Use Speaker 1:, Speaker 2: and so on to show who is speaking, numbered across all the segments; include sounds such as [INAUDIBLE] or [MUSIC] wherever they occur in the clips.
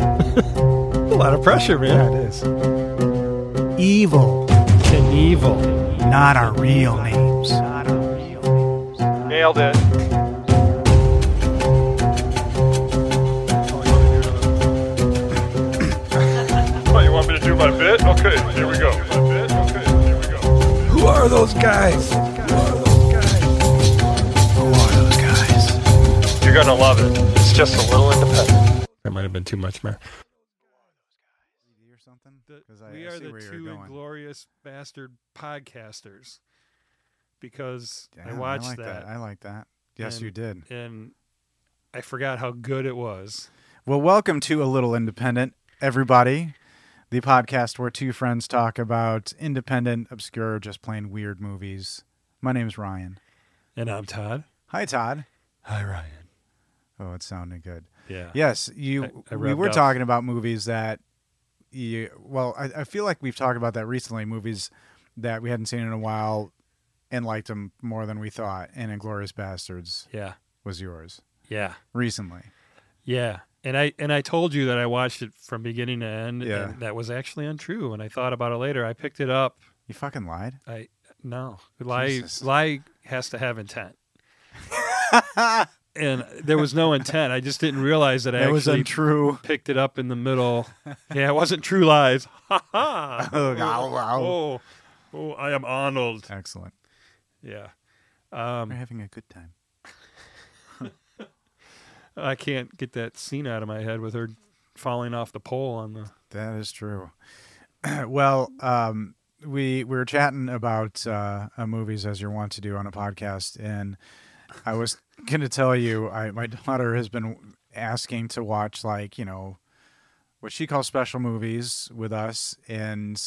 Speaker 1: a lot of pressure, man.
Speaker 2: Yeah, it is. Evil,
Speaker 1: Knievel.
Speaker 2: not our real names.
Speaker 3: Nailed it. oh, you want me to do my bit? Okay, here we go. My bit? Okay, here we go.
Speaker 1: Who are those guys?
Speaker 2: Who are those guys?
Speaker 3: You're gonna love it. It's just a little independent.
Speaker 1: That might have been too much, man.
Speaker 4: or something?
Speaker 5: The,
Speaker 4: 'Cause
Speaker 5: we are
Speaker 4: see
Speaker 5: the
Speaker 4: where you're
Speaker 5: two
Speaker 4: going.
Speaker 5: inglorious bastard podcasters because I
Speaker 4: Damn,
Speaker 5: watched
Speaker 4: like
Speaker 5: that,
Speaker 4: I like that. Yes,
Speaker 5: And-
Speaker 4: you did.
Speaker 5: and I forgot how good it was.
Speaker 4: Well, welcome to A Little Independent, everybody. The podcast where two friends talk about independent, obscure, just plain weird movies. My name's Ryan.
Speaker 5: And I'm Todd.
Speaker 4: Hi, Todd.
Speaker 5: Hi, Ryan.
Speaker 4: Oh, it sounded good.
Speaker 5: Yeah.
Speaker 4: Yes, you.
Speaker 5: I- I
Speaker 4: we
Speaker 5: revved
Speaker 4: were
Speaker 5: up.
Speaker 4: talking about movies that you. Well, I, I feel like we've talked about that recently. Movies that we hadn't seen in a while and liked them more than we thought. And Inglorious Bastards
Speaker 5: Yeah.
Speaker 4: was yours
Speaker 5: Yeah.
Speaker 4: recently.
Speaker 5: Yeah. And I and I told you that I watched it from beginning to end.
Speaker 4: Yeah.
Speaker 5: And that was actually untrue. When I thought about it later, I picked it up.
Speaker 4: You fucking lied.
Speaker 5: No. Lie
Speaker 4: Jesus.
Speaker 5: lie has to have intent. and there was no intent. I just didn't realize that I
Speaker 4: That was
Speaker 5: actually [LAUGHS]
Speaker 4: untrue.
Speaker 5: picked it up in the middle. yeah, it wasn't true lies. [LAUGHS] Ha ha.
Speaker 4: Oh, ow, ow.
Speaker 5: Oh, oh, I am Arnold.
Speaker 4: Excellent.
Speaker 5: Yeah.
Speaker 4: We're
Speaker 5: Um,
Speaker 4: having a good time.
Speaker 5: I can't get that scene out of my head with her falling off the pole on the.
Speaker 4: That is true. [CLEARS THROAT] well, um, we we were chatting about uh, uh, movies as you want to do on a podcast, and I was [LAUGHS] going to tell you, I my daughter has been asking to watch like you know what she calls special movies with us, and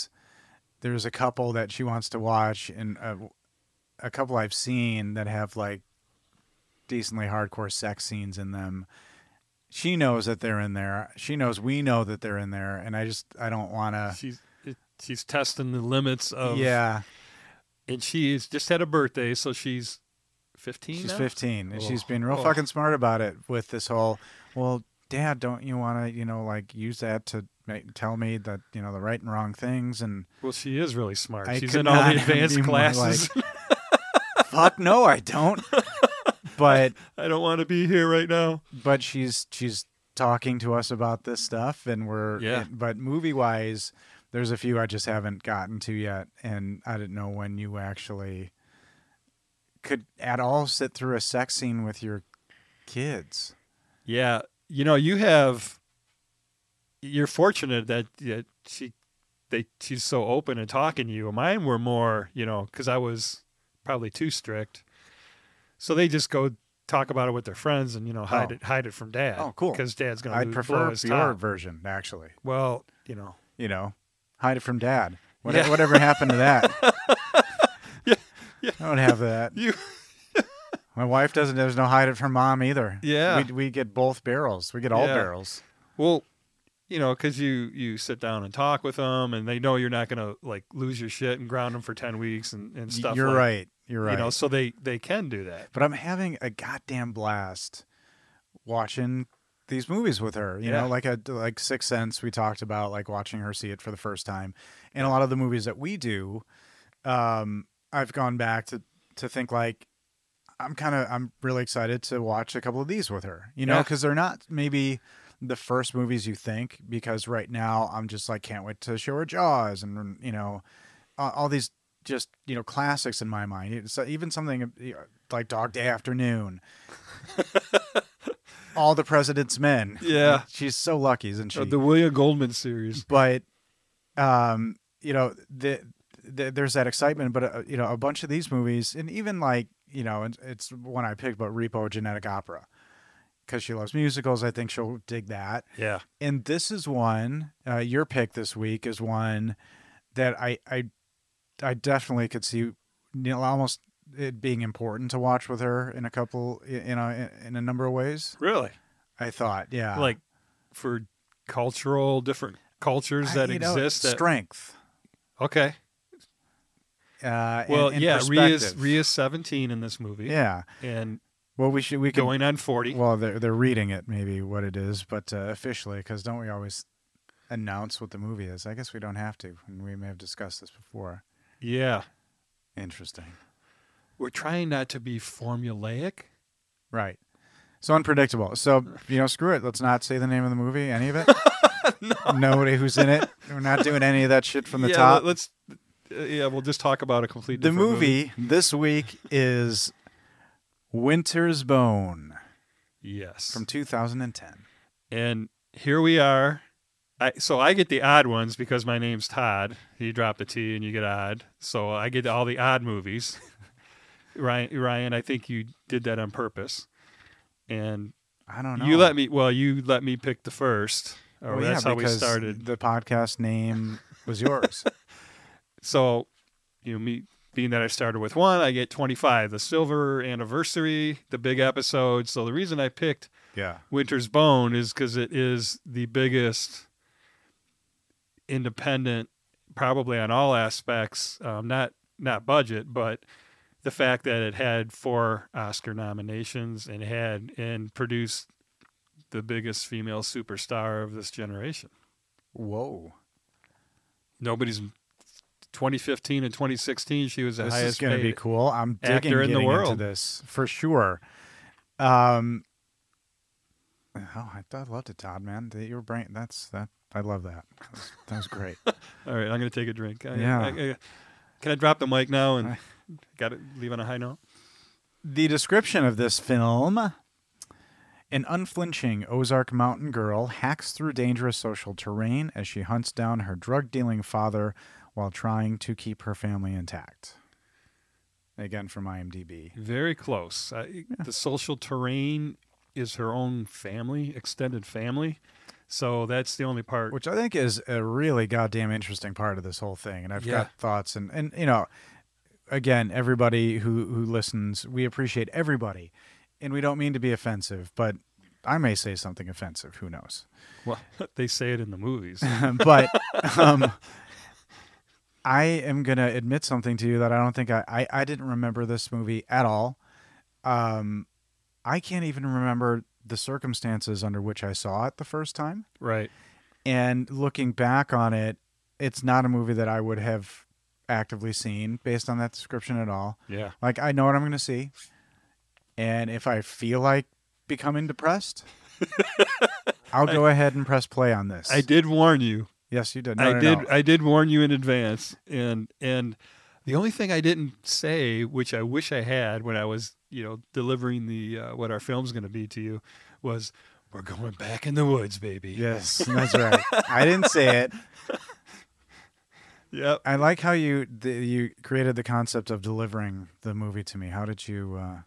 Speaker 4: there's a couple that she wants to watch, and a, a couple I've seen that have like decently hardcore sex scenes in them she knows that they're in there. She knows we know that they're in there, and I just I don't want to.
Speaker 5: She's she's testing the limits of.
Speaker 4: Yeah,
Speaker 5: And she's just had a birthday, so she's fifteen.
Speaker 4: she's
Speaker 5: now?
Speaker 4: 15, and she's
Speaker 5: Oh,
Speaker 4: been real
Speaker 5: oh.
Speaker 4: fucking smart about it with this whole. Well, Dad, don't you want to you know like use that to make, tell me that you know the right and wrong things and
Speaker 5: [LAUGHS] Well, she is really smart.
Speaker 4: I
Speaker 5: she's
Speaker 4: could
Speaker 5: in all
Speaker 4: not
Speaker 5: the advanced
Speaker 4: be more
Speaker 5: classes. [LAUGHS]
Speaker 4: fuck no, I don't. but
Speaker 5: I don't want to be here right now.
Speaker 4: but she's she's talking to us about this stuff, and we're
Speaker 5: Yeah.
Speaker 4: But movie wise, there's a few I just haven't gotten to yet, and I didn't know when you actually could at all sit through a sex scene with your kids.
Speaker 5: Yeah, you know, you have. You're fortunate that, that she, they she's so open and talking to you. Mine were more, you know, because I was probably too strict, so they just go talk about it with their friends and you know hide
Speaker 4: Oh.
Speaker 5: it hide it from dad.
Speaker 4: Oh, cool.
Speaker 5: Because dad's gonna
Speaker 4: I'd
Speaker 5: lo-
Speaker 4: prefer
Speaker 5: blow his
Speaker 4: your
Speaker 5: top.
Speaker 4: version, actually.
Speaker 5: Well, you know,
Speaker 4: You know, hide it from dad. What,
Speaker 5: Yeah.
Speaker 4: Whatever happened to that?
Speaker 5: [LAUGHS] Yeah,
Speaker 4: I don't have that.
Speaker 5: you [LAUGHS]
Speaker 4: My wife doesn't. There's no hide it from mom either.
Speaker 5: Yeah.
Speaker 4: we, we get both barrels. We get all
Speaker 5: Yeah.
Speaker 4: barrels.
Speaker 5: well, you know, because you you sit down and talk with them and they know you're not gonna like lose your shit and ground them for ten weeks and and stuff.
Speaker 4: You're
Speaker 5: like-
Speaker 4: right. You're right.
Speaker 5: You know, so they they can do that.
Speaker 4: but I'm having a goddamn blast watching these movies with her. You
Speaker 5: Yeah.
Speaker 4: know, like a like Sixth Sense, we talked about like watching her see it for the first time, and a lot of the movies that we do, um, I've gone back to to think like I'm kind of I'm really excited to watch a couple of these with her. You know,
Speaker 5: Yeah.
Speaker 4: because they're not maybe the first movies you think because right now I'm just like can't wait to show her Jaws and you know all, all these just you know classics in my mind. It's, uh, even something you know, like Dog
Speaker 5: [LAUGHS]
Speaker 4: Day Afternoon, All the President's Men.
Speaker 5: Yeah.
Speaker 4: [LAUGHS] she's so lucky, isn't she?
Speaker 5: Uh, the William Goldman series.
Speaker 4: [LAUGHS] but um, you know the, the there's that excitement, but uh, you know a bunch of these movies, and even like you know, and it's one I picked, but Repo Genetic Opera, because she loves musicals. I think she'll dig that.
Speaker 5: Yeah.
Speaker 4: and this is one uh, your pick this week is one that I I I definitely could see you know, almost it being important to watch with her in a couple you know in, in a number of ways.
Speaker 5: Really?
Speaker 4: I thought, yeah,
Speaker 5: like for cultural different cultures
Speaker 4: I-
Speaker 5: that
Speaker 4: you know,
Speaker 5: exist that
Speaker 4: strength.
Speaker 5: Okay.
Speaker 4: Uh, and-
Speaker 5: Well,
Speaker 4: and
Speaker 5: yeah, Ria's
Speaker 4: perspective.
Speaker 5: Ria's 17 in this movie
Speaker 4: yeah.
Speaker 5: and
Speaker 4: Well, we should we could
Speaker 5: going on 40.
Speaker 4: Well, they're they're reading it, maybe what it is, but uh, officially, because don't we always announce what the movie is. I guess we don't have to, and we may have discussed this before.
Speaker 5: Yeah.
Speaker 4: Interesting.
Speaker 5: We're trying not to be formulaic.
Speaker 4: Right. So unpredictable. So, you know, screw it. Let's not say the name of the movie, any
Speaker 5: [LAUGHS]
Speaker 4: of it. Nobody who's in it. We're not doing any of that shit from the
Speaker 5: yeah,
Speaker 4: top.
Speaker 5: Let's. uh, yeah, we'll just talk about a complete
Speaker 4: the
Speaker 5: different
Speaker 4: movie this week is Winter's Bone
Speaker 5: Yes.
Speaker 4: from 2010.
Speaker 5: and here we are. I, so I get the odd ones because my name's Todd. You drop the T and you get odd. So I get all the odd movies. [LAUGHS] Ryan, Ryan, I think you did that on purpose. And
Speaker 4: I don't know.
Speaker 5: you let me. Well, you let me pick the first. Or
Speaker 4: Well, yeah,
Speaker 5: that's how we
Speaker 4: because
Speaker 5: started.
Speaker 4: The podcast name was
Speaker 5: [LAUGHS]
Speaker 4: yours.
Speaker 5: So, you know, me being that I started with one, I get 25, the silver anniversary, the big episode. So the reason I picked
Speaker 4: yeah.
Speaker 5: Winter's Bone is because it is the biggest independent, probably on all aspects, um, not not budget, but the fact that it had four Oscar nominations and had and produced the biggest female superstar of this generation.
Speaker 4: Whoa.
Speaker 5: Nobody's 2015 and 2016. She was the
Speaker 4: This
Speaker 5: highest
Speaker 4: is going to
Speaker 5: paid.
Speaker 4: be cool. I'm
Speaker 5: actor
Speaker 4: digging
Speaker 5: in the
Speaker 4: getting
Speaker 5: world.
Speaker 4: into this for sure. Um, oh, I, I loved it, Todd. Man, that you were bring that's that. I love that. That was, that was great.
Speaker 5: [LAUGHS] All right, I'm going to take a drink. I-
Speaker 4: Yeah.
Speaker 5: I- I- can I drop the mic now and got to leave on a high note?
Speaker 4: the description of this film an unflinching Ozark Mountain girl hacks through dangerous social terrain as she hunts down her drug dealing father while trying to keep her family intact. Again, from IMDb.
Speaker 5: Very close. I, The social terrain is her own family, extended family. So that's the only part.
Speaker 4: which I think is a really goddamn interesting part of this whole thing. And I've
Speaker 5: Yeah.
Speaker 4: got thoughts, and and you know, again, everybody who who listens, we appreciate everybody, and we don't mean to be offensive, but I may say something offensive. Who knows? [LAUGHS]
Speaker 5: well, [LAUGHS] they say it in the [LAUGHS] movies.
Speaker 4: but um, I am gonna admit something to you that I don't think I I, I didn't remember this movie at all. Um, I can't even remember the circumstances under which I saw it the first time
Speaker 5: right.
Speaker 4: and looking back on it, it's not a movie that I would have actively seen based on that description at all.
Speaker 5: Yeah.
Speaker 4: Like I know what I'm going to see, and if I feel like
Speaker 5: [LAUGHS]
Speaker 4: becoming depressed, I'll go ahead and press play on this.
Speaker 5: I did warn you.
Speaker 4: Yes, you did. No,
Speaker 5: I
Speaker 4: no,
Speaker 5: did
Speaker 4: no.
Speaker 5: I did warn you in advance. And and the only thing I didn't say, which I wish I had when I was, you know, delivering the uh, what our film's going to be to you was we're going back in the woods, baby.
Speaker 4: [LAUGHS] Yes, that's right. I didn't say it.
Speaker 5: Yep.
Speaker 4: I like how you the, you created the concept of delivering the movie to me. How did you uh,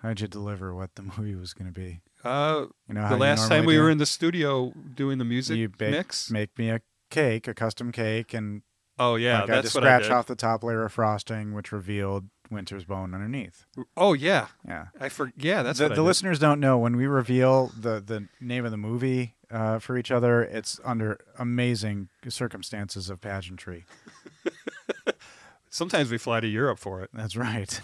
Speaker 4: how did you deliver what the movie was going to be?
Speaker 5: Uh,
Speaker 4: You know, how
Speaker 5: the
Speaker 4: you
Speaker 5: last time
Speaker 4: normally
Speaker 5: we
Speaker 4: do?
Speaker 5: were in the studio doing the music
Speaker 4: you bake,
Speaker 5: mix.
Speaker 4: make me a cake, a custom cake, and
Speaker 5: Oh yeah,
Speaker 4: like, I
Speaker 5: that's
Speaker 4: just
Speaker 5: what I
Speaker 4: scratch
Speaker 5: did.
Speaker 4: off the top layer of frosting, which revealed Winter's Bone underneath.
Speaker 5: Oh yeah,
Speaker 4: Yeah,
Speaker 5: I for yeah that's
Speaker 4: the,
Speaker 5: what I
Speaker 4: the
Speaker 5: did.
Speaker 4: listeners don't know when we reveal the the name of the movie uh, for each other. It's under amazing circumstances of pageantry.
Speaker 5: Sometimes we fly to Europe for it.
Speaker 4: That's right.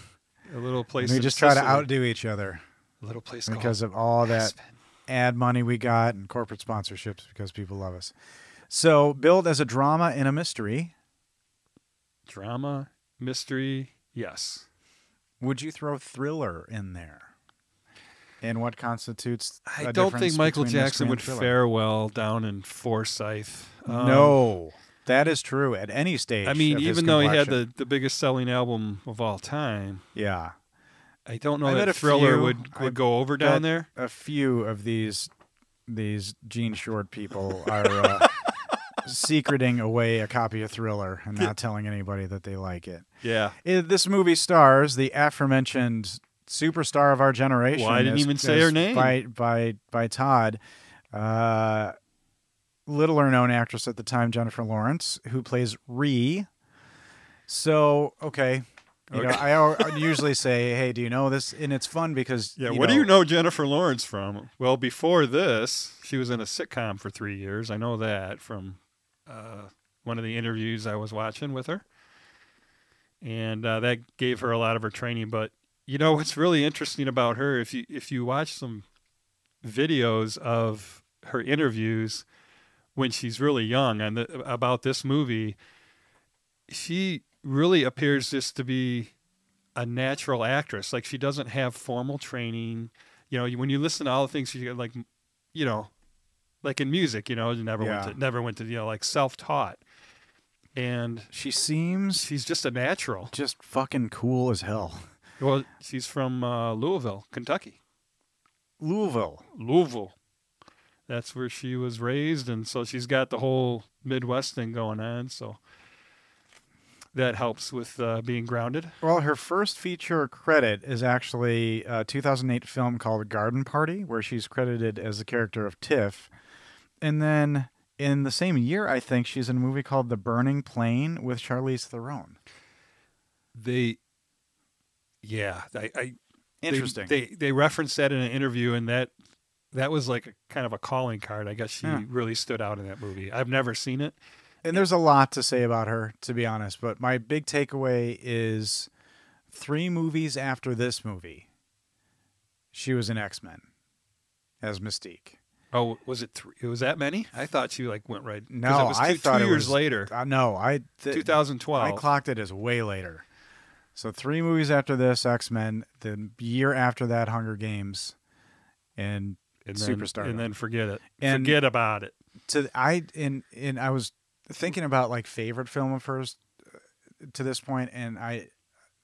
Speaker 5: A little place.
Speaker 4: And we
Speaker 5: in
Speaker 4: just try to
Speaker 5: Sicily.
Speaker 4: outdo each other
Speaker 5: a little place
Speaker 4: because
Speaker 5: called
Speaker 4: of all that
Speaker 5: Aspen.
Speaker 4: ad money we got and corporate sponsorships because people love us. So, billed as a drama and a mystery,
Speaker 5: drama mystery. Yes,
Speaker 4: Would you throw thriller in there? And what constitutes? I
Speaker 5: I don't think Michael Jackson would fare well down in Forsyth. Um,
Speaker 4: no, that is true at any stage.
Speaker 5: I mean
Speaker 4: of his
Speaker 5: even though he had
Speaker 4: complexion.
Speaker 5: the, the biggest selling album of all time,
Speaker 4: yeah,
Speaker 5: I don't know
Speaker 4: I
Speaker 5: that
Speaker 4: bet a
Speaker 5: Thriller
Speaker 4: few-
Speaker 5: would
Speaker 4: I
Speaker 5: would go over down
Speaker 4: bet-
Speaker 5: there.
Speaker 4: a few of these these Gene
Speaker 5: [LAUGHS]
Speaker 4: Short people are uh, secreting away a copy of Thriller and not telling anybody that they like it.
Speaker 5: Yeah.
Speaker 4: Eh, This movie stars the aforementioned superstar of our generation.
Speaker 5: Well, I didn't
Speaker 4: as-
Speaker 5: even say
Speaker 4: as
Speaker 5: her name.
Speaker 4: By by by Todd, uh, littler known actress at the time, Jennifer Lawrence, who plays Ree. So okay. You know,
Speaker 5: Okay.
Speaker 4: I al- I usually say, "Hey, do you know this?" And it's fun because
Speaker 5: Yeah, what do you know Jennifer Lawrence from? Well, before this, she was in a sitcom for three years. I know that from uh, one of the interviews I was watching with her, and uh, that gave her a lot of her training. But you know what's really interesting about her, if you if you watch some videos of her interviews, when she's really young and the, about this movie she really appears just to be a natural actress like she doesn't have formal training you know when you listen to all the things you like you know like in music you know you never
Speaker 4: Yeah.
Speaker 5: went to never went to you know like self-taught and
Speaker 4: She seems
Speaker 5: she's just a natural
Speaker 4: just fucking cool as hell.
Speaker 5: well she's from uh, louisville kentucky
Speaker 4: Louisville.
Speaker 5: Louisville. That's where she was raised, and so she's got the whole Midwest thing going on. So that helps with uh, being grounded.
Speaker 4: Well, her first feature credit is actually a 2008 film called Garden Party, where she's credited as the character of Tiff. And then in the same year, I think she's in a movie called The Burning Plain with Charlize Theron.
Speaker 5: They, yeah, I, I
Speaker 4: Interesting.
Speaker 5: They, they they referenced that in an interview, and that that was like a, kind of a calling card. I guess she
Speaker 4: Yeah.
Speaker 5: really stood out in that movie. I've never seen it.
Speaker 4: and there's a lot to say about her, to be honest. But my big takeaway is three movies after this movie, she was in X Men as Mystique.
Speaker 5: Oh, was it three? It was that many? I thought she like went right. 'cause
Speaker 4: No,
Speaker 5: it was two,
Speaker 4: I thought
Speaker 5: two
Speaker 4: it
Speaker 5: years
Speaker 4: was-
Speaker 5: later,
Speaker 4: Uh, no, I th-
Speaker 5: 2012.
Speaker 4: I clocked it as way later. So three movies after this, X Men. The year after that, Hunger Games, and
Speaker 5: and then,
Speaker 4: Superstar.
Speaker 5: and then forget it.
Speaker 4: And-
Speaker 5: forget about it.
Speaker 4: to I and and I was thinking about like favorite film of hers uh, to this point, and I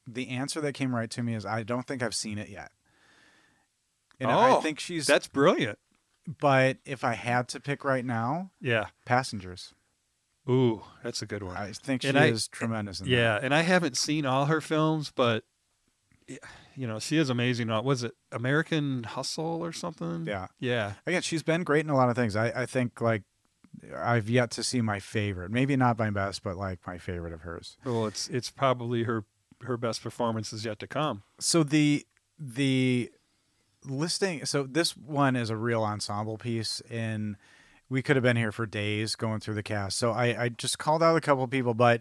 Speaker 4: the answer that came right to me is I don't think I've seen it yet. And I
Speaker 5: Oh,
Speaker 4: think she's.
Speaker 5: That's brilliant.
Speaker 4: but if I had to pick right now,
Speaker 5: Yeah.
Speaker 4: Passengers.
Speaker 5: Ooh, that's a good one.
Speaker 4: I think she
Speaker 5: And I-
Speaker 4: is tremendous. In that.
Speaker 5: yeah, and I haven't seen all her films, but y- you know, she is amazing. Uh, Was it American Hustle or something?
Speaker 4: Yeah.
Speaker 5: Yeah.
Speaker 4: again, she's been great in a lot of things. I, I think like I've yet to see my favorite, maybe not my best, but like my favorite of hers.
Speaker 5: Well, it's it's probably her her best performance is yet to come.
Speaker 4: So the the listing. So this one is a real ensemble piece, and we could have been here for days going through the cast. So I, I just called out a couple of people, but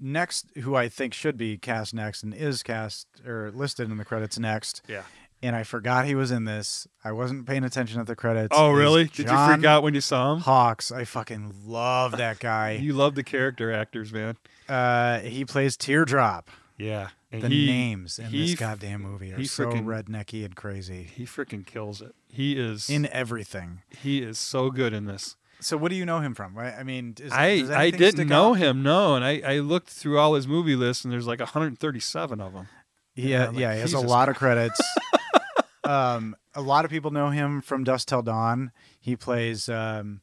Speaker 4: next, who I think should be cast next and is cast or listed in the credits next.
Speaker 5: Yeah.
Speaker 4: And I forgot he was in this. I wasn't paying attention at the credits.
Speaker 5: oh,
Speaker 4: is
Speaker 5: really? Did you
Speaker 4: John
Speaker 5: freak out when you saw him?
Speaker 4: Hawks. I fucking love that guy.
Speaker 5: You love the character actors, man.
Speaker 4: uh, he plays Teardrop.
Speaker 5: Yeah. And
Speaker 4: The
Speaker 5: he,
Speaker 4: names in
Speaker 5: he
Speaker 4: this
Speaker 5: f-
Speaker 4: goddamn movie are
Speaker 5: he
Speaker 4: so
Speaker 5: frickin-
Speaker 4: rednecky and crazy
Speaker 5: He freaking kills it. He is
Speaker 4: in everything.
Speaker 5: he is so good in this.
Speaker 4: So, what do you know him from? I I mean, is,
Speaker 5: I,
Speaker 4: does
Speaker 5: I
Speaker 4: anything stick
Speaker 5: didn't know
Speaker 4: out?
Speaker 5: him, no. And I, I looked through all his movie lists, and there's like 137 of them.
Speaker 4: Yeah,
Speaker 5: I'm like,
Speaker 4: yeah, he has a
Speaker 5: Jesus
Speaker 4: lot
Speaker 5: [LAUGHS]
Speaker 4: of credits. um, a lot of people know him from Dust Till Dawn. He plays um,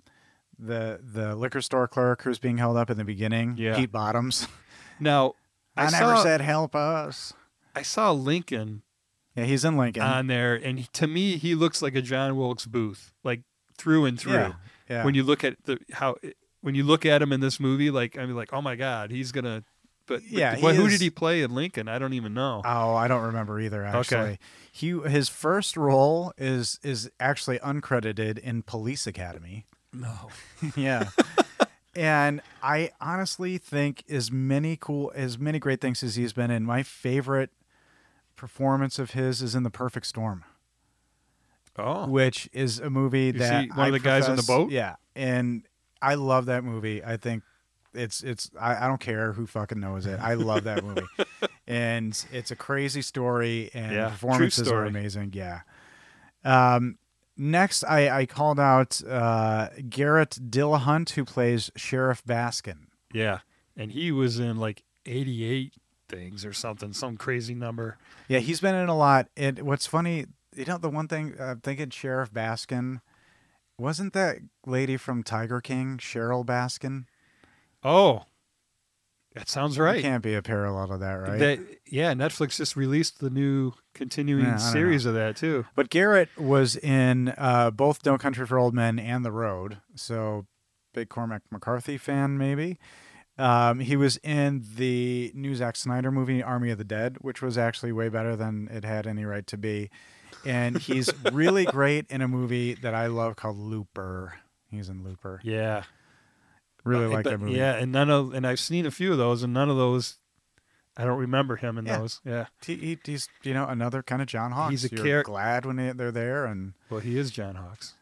Speaker 4: the the liquor store clerk who's being held up in the beginning.
Speaker 5: Yeah.
Speaker 4: Pete Bottoms.
Speaker 5: Now,
Speaker 4: I,
Speaker 5: I,
Speaker 4: never
Speaker 5: saw,
Speaker 4: said help us.
Speaker 5: I saw Lincoln
Speaker 4: Yeah, he's in Lincoln.
Speaker 5: on there, and he- to me, he looks like a John Wilkes Booth, like through and through.
Speaker 4: Yeah, yeah.
Speaker 5: When you look at the how when you look at him in this movie, like I mean, like oh my God, he's gonna. But but
Speaker 4: Yeah, he
Speaker 5: what- who
Speaker 4: is-
Speaker 5: did he play in Lincoln? I don't even [LAUGHS] know.
Speaker 4: Oh, I don't remember either. Actually,
Speaker 5: Okay.
Speaker 4: he his first role is is actually uncredited in Police Academy.
Speaker 5: no.
Speaker 4: yeah, and I honestly think as many cool as many great things as he's been in. My favorite performance of his is in The Perfect Storm,
Speaker 5: Oh,
Speaker 4: [LAUGHS] which is a movie that
Speaker 5: see one of
Speaker 4: I
Speaker 5: the guys on the
Speaker 4: profess-
Speaker 5: boat?
Speaker 4: Yeah, and I love that movie. I think it's it's I, I don't care who fucking knows it. I love
Speaker 5: [LAUGHS]
Speaker 4: that movie, and it's a crazy story, and
Speaker 5: Yeah,
Speaker 4: the
Speaker 5: true
Speaker 4: performances are
Speaker 5: story.
Speaker 4: amazing. Yeah. Um, next, I I called out uh, Garrett Dillahunt, who plays Sheriff Baskin.
Speaker 5: yeah, and he was in like 88 things or something, some crazy number.
Speaker 4: Yeah, he's been in a lot. And what's funny, you know, the one thing I'm thinking, Sheriff Baskin. Wasn't that lady from Tiger King Cheryl Baskin?
Speaker 5: Oh, that sounds
Speaker 4: It
Speaker 5: right.
Speaker 4: can't be a parallel to that, right?
Speaker 5: That, yeah, Netflix just released the new continuing
Speaker 4: Yeah, I don't
Speaker 5: series of that too.
Speaker 4: But Garrett was in uh, both No Country for Old Men and The Road, so big Cormac McCarthy fan maybe. Um, he was in the new Zack Snyder movie Army of the Dead, which was actually way better than it had any right to be. And
Speaker 5: [LAUGHS]
Speaker 4: he's really great in a movie that I love called Looper. He's in Looper.
Speaker 5: Yeah,
Speaker 4: Really
Speaker 5: Uh,
Speaker 4: like
Speaker 5: but-
Speaker 4: that movie.
Speaker 5: Yeah, and none of and I've seen a few of those, and none of those. I don't remember him in
Speaker 4: Yeah.
Speaker 5: those. Yeah.
Speaker 4: He, he, he's you know another kind of John Hawks.
Speaker 5: He's a
Speaker 4: You're
Speaker 5: char-
Speaker 4: glad when they- they're there, and
Speaker 5: Well, he is John Hawks.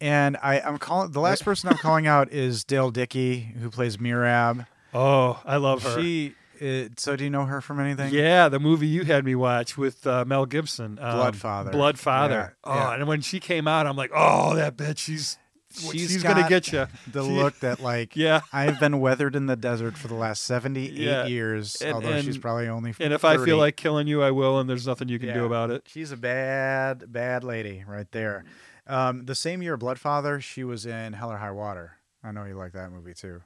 Speaker 4: And I, I'm calling the last person I'm
Speaker 5: [LAUGHS]
Speaker 4: calling out is Dale Dickey, who plays Mirab.
Speaker 5: Oh, I love her.
Speaker 4: She. uh so do you know her from anything?
Speaker 5: yeah, the movie you had me watch with uh, Mel Gibson, um,
Speaker 4: Bloodfather.
Speaker 5: Blood Father.
Speaker 4: Yeah,
Speaker 5: oh,
Speaker 4: yeah.
Speaker 5: and when she came out, I'm like, oh, that bitch, she's she's,
Speaker 4: She's
Speaker 5: gonna
Speaker 4: got
Speaker 5: get you.
Speaker 4: The
Speaker 5: She-
Speaker 4: look that
Speaker 5: [LAUGHS]
Speaker 4: like.
Speaker 5: Yeah,
Speaker 4: I've been weathered in the desert for the last 78
Speaker 5: Yeah.
Speaker 4: years,
Speaker 5: And-
Speaker 4: although she's
Speaker 5: and-
Speaker 4: probably only
Speaker 5: and if I
Speaker 4: 30.
Speaker 5: feel like killing you, I will, and there's nothing you can do
Speaker 4: Yeah.
Speaker 5: about it.
Speaker 4: She's a bad, bad lady right there. Um, the same year, Bloodfather, she was in Hell or High Water. I know you like that movie too.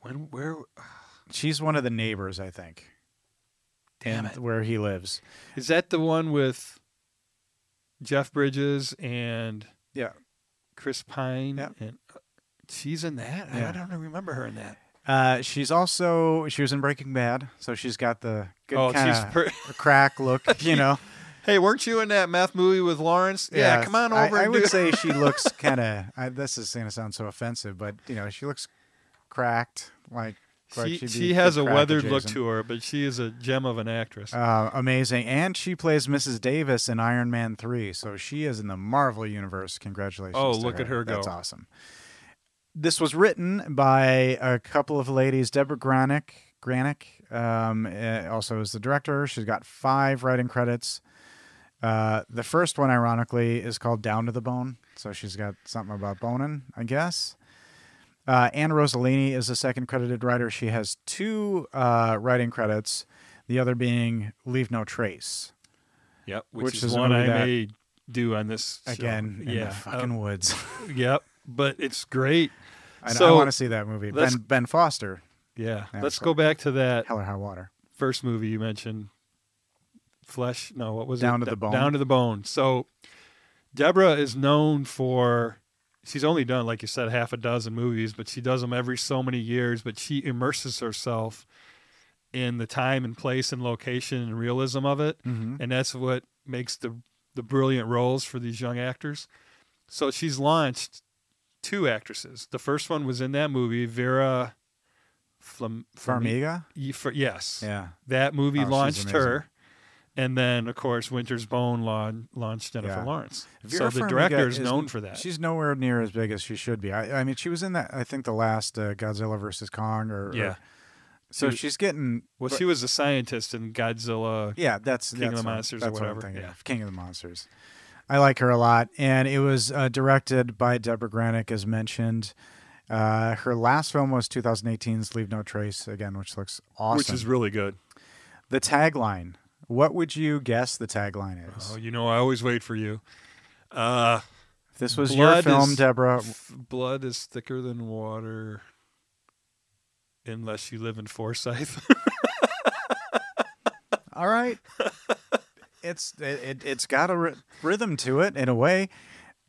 Speaker 5: When where?
Speaker 4: She's one of the neighbors, I think.
Speaker 5: Damn
Speaker 4: in
Speaker 5: it.
Speaker 4: Where he lives.
Speaker 5: Is that the one with Jeff Bridges and
Speaker 4: Yeah.
Speaker 5: Chris Pine?
Speaker 4: Yep.
Speaker 5: And uh, she's in that. I
Speaker 4: Yeah.
Speaker 5: don't remember her in that.
Speaker 4: Uh, she's also she was in Breaking Bad, so she's got the good
Speaker 5: oh,
Speaker 4: kind
Speaker 5: she's
Speaker 4: of
Speaker 5: per-
Speaker 4: crack look,
Speaker 5: [LAUGHS]
Speaker 4: you know.
Speaker 5: hey, weren't you in that meth movie with Lawrence? Yeah,
Speaker 4: Yes,
Speaker 5: come on
Speaker 4: I-
Speaker 5: over.
Speaker 4: I,
Speaker 5: and
Speaker 4: would
Speaker 5: do- [LAUGHS]
Speaker 4: say she looks kind of. This is going to sound so offensive, but you know, she looks cracked. Like, like
Speaker 5: she,
Speaker 4: she'd be
Speaker 5: she
Speaker 4: good
Speaker 5: has a
Speaker 4: crack
Speaker 5: weathered look
Speaker 4: adjacent.
Speaker 5: to her, but she is a gem of an actress.
Speaker 4: Uh, amazing. And she plays Mrs. Davis in Iron Man 3. So she is in the Marvel Universe. Congratulations.
Speaker 5: Oh,
Speaker 4: to
Speaker 5: look at her go.
Speaker 4: That's awesome. This was written by a couple of ladies Deborah Granick. Granick um, eh, also is the director. She's got five writing credits. Uh, the first one, ironically, is called Down to the Bone. So she's got something about boning, I guess. Uh, Anne Rosalini is the second credited writer. She has two uh, writing credits, the other being Leave No Trace.
Speaker 5: yep, which,
Speaker 4: which
Speaker 5: is,
Speaker 4: is a
Speaker 5: one I
Speaker 4: movie that-
Speaker 5: may do on this show.
Speaker 4: Again, in
Speaker 5: yeah,
Speaker 4: the fucking
Speaker 5: um,
Speaker 4: woods. [LAUGHS]
Speaker 5: yep. But it's great.
Speaker 4: I, I
Speaker 5: so-
Speaker 4: want to see that movie.
Speaker 5: let's-
Speaker 4: Ben, ben Foster,
Speaker 5: Yeah,
Speaker 4: Yeah,
Speaker 5: let's
Speaker 4: so-
Speaker 5: go back to that
Speaker 4: Hell or High Water.
Speaker 5: first movie you mentioned, Flesh. No, what was
Speaker 4: Down
Speaker 5: it?
Speaker 4: to the
Speaker 5: D-
Speaker 4: Bone.
Speaker 5: Down to the bone. So, Deborah is known for. She's only done, like you said, half a dozen movies, but she does them every so many years. But she immerses herself in the time and place and location and realism of it,
Speaker 4: Mm-hmm.
Speaker 5: and that's what makes the the brilliant roles for these young actors. So she's launched two actresses. The first one was in that movie, Vera Flam- Farmi-
Speaker 4: Farmiga?
Speaker 5: E- Far- Yes,
Speaker 4: Yeah.
Speaker 5: that movie
Speaker 4: Oh, she's
Speaker 5: launched
Speaker 4: amazing.
Speaker 5: her, and then of course Winter's Bone laun- launched Jennifer
Speaker 4: Yeah.
Speaker 5: Lawrence.
Speaker 4: Vera
Speaker 5: so the
Speaker 4: Farmiga
Speaker 5: director is,
Speaker 4: is-
Speaker 5: known for that.
Speaker 4: She's nowhere near as big as she should be. I, I mean, she was in that, I think, the last uh, Godzilla versus Kong. or or-
Speaker 5: yeah.
Speaker 4: so
Speaker 5: She-
Speaker 4: she's getting,
Speaker 5: Well, she was a scientist in Godzilla.
Speaker 4: yeah, that's
Speaker 5: King of
Speaker 4: that's
Speaker 5: the
Speaker 4: what-
Speaker 5: Monsters or
Speaker 4: that's what I'm
Speaker 5: whatever,
Speaker 4: thinking
Speaker 5: yeah.
Speaker 4: of. King of the Monsters. I like her a lot. And it was uh, directed by Deborah Granick, as mentioned. Uh, her last film was 2018's Leave No Trace, again, which looks awesome.
Speaker 5: Which is really good.
Speaker 4: The tagline. What would you guess the tagline is?
Speaker 5: Oh, you know, I always wait for you. Uh,
Speaker 4: if this was your
Speaker 5: blood
Speaker 4: film,
Speaker 5: is-
Speaker 4: Deborah.
Speaker 5: f- blood is thicker than water, unless you live in Forsyth. [LAUGHS]
Speaker 4: All right. it's it, it, it's got a ry- rhythm to it in a way.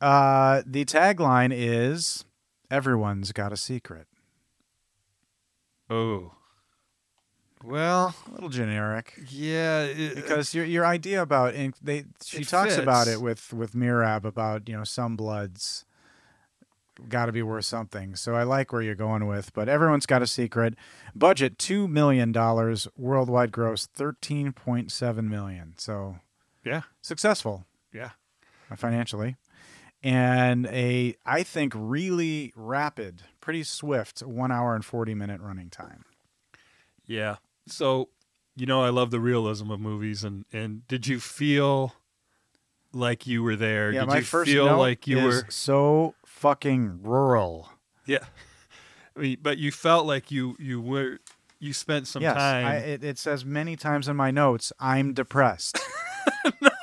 Speaker 4: Uh, the tagline is everyone's got a secret.
Speaker 5: oh, well,
Speaker 4: A little generic.
Speaker 5: yeah, it-
Speaker 4: Because your your idea about and they she
Speaker 5: It
Speaker 4: talks about
Speaker 5: fits.
Speaker 4: it with with Mirab about you know some bloods got to be worth something. So I like where you're going with, but everyone's got a secret. Budget 2 million dollars, worldwide gross 13.7 million. So
Speaker 5: yeah,
Speaker 4: successful Uh,
Speaker 5: yeah.
Speaker 4: financially. And a I think really rapid, pretty swift 1 hour and 40 minute running time.
Speaker 5: Yeah. So, you know, I love the realism of movies, and and did you feel like you were there?
Speaker 4: yeah,
Speaker 5: did
Speaker 4: my
Speaker 5: you
Speaker 4: first
Speaker 5: feel
Speaker 4: note
Speaker 5: like you
Speaker 4: is
Speaker 5: were?
Speaker 4: so fucking rural.
Speaker 5: Yeah. I mean, but you felt like you you were you spent some
Speaker 4: yes,
Speaker 5: time. [LAUGHS]
Speaker 4: I, it, it says many times in my notes, I'm depressed.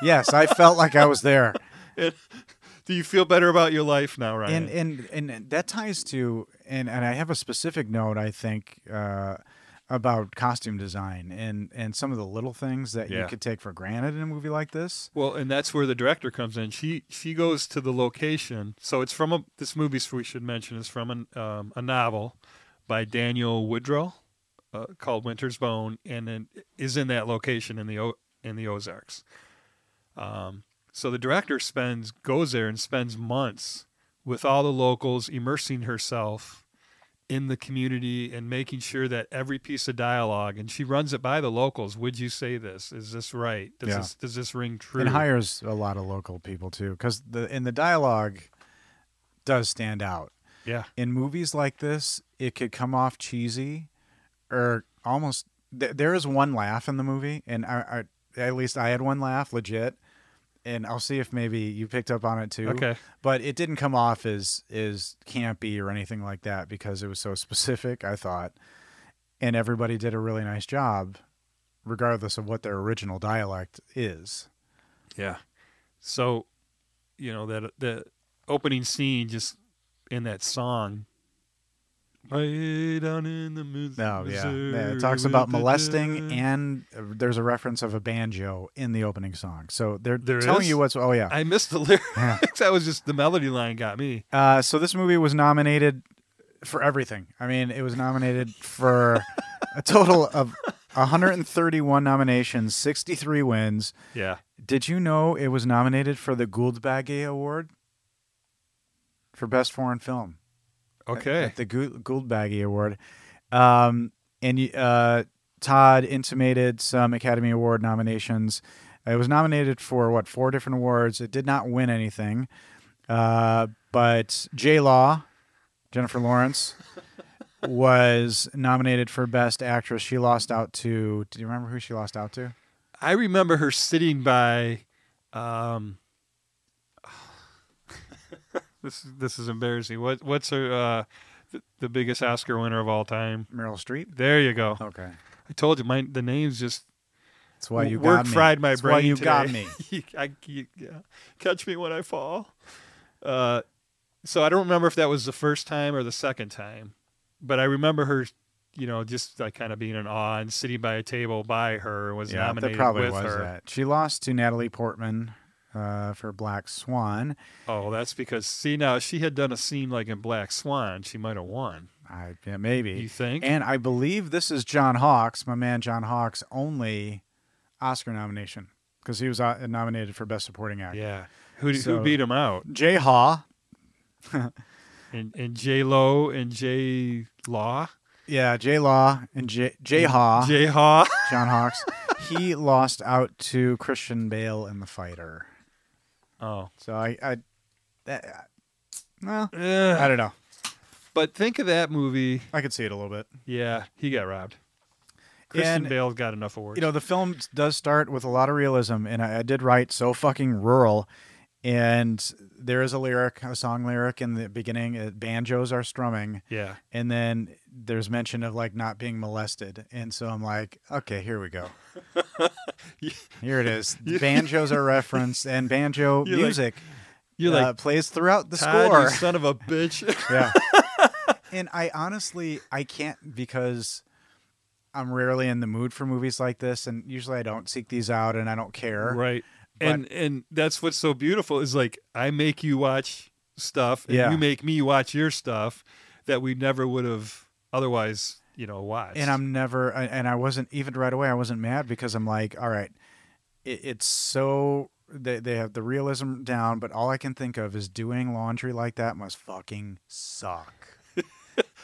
Speaker 4: Yes, I felt like I was there.
Speaker 5: Do you feel better about your life now, Ryan?
Speaker 4: And, and and that ties to and, and I have a specific note I think uh, about costume design and and some of the little things that you
Speaker 5: Yeah.
Speaker 4: could take for granted in a movie like this.
Speaker 5: well, and that's where the director comes in. She she goes to the location. So it's from a this movie's we should mention is from an, um, a novel by Daniel Woodrow uh, called Winter's Bone, and then is in that location in the o- in the Ozarks. Um, so the director spends goes there and spends months with all the locals, immersing herself in the community and making sure that every piece of dialogue and she runs it by the locals. Would you say this? Is this right? Does
Speaker 4: Yeah.
Speaker 5: this does this ring true?
Speaker 4: And hires a lot of local people too, because the in the dialogue, does stand out.
Speaker 5: Yeah.
Speaker 4: In movies like this, it could come off cheesy or almost. Th- there is one laugh in the movie, and I, I, at least I had one laugh, legit. And I'll see if maybe you picked up on it too.
Speaker 5: Okay.
Speaker 4: But it didn't come off as as campy or anything like that because it was so [LAUGHS] specific. I thought, and everybody did a really nice job, regardless of what their original dialect is.
Speaker 5: Yeah. So, you know that the opening scene just in that song. Way down in the Mis-
Speaker 4: No, Oh, yeah.
Speaker 5: Missouri
Speaker 4: yeah. It talks
Speaker 5: with
Speaker 4: about
Speaker 5: the
Speaker 4: molesting,
Speaker 5: dead.
Speaker 4: and uh, there's a reference of a banjo in the opening song. So they're
Speaker 5: There
Speaker 4: telling
Speaker 5: is?
Speaker 4: you what's.
Speaker 5: [LAUGHS]
Speaker 4: Oh yeah.
Speaker 5: I missed the lyrics. that was just the melody line got me.
Speaker 4: Uh, so this movie was nominated for everything. I mean, it was nominated for a total of 131 nominations, 63 wins.
Speaker 5: Yeah.
Speaker 4: Did you know it was nominated for the Gouldbagge Award for best foreign film?
Speaker 5: Okay.
Speaker 4: at the Gould, Goldbaggy Award. Um, and you- uh, Todd intimated some Academy Award nominations. It was nominated for what four different awards. It did not win anything, uh, but J Law, Jennifer Lawrence, was nominated for Best Actress. She lost out to. Do you remember who she lost out to?
Speaker 5: I remember her sitting by. Um, [SIGHS] this this is embarrassing. What what's her uh, the, the biggest Oscar winner of all time?
Speaker 4: Meryl Streep.
Speaker 5: There you go.
Speaker 4: Okay,
Speaker 5: I told you my the name's just
Speaker 4: that's why you
Speaker 5: work
Speaker 4: got me.
Speaker 5: fried my
Speaker 4: That's
Speaker 5: brain.
Speaker 4: Why you got
Speaker 5: today.
Speaker 4: me.
Speaker 5: I, [LAUGHS] you- yeah. Catch me when I fall. Uh, so I don't remember if that was the first time or the second time, but I remember her, you know, just like kind of being in awe and sitting by a table by her was
Speaker 4: Yeah, that
Speaker 5: nominated
Speaker 4: probably
Speaker 5: with
Speaker 4: was
Speaker 5: her.
Speaker 4: that. She lost to Natalie Portman uh, for Black Swan.
Speaker 5: Oh, that's because see now if she had done a scene like in Black Swan, she might have won.
Speaker 4: I yeah, maybe.
Speaker 5: You think?
Speaker 4: And I believe this is John Hawks, my man John Hawks' only Oscar nomination because he was uh, nominated for Best Supporting Actor.
Speaker 5: yeah. Who
Speaker 4: So-
Speaker 5: who beat him out?
Speaker 4: Jay Haw.
Speaker 5: And and J Lo and J Law,
Speaker 4: Yeah, Jay Law and Jay, Jay Haw,
Speaker 5: J Haw.
Speaker 4: [LAUGHS] John Hawks. he lost out to Christian Bale in The Fighter.
Speaker 5: Oh,
Speaker 4: So I, I that, well,
Speaker 5: Eh,
Speaker 4: I don't know.
Speaker 5: but think of that movie.
Speaker 4: I could see it a little bit.
Speaker 5: Yeah, he got robbed. Christian
Speaker 4: And-
Speaker 5: Bale got enough awards.
Speaker 4: you know the film does start with a lot of realism and I, I did write so fucking rural and there is a lyric a song lyric in the beginning uh, banjos are strumming
Speaker 5: yeah,
Speaker 4: and then there's mention of like not being molested and so i'm like okay here
Speaker 5: [LAUGHS]
Speaker 4: we go here it is banjos are referenced and banjo
Speaker 5: You're like-
Speaker 4: music
Speaker 5: you're
Speaker 4: uh,
Speaker 5: like
Speaker 4: plays throughout the
Speaker 5: Todd,
Speaker 4: score
Speaker 5: you son of a
Speaker 4: [LAUGHS]
Speaker 5: bitch.
Speaker 4: yeah. and I honestly I can't because I'm rarely in the mood for movies like this and usually I don't seek these out and I don't care.
Speaker 5: right. and and that's what's so beautiful is like I make you watch stuff, and
Speaker 4: Yeah.
Speaker 5: you make me watch your stuff that we never would have otherwise, you know, watched.
Speaker 4: And I'm never I- and I wasn't even right away I wasn't mad because I'm like, all right, it, it's so they they have the realism down, but all I can think of is doing laundry like that must fucking
Speaker 5: [LAUGHS]
Speaker 4: suck.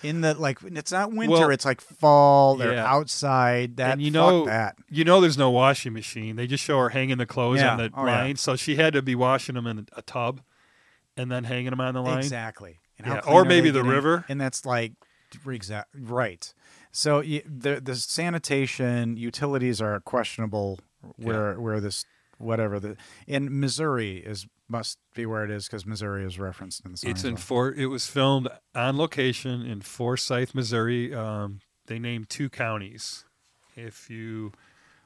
Speaker 4: In the like, it's not winter;
Speaker 5: Well,
Speaker 4: it's like fall. They're
Speaker 5: yeah.
Speaker 4: outside. That
Speaker 5: And you
Speaker 4: fuck
Speaker 5: know-
Speaker 4: that.
Speaker 5: you know, there's no washing machine. They just show her hanging the clothes
Speaker 4: Yeah.
Speaker 5: on the
Speaker 4: Oh, yeah.
Speaker 5: line, so she had to be washing them in a tub, and then hanging them on the line.
Speaker 4: Exactly. And
Speaker 5: Yeah,
Speaker 4: clean
Speaker 5: or
Speaker 4: are
Speaker 5: maybe
Speaker 4: they
Speaker 5: the
Speaker 4: getting?
Speaker 5: river.
Speaker 4: And that's like exact right. So you, the the sanitation utilities are questionable where where this whatever the in Missouri is must be where it is because Missouri is referenced in the song.
Speaker 5: It's
Speaker 4: as
Speaker 5: in
Speaker 4: well.
Speaker 5: for it was filmed on location in Forsyth, Missouri. Um, they named two counties. If you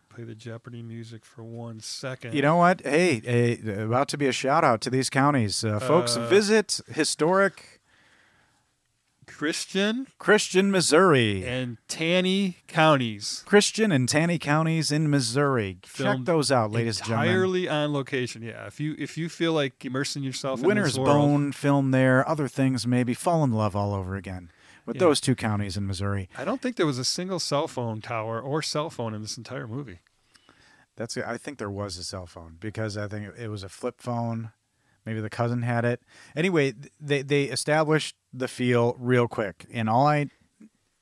Speaker 5: play the Jeopardy music for one second,
Speaker 4: You know what? Hey, hey, about to be a shout out to these counties, uh, folks.
Speaker 5: Uh,
Speaker 4: Visit historic
Speaker 5: Christian
Speaker 4: Christian Missouri,
Speaker 5: and Taney counties,
Speaker 4: Christian and Taney counties in Missouri. Check
Speaker 5: Filmed
Speaker 4: those out, ladies and gentlemen.
Speaker 5: entirely on location. Yeah, if you if you feel like immersing yourself
Speaker 4: Winter's
Speaker 5: in this world,
Speaker 4: Bone film there, other things maybe, fall in love all over again with
Speaker 5: Yeah.
Speaker 4: those two counties in Missouri.
Speaker 5: I don't think there was a single cell phone tower or cell phone in this entire movie.
Speaker 4: That's I think there was a cell phone because I think it was a flip phone. Maybe the cousin had it. Anyway, th- they they established the feel real quick, and all I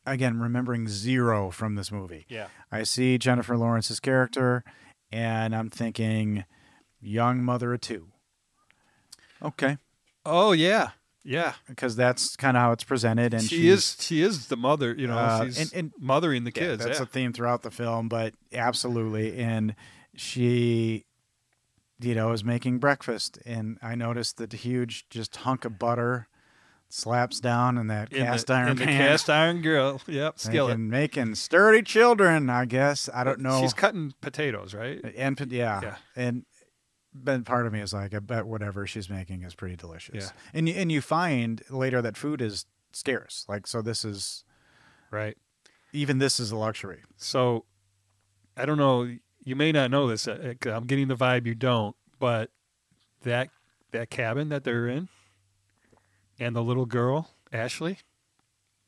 Speaker 4: again remembering zero from this movie.
Speaker 5: Yeah,
Speaker 4: I see Jennifer Lawrence's character, and I'm thinking, young mother of two. Okay,
Speaker 5: Oh yeah, Yeah,
Speaker 4: because that's kind of how it's presented. And
Speaker 5: she
Speaker 4: she
Speaker 5: is she is the mother. You know,
Speaker 4: Uh,
Speaker 5: she's
Speaker 4: and- and-
Speaker 5: mothering the kids.
Speaker 4: That's
Speaker 5: yeah. Mm-hmm.
Speaker 4: a theme throughout the film, but absolutely. And she, you know, is making breakfast, and I noticed that huge just hunk of butter slaps down in that
Speaker 5: In the-
Speaker 4: cast iron
Speaker 5: in the
Speaker 4: pan.
Speaker 5: cast iron grill. [LAUGHS] Yep, skillet.
Speaker 4: Making, making sturdy children, I guess. I don't know.
Speaker 5: She's cutting potatoes, right?
Speaker 4: and p- yeah,
Speaker 5: Yeah.
Speaker 4: and then part of me is like, I bet whatever she's making is pretty delicious.
Speaker 5: Yeah.
Speaker 4: And you, and you find later that food is scarce. Like so, this is
Speaker 5: Right.
Speaker 4: even this is a luxury.
Speaker 5: So, I don't know. You may not know this. uh, 'cause I'm getting the vibe you don't. But that that cabin that they're in, and the little girl Ashley,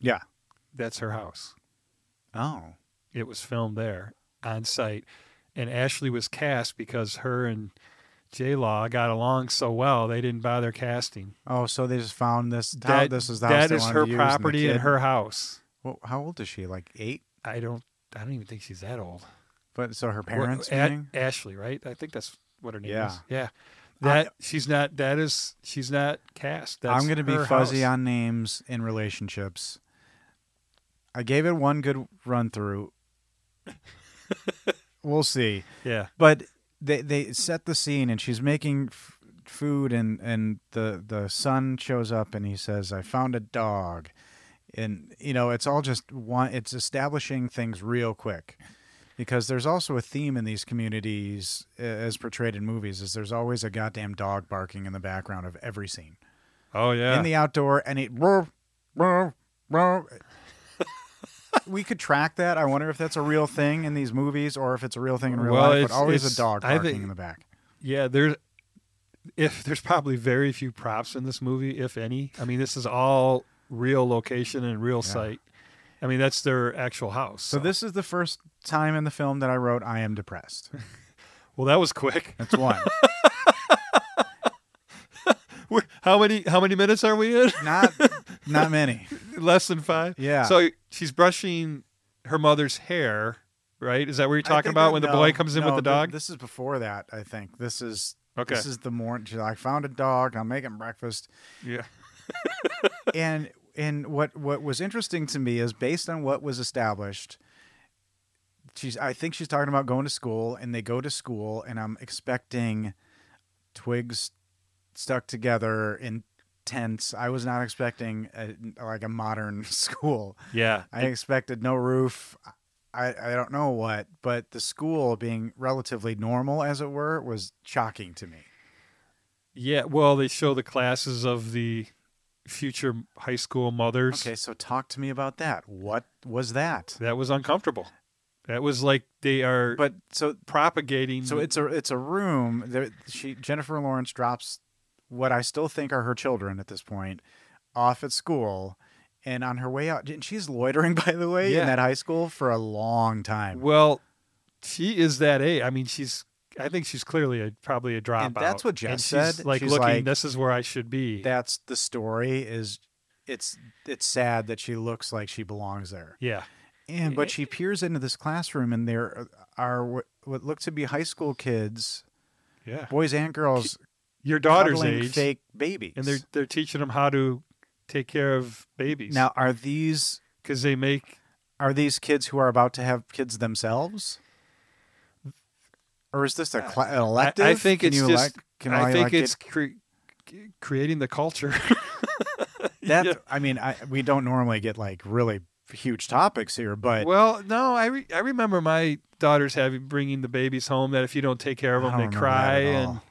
Speaker 4: Yeah.
Speaker 5: that's her house.
Speaker 4: Oh,
Speaker 5: It was filmed there on site, and Ashley was cast because her and J Law got along so well they didn't bother casting.
Speaker 4: oh, so they just found this. That,
Speaker 5: That-
Speaker 4: this is the house
Speaker 5: That
Speaker 4: they
Speaker 5: is
Speaker 4: wanted
Speaker 5: her
Speaker 4: to use the
Speaker 5: property and
Speaker 4: kid-
Speaker 5: her house.
Speaker 4: Well, how old is she? Like eight.
Speaker 5: I don't. I don't even think she's that old.
Speaker 4: But so her
Speaker 5: Or-
Speaker 4: parents.
Speaker 5: A-
Speaker 4: meaning?
Speaker 5: Ashley, right? I think that's what her name
Speaker 4: Yeah.
Speaker 5: is. Yeah.
Speaker 4: I-
Speaker 5: That she's not. That is she's not cast. That's
Speaker 4: I'm going to be
Speaker 5: her
Speaker 4: fuzzy
Speaker 5: house.
Speaker 4: on names in relationships. I gave it one good run
Speaker 5: [LAUGHS]
Speaker 4: through. we'll see.
Speaker 5: Yeah.
Speaker 4: But they they set the scene, and she's making f- food, and and the the son shows up, and he says, "I found a dog," and you know it's all just one. It's establishing things real quick, because there's also a theme in these communities, a- as portrayed in movies, is there's always a goddamn dog barking in the background of every scene
Speaker 5: Oh yeah.
Speaker 4: in the outdoor, and it. roar, roar, roar. we could track that. I wonder if that's a real thing in these movies, or if it's a real thing in real
Speaker 5: Well,
Speaker 4: life. But
Speaker 5: it's-
Speaker 4: always a
Speaker 5: it's-
Speaker 4: dog
Speaker 5: I
Speaker 4: barking
Speaker 5: think-
Speaker 4: in the back.
Speaker 5: yeah. There's if there's probably very few props in this movie, if any. I mean, this is all real location and real site. I mean, that's their actual house.
Speaker 4: So this is the first time in the film that I wrote "I am depressed."
Speaker 5: Well, that was quick. [LAUGHS]
Speaker 4: That's one.
Speaker 5: We're- how many how many minutes are we in? [LAUGHS]
Speaker 4: not not many.
Speaker 5: Less than five.
Speaker 4: Yeah.
Speaker 5: So she's brushing her mother's hair, right? Is that what you're
Speaker 4: I
Speaker 5: talking
Speaker 4: think
Speaker 5: about
Speaker 4: that-
Speaker 5: when the
Speaker 4: no,
Speaker 5: boy comes in
Speaker 4: no,
Speaker 5: with the
Speaker 4: th-
Speaker 5: dog?
Speaker 4: This is before that. I think this is
Speaker 5: okay.
Speaker 4: this is the morning. She's like, I found a dog. I'm making breakfast.
Speaker 5: yeah.
Speaker 4: and and what what was interesting to me is based on what was established she's i think she's talking about going to school and they go to school and i'm expecting twigs stuck together in tents i was not expecting a, like a modern [LAUGHS] school
Speaker 5: Yeah.
Speaker 4: i expected no roof I, I don't know what but the school being relatively normal as it were was shocking to me
Speaker 5: Yeah. Well, they show the classes of the future high school mothers.
Speaker 4: okay so talk to me about that what was that
Speaker 5: That was uncomfortable. That was like they are
Speaker 4: but so
Speaker 5: propagating.
Speaker 4: So it's a it's a room that she Jennifer Lawrence drops what I still think are her children at this point off at school and on her way out and she's loitering [LAUGHS] by the way
Speaker 5: Yeah.
Speaker 4: in that high school for a long time.
Speaker 5: well, she is that age. I mean, she's. I think she's clearly a, probably a dropout.
Speaker 4: And that's what Jess
Speaker 5: and she's
Speaker 4: said.
Speaker 5: Like
Speaker 4: She's
Speaker 5: looking,
Speaker 4: like,
Speaker 5: this is where I should be.
Speaker 4: That's the story is it's it's sad that she looks like she belongs there.
Speaker 5: yeah.
Speaker 4: And
Speaker 5: Eh.
Speaker 4: but she peers into this classroom and there are what, what look to be high school kids,
Speaker 5: Yeah.
Speaker 4: boys and girls
Speaker 5: Your daughter's
Speaker 4: cuddling
Speaker 5: age.
Speaker 4: fake babies.
Speaker 5: and they're they're teaching them how to take care of babies
Speaker 4: now are these
Speaker 5: because they make
Speaker 4: are these kids who are about to have kids themselves or is this a cla an elective
Speaker 5: I, I think
Speaker 4: Can
Speaker 5: it's
Speaker 4: you
Speaker 5: just
Speaker 4: elect- can
Speaker 5: I
Speaker 4: I
Speaker 5: think
Speaker 4: elect
Speaker 5: it's
Speaker 4: it?
Speaker 5: cre- creating the culture. [LAUGHS]
Speaker 4: that
Speaker 5: Yeah.
Speaker 4: i mean I, we don't normally get like really huge topics here but
Speaker 5: Well, no, I re- I remember my daughters having bringing the babies home that if you don't take care
Speaker 4: I
Speaker 5: of
Speaker 4: don't
Speaker 5: them, they
Speaker 4: remember that
Speaker 5: cry
Speaker 4: at
Speaker 5: and
Speaker 4: all.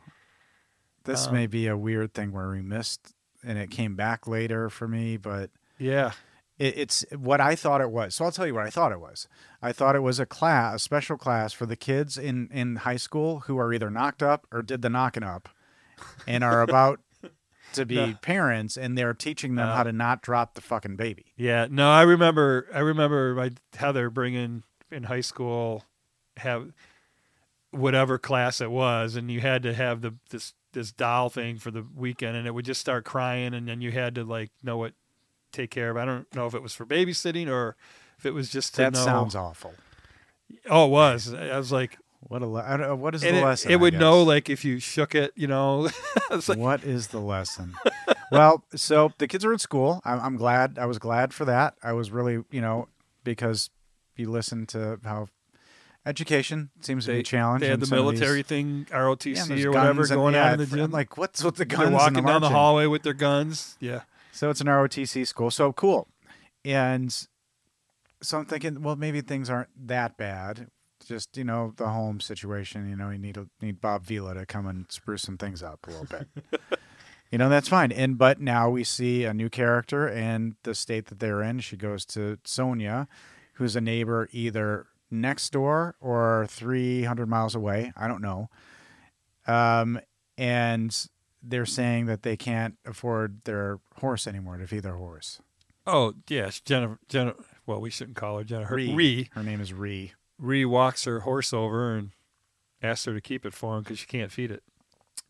Speaker 4: this
Speaker 5: um,
Speaker 4: may be a weird thing where we missed and it came back later for me but
Speaker 5: yeah,
Speaker 4: it, it's what I thought it was. So I'll tell you what I thought it was. I thought it was a class, a special class for the kids in in high school who are either knocked up or did the knocking up, and
Speaker 5: [LAUGHS]
Speaker 4: are about to be
Speaker 5: No.
Speaker 4: parents, and they're teaching them
Speaker 5: No.
Speaker 4: how to not drop the fucking baby.
Speaker 5: yeah. No, I remember I remember my Heather bringing in high school have whatever class it was, and you had to have the this this doll thing for the weekend, and it would just start crying, and then you had to like know what take care of. I don't know if it was for babysitting or if it was just to
Speaker 4: that
Speaker 5: know.
Speaker 4: sounds awful.
Speaker 5: oh, it was. I was like,
Speaker 4: What a le- I don't, know, what is
Speaker 5: and
Speaker 4: the
Speaker 5: it,
Speaker 4: lesson?
Speaker 5: it
Speaker 4: I
Speaker 5: would [LAUGHS]
Speaker 4: guess?
Speaker 5: know like if you shook it, you know. it's like,
Speaker 4: what is the lesson? well, so the kids are in school. I'm, I'm glad. I was glad for that. I was really, you know, because you listen to how education seems to be challenged.
Speaker 5: They had
Speaker 4: in
Speaker 5: the
Speaker 4: some of these-
Speaker 5: military thing,
Speaker 4: Yeah,
Speaker 5: ROTC
Speaker 4: there's
Speaker 5: or
Speaker 4: guns
Speaker 5: whatever,
Speaker 4: and-
Speaker 5: going
Speaker 4: yeah,
Speaker 5: out in the
Speaker 4: I'm
Speaker 5: gym.
Speaker 4: Like, what's with the guns?
Speaker 5: They're
Speaker 4: and
Speaker 5: walking down the
Speaker 4: marching?
Speaker 5: hallway with their guns. Yeah.
Speaker 4: So it's an ROTC school. So cool. And so I'm thinking, well, maybe things aren't that bad. Just you know the home situation. You know you need a, need Bob Vila to come and spruce some things up a little bit. you know that's fine. And but now we see a new character and the state that they're in. She goes to Sonia, who's a neighbor either next door or 300 miles away. I don't know. Um, and they're saying that they can't afford their horse anymore to feed their horse.
Speaker 5: Oh, yes. Jennifer, Jennifer, well, we shouldn't call her Jennifer.
Speaker 4: Ree.
Speaker 5: Ree.
Speaker 4: Her name is Ree.
Speaker 5: Ree walks her horse over and asks her to keep it for him because she can't feed it.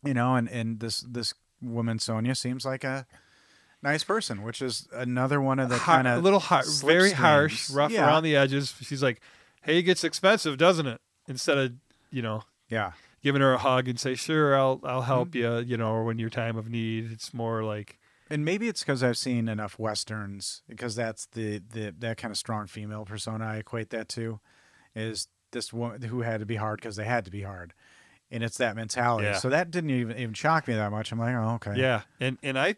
Speaker 4: You know, and, and this this woman Sonia seems like a nice person, which is another one of the
Speaker 5: Har-
Speaker 4: kind
Speaker 5: a
Speaker 4: of
Speaker 5: little har-
Speaker 4: slip
Speaker 5: very harsh,
Speaker 4: streams.
Speaker 5: rough
Speaker 4: Yeah.
Speaker 5: around the edges. She's like, "Hey, it gets expensive, doesn't it?" Instead of you know
Speaker 4: yeah.
Speaker 5: giving her a hug and say, "Sure, I'll I'll help
Speaker 4: Mm-hmm.
Speaker 5: you," you know, or when your time of need, it's more like,
Speaker 4: And maybe it's because I've seen enough westerns because that's the, the that kind of strong female persona I equate that to is this woman who had to be hard because they had to be hard. And it's that mentality.
Speaker 5: Yeah.
Speaker 4: So that didn't even even shock me that much. I'm like, oh okay.
Speaker 5: yeah. And and I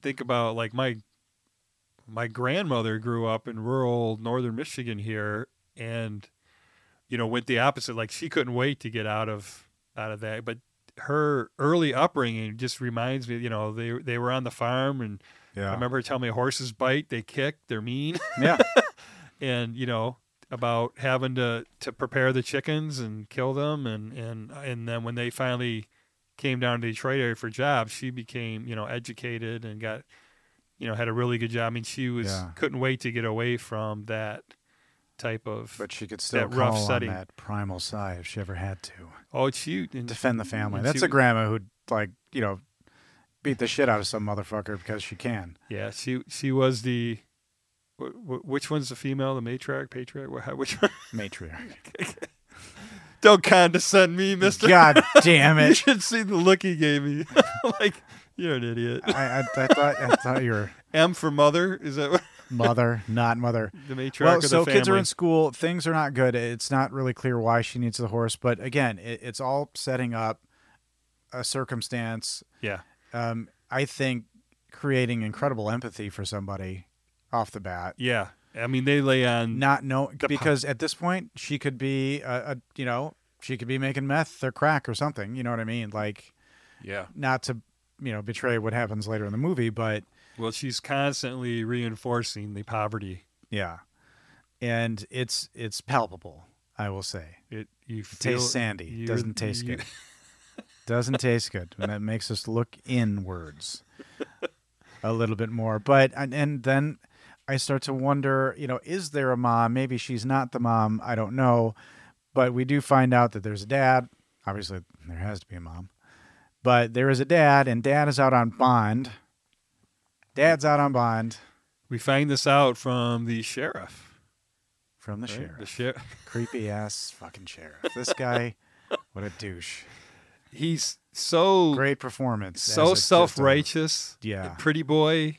Speaker 5: think about like my my grandmother grew up in rural northern Michigan here, and you know went the opposite. Like she couldn't wait to get out of out of that, but her early upbringing just reminds me. You know, they they were on the farm and. I
Speaker 4: Yeah.
Speaker 5: remember her telling me horses bite, they kick, they're mean,
Speaker 4: Yeah.
Speaker 5: and you know about having to to prepare the chickens and kill them, and and and then when they finally came down to Detroit area for jobs, she became you know educated and got you know had a really good job. I mean, she was
Speaker 4: Yeah.
Speaker 5: couldn't wait to get away from that type of.
Speaker 4: But she could still
Speaker 5: rough
Speaker 4: call
Speaker 5: setting.
Speaker 4: on that primal sigh if she ever had to
Speaker 5: oh, it's you. And,
Speaker 4: defend the family.
Speaker 5: And
Speaker 4: That's
Speaker 5: she
Speaker 4: a
Speaker 5: would-
Speaker 4: grandma who'd like you know beat the shit out of some motherfucker because she can.
Speaker 5: yeah, she she was the. wh- wh- Which one's the female, the matriarch, patriarch? Wh- how- Which one? [LAUGHS]
Speaker 4: Matriarch.
Speaker 5: Don't condescend me, Mister.
Speaker 4: God
Speaker 5: [LAUGHS]
Speaker 4: damn
Speaker 5: You
Speaker 4: it! [LAUGHS]
Speaker 5: should see the look he gave me. [LAUGHS] like, you're an idiot.
Speaker 4: I, I, I thought I thought you were
Speaker 5: M for mother. Is that what- [LAUGHS]
Speaker 4: mother, not mother.
Speaker 5: the matriarch
Speaker 4: Well,
Speaker 5: of the
Speaker 4: so
Speaker 5: family?
Speaker 4: kids are in school. Things are not good. It's not really clear why she needs the horse, but again, it, it's all setting up a circumstance.
Speaker 5: yeah.
Speaker 4: Um, I think creating incredible empathy for somebody off the bat.
Speaker 5: Yeah. I mean, they lay on.
Speaker 4: not know
Speaker 5: The po-
Speaker 4: because at this point she could be a, a you know she could be making meth or crack or something you know what i mean like
Speaker 5: yeah.
Speaker 4: not to you know betray what happens later in the movie but
Speaker 5: Well, she's constantly reinforcing the poverty.
Speaker 4: yeah and it's it's palpable i will say
Speaker 5: It you
Speaker 4: it
Speaker 5: feel,
Speaker 4: tastes sandy
Speaker 5: you-
Speaker 4: doesn't taste
Speaker 5: you-
Speaker 4: good doesn't taste good and that makes us look inwards a little bit more but and, and then i start to wonder you know is there a mom maybe she's not the mom i don't know but we do find out that there's a dad obviously there has to be a mom but there is a dad and dad is out on bond dad's out on bond
Speaker 5: [LAUGHS] We find this out from the sheriff.
Speaker 4: from the
Speaker 5: right?
Speaker 4: sheriff
Speaker 5: The sheriff.
Speaker 4: creepy ass fucking sheriff this guy what a douche
Speaker 5: He's so
Speaker 4: great performance as a-
Speaker 5: so
Speaker 4: just a-
Speaker 5: self righteous.
Speaker 4: Yeah.
Speaker 5: Pretty boy.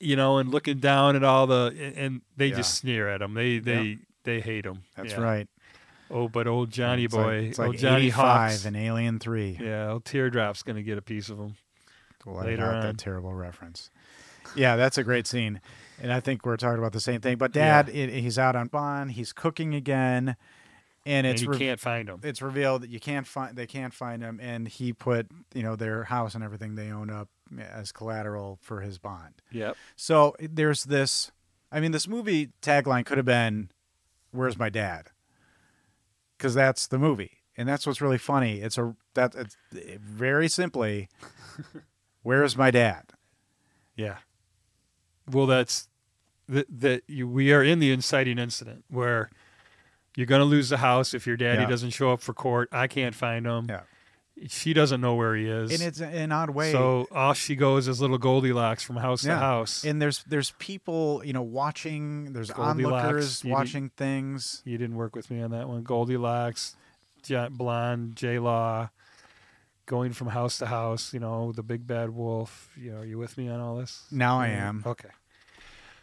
Speaker 5: You know, and looking down at all the and- and they
Speaker 4: Yeah.
Speaker 5: just sneer at him. They they they hate him.
Speaker 4: that's
Speaker 5: Yeah.
Speaker 4: right
Speaker 5: Oh, but old Johnny
Speaker 4: It's like-
Speaker 5: boy,
Speaker 4: it's like
Speaker 5: old Johnny
Speaker 4: 85
Speaker 5: Hawks.
Speaker 4: in Alien Three.
Speaker 5: yeah, old Teardrop's gonna get a piece of him.
Speaker 4: We'll edit
Speaker 5: later
Speaker 4: out
Speaker 5: on.
Speaker 4: that terrible reference. Yeah, that's a great scene, and I think we're talking about the same thing. But Dad, it, he's out on bond. He's cooking again,
Speaker 5: And
Speaker 4: and it's
Speaker 5: you
Speaker 4: re-
Speaker 5: can't find him.
Speaker 4: it's revealed that you can't find they can't find him, and he put you know their house and everything they own up as collateral for his bond.
Speaker 5: Yep.
Speaker 4: So eh, there's this. I mean, this movie tagline could have been, "Where's my dad?" Because that's the movie, and that's what's really funny. It's a that it's eh,
Speaker 5: [LAUGHS]
Speaker 4: very simply, "Where's my dad?"
Speaker 5: Yeah. Well, that's that that you, we are in the inciting incident where you're gonna lose the house if your daddy
Speaker 4: Yeah.
Speaker 5: doesn't show up for court. I can't find him.
Speaker 4: Yeah.
Speaker 5: She doesn't know where he is.
Speaker 4: And it's an odd way.
Speaker 5: So off she goes as little Goldilocks from house to
Speaker 4: Yeah.
Speaker 5: house.
Speaker 4: and there's there's people you know watching. There's
Speaker 5: Goldilocks,
Speaker 4: onlookers
Speaker 5: you need-
Speaker 4: watching things.
Speaker 5: you didn't work with me on that one. Goldilocks, J- blonde, J Law, going from house to house, you know, the big bad wolf. You know, are you with me on all this?
Speaker 4: Now I am.
Speaker 5: Okay.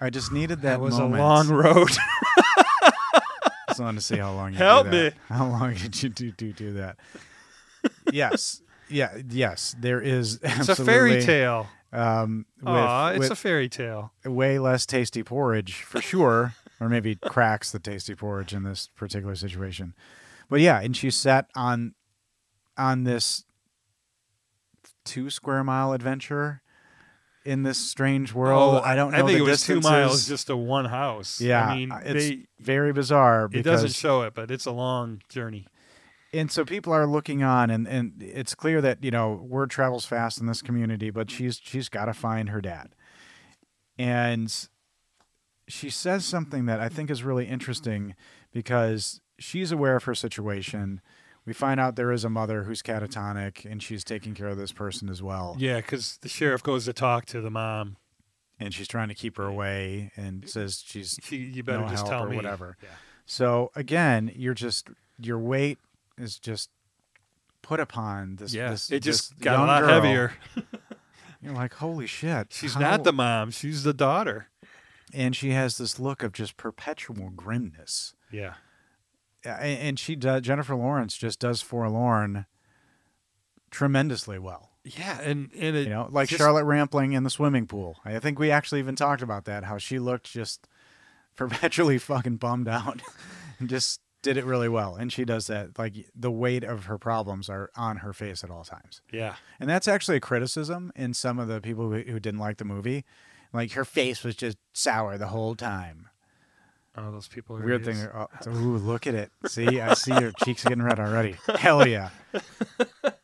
Speaker 4: I just needed
Speaker 5: That
Speaker 4: that,
Speaker 5: was
Speaker 4: moment.
Speaker 5: a long
Speaker 4: [LAUGHS]
Speaker 5: road.
Speaker 4: I just wanted to see how long. You
Speaker 5: Help
Speaker 4: do that. [LAUGHS] How long did you do do, do that? yes. Yeah. Yes. There is.
Speaker 5: it's a fairy
Speaker 4: absolutely,
Speaker 5: tale.
Speaker 4: Um, with,
Speaker 5: Aw, it's
Speaker 4: with
Speaker 5: a fairy tale.
Speaker 4: way less tasty porridge for sure, or maybe cracks the tasty porridge in this particular situation. But yeah, and she sat on on this two square mile adventure in this strange world. I don't know.
Speaker 5: Oh, I think
Speaker 4: the
Speaker 5: it was two miles
Speaker 4: distances.
Speaker 5: just to one house.
Speaker 4: Yeah,
Speaker 5: I mean,
Speaker 4: it's
Speaker 5: they,
Speaker 4: very bizarre.
Speaker 5: it
Speaker 4: Because,
Speaker 5: doesn't show it, but it's a long journey.
Speaker 4: and so people are looking on, and and it's clear that you know word travels fast in this community. But she's she's got to find her dad, and she says something that I think is really interesting because she's aware of her situation. We find out there is a mother who's catatonic, and she's taking care of this person as well.
Speaker 5: Yeah, because the sheriff goes to talk to the mom.
Speaker 4: And she's trying to keep her away, and says she's
Speaker 5: She, you better
Speaker 4: no
Speaker 5: just
Speaker 4: help
Speaker 5: tell
Speaker 4: or
Speaker 5: me
Speaker 4: whatever.
Speaker 5: Yeah.
Speaker 4: So again, you're just your weight is just put upon this.
Speaker 5: Yeah,
Speaker 4: this
Speaker 5: it just
Speaker 4: this
Speaker 5: got a
Speaker 4: young
Speaker 5: lot
Speaker 4: girl.
Speaker 5: heavier.
Speaker 4: You're like, holy shit!
Speaker 5: She's
Speaker 4: how-"
Speaker 5: not the mom; she's the daughter.
Speaker 4: and she has this look of just perpetual grimness.
Speaker 5: Yeah,
Speaker 4: A- And she does. Jennifer Lawrence just does forlorn tremendously well.
Speaker 5: yeah, and and it,
Speaker 4: You know, like
Speaker 5: just-
Speaker 4: Charlotte Rampling in the swimming pool. I think we actually even talked about that. How she looked just [LAUGHS] perpetually fucking bummed out, [LAUGHS] and just did it really well. And she does that. Like the weight of her problems are on her face at all times.
Speaker 5: Yeah,
Speaker 4: And that's actually a criticism in some of the people who, who didn't like the movie. Like her face was just sour the whole time.
Speaker 5: oh, those people. Are
Speaker 4: Weird thing.
Speaker 5: idiots.
Speaker 4: Oh, it's- ooh, look at it. See, I see your cheeks getting red already.
Speaker 5: [LAUGHS]
Speaker 4: Hell yeah.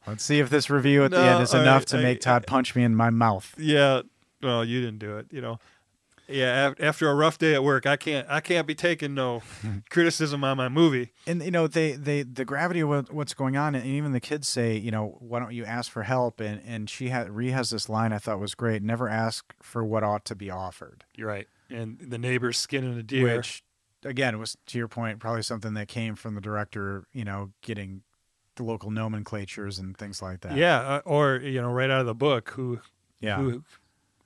Speaker 4: Let's see if this review at the
Speaker 5: No,
Speaker 4: end is
Speaker 5: all
Speaker 4: enough
Speaker 5: right,
Speaker 4: to
Speaker 5: I-
Speaker 4: make Todd punch me in my mouth.
Speaker 5: Yeah, well, you didn't do it. You know. Yeah, af- after a rough day at work, I can't. I can't be taking [LAUGHS] no criticism on my movie.
Speaker 4: and you know they they the gravity of what, what's going on and even the kids say you know why don't you ask for help and and she had re has this line i thought was great never ask for what ought to be offered
Speaker 5: You're right. And the neighbor's skinning a deer.
Speaker 4: which again was to your point probably something that came from the director you know getting the local nomenclatures and things like that
Speaker 5: yeah, uh, or you know, right out of the book, who
Speaker 4: yeah
Speaker 5: who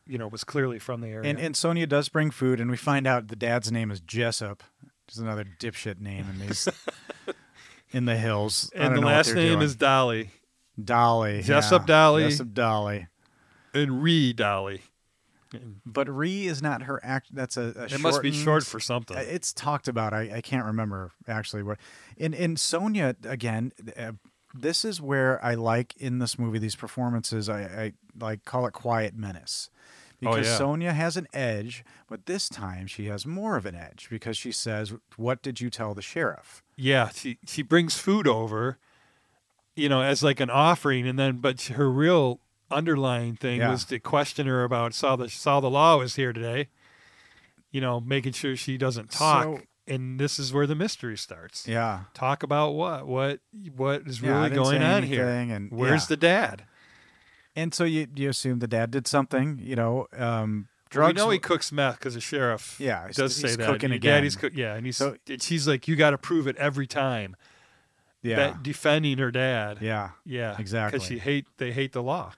Speaker 5: you know was clearly from the area.
Speaker 4: and and sonia does bring food and we find out the dad's name is jessup which is another dipshit name
Speaker 5: [LAUGHS]
Speaker 4: in these in the hills I
Speaker 5: And
Speaker 4: don't
Speaker 5: the
Speaker 4: know what
Speaker 5: last
Speaker 4: they're
Speaker 5: name
Speaker 4: doing.
Speaker 5: is Dolly
Speaker 4: dolly
Speaker 5: Jessup
Speaker 4: yeah.
Speaker 5: Dolly.
Speaker 4: jessup dolly
Speaker 5: and Ree Dolly.
Speaker 4: But re is not her act. That's a, a
Speaker 5: It must be
Speaker 4: shortened- Uh,
Speaker 5: short mm, for something.
Speaker 4: It's talked about. I, I can't remember actually what. In in Sonia again. Uh, this is where I like in this movie these performances. I, I like call it quiet menace.
Speaker 5: Oh,
Speaker 4: Because
Speaker 5: yeah.
Speaker 4: Sonia has an edge, but this time she has more of an edge because she says, "What did you tell the sheriff?"
Speaker 5: yeah, she she brings food over, you know, as like an offering, and then but her real underlying thing
Speaker 4: Yeah.
Speaker 5: was to question her about saw the saw the law was here today. You know, making sure she doesn't talk,
Speaker 4: So-
Speaker 5: and this is where the mystery starts.
Speaker 4: Yeah,
Speaker 5: Talk about what what what is
Speaker 4: Yeah, I
Speaker 5: really
Speaker 4: didn't
Speaker 5: going
Speaker 4: say
Speaker 5: on here.
Speaker 4: anything, and-
Speaker 5: Where's
Speaker 4: yeah.
Speaker 5: the dad?
Speaker 4: and so you you assume the dad did something. You know, um,
Speaker 5: Well,
Speaker 4: drugs.
Speaker 5: We know he cooks meth because the sheriff
Speaker 4: Yeah, he's-
Speaker 5: does
Speaker 4: he's
Speaker 5: say that.
Speaker 4: cooking
Speaker 5: Your
Speaker 4: again.
Speaker 5: Daddy's cook, yeah, and he's
Speaker 4: So-
Speaker 5: and she's like, you got to prove it every time.
Speaker 4: yeah,
Speaker 5: That defending her dad.
Speaker 4: yeah.
Speaker 5: yeah,
Speaker 4: exactly.
Speaker 5: Because she hate they hate the law.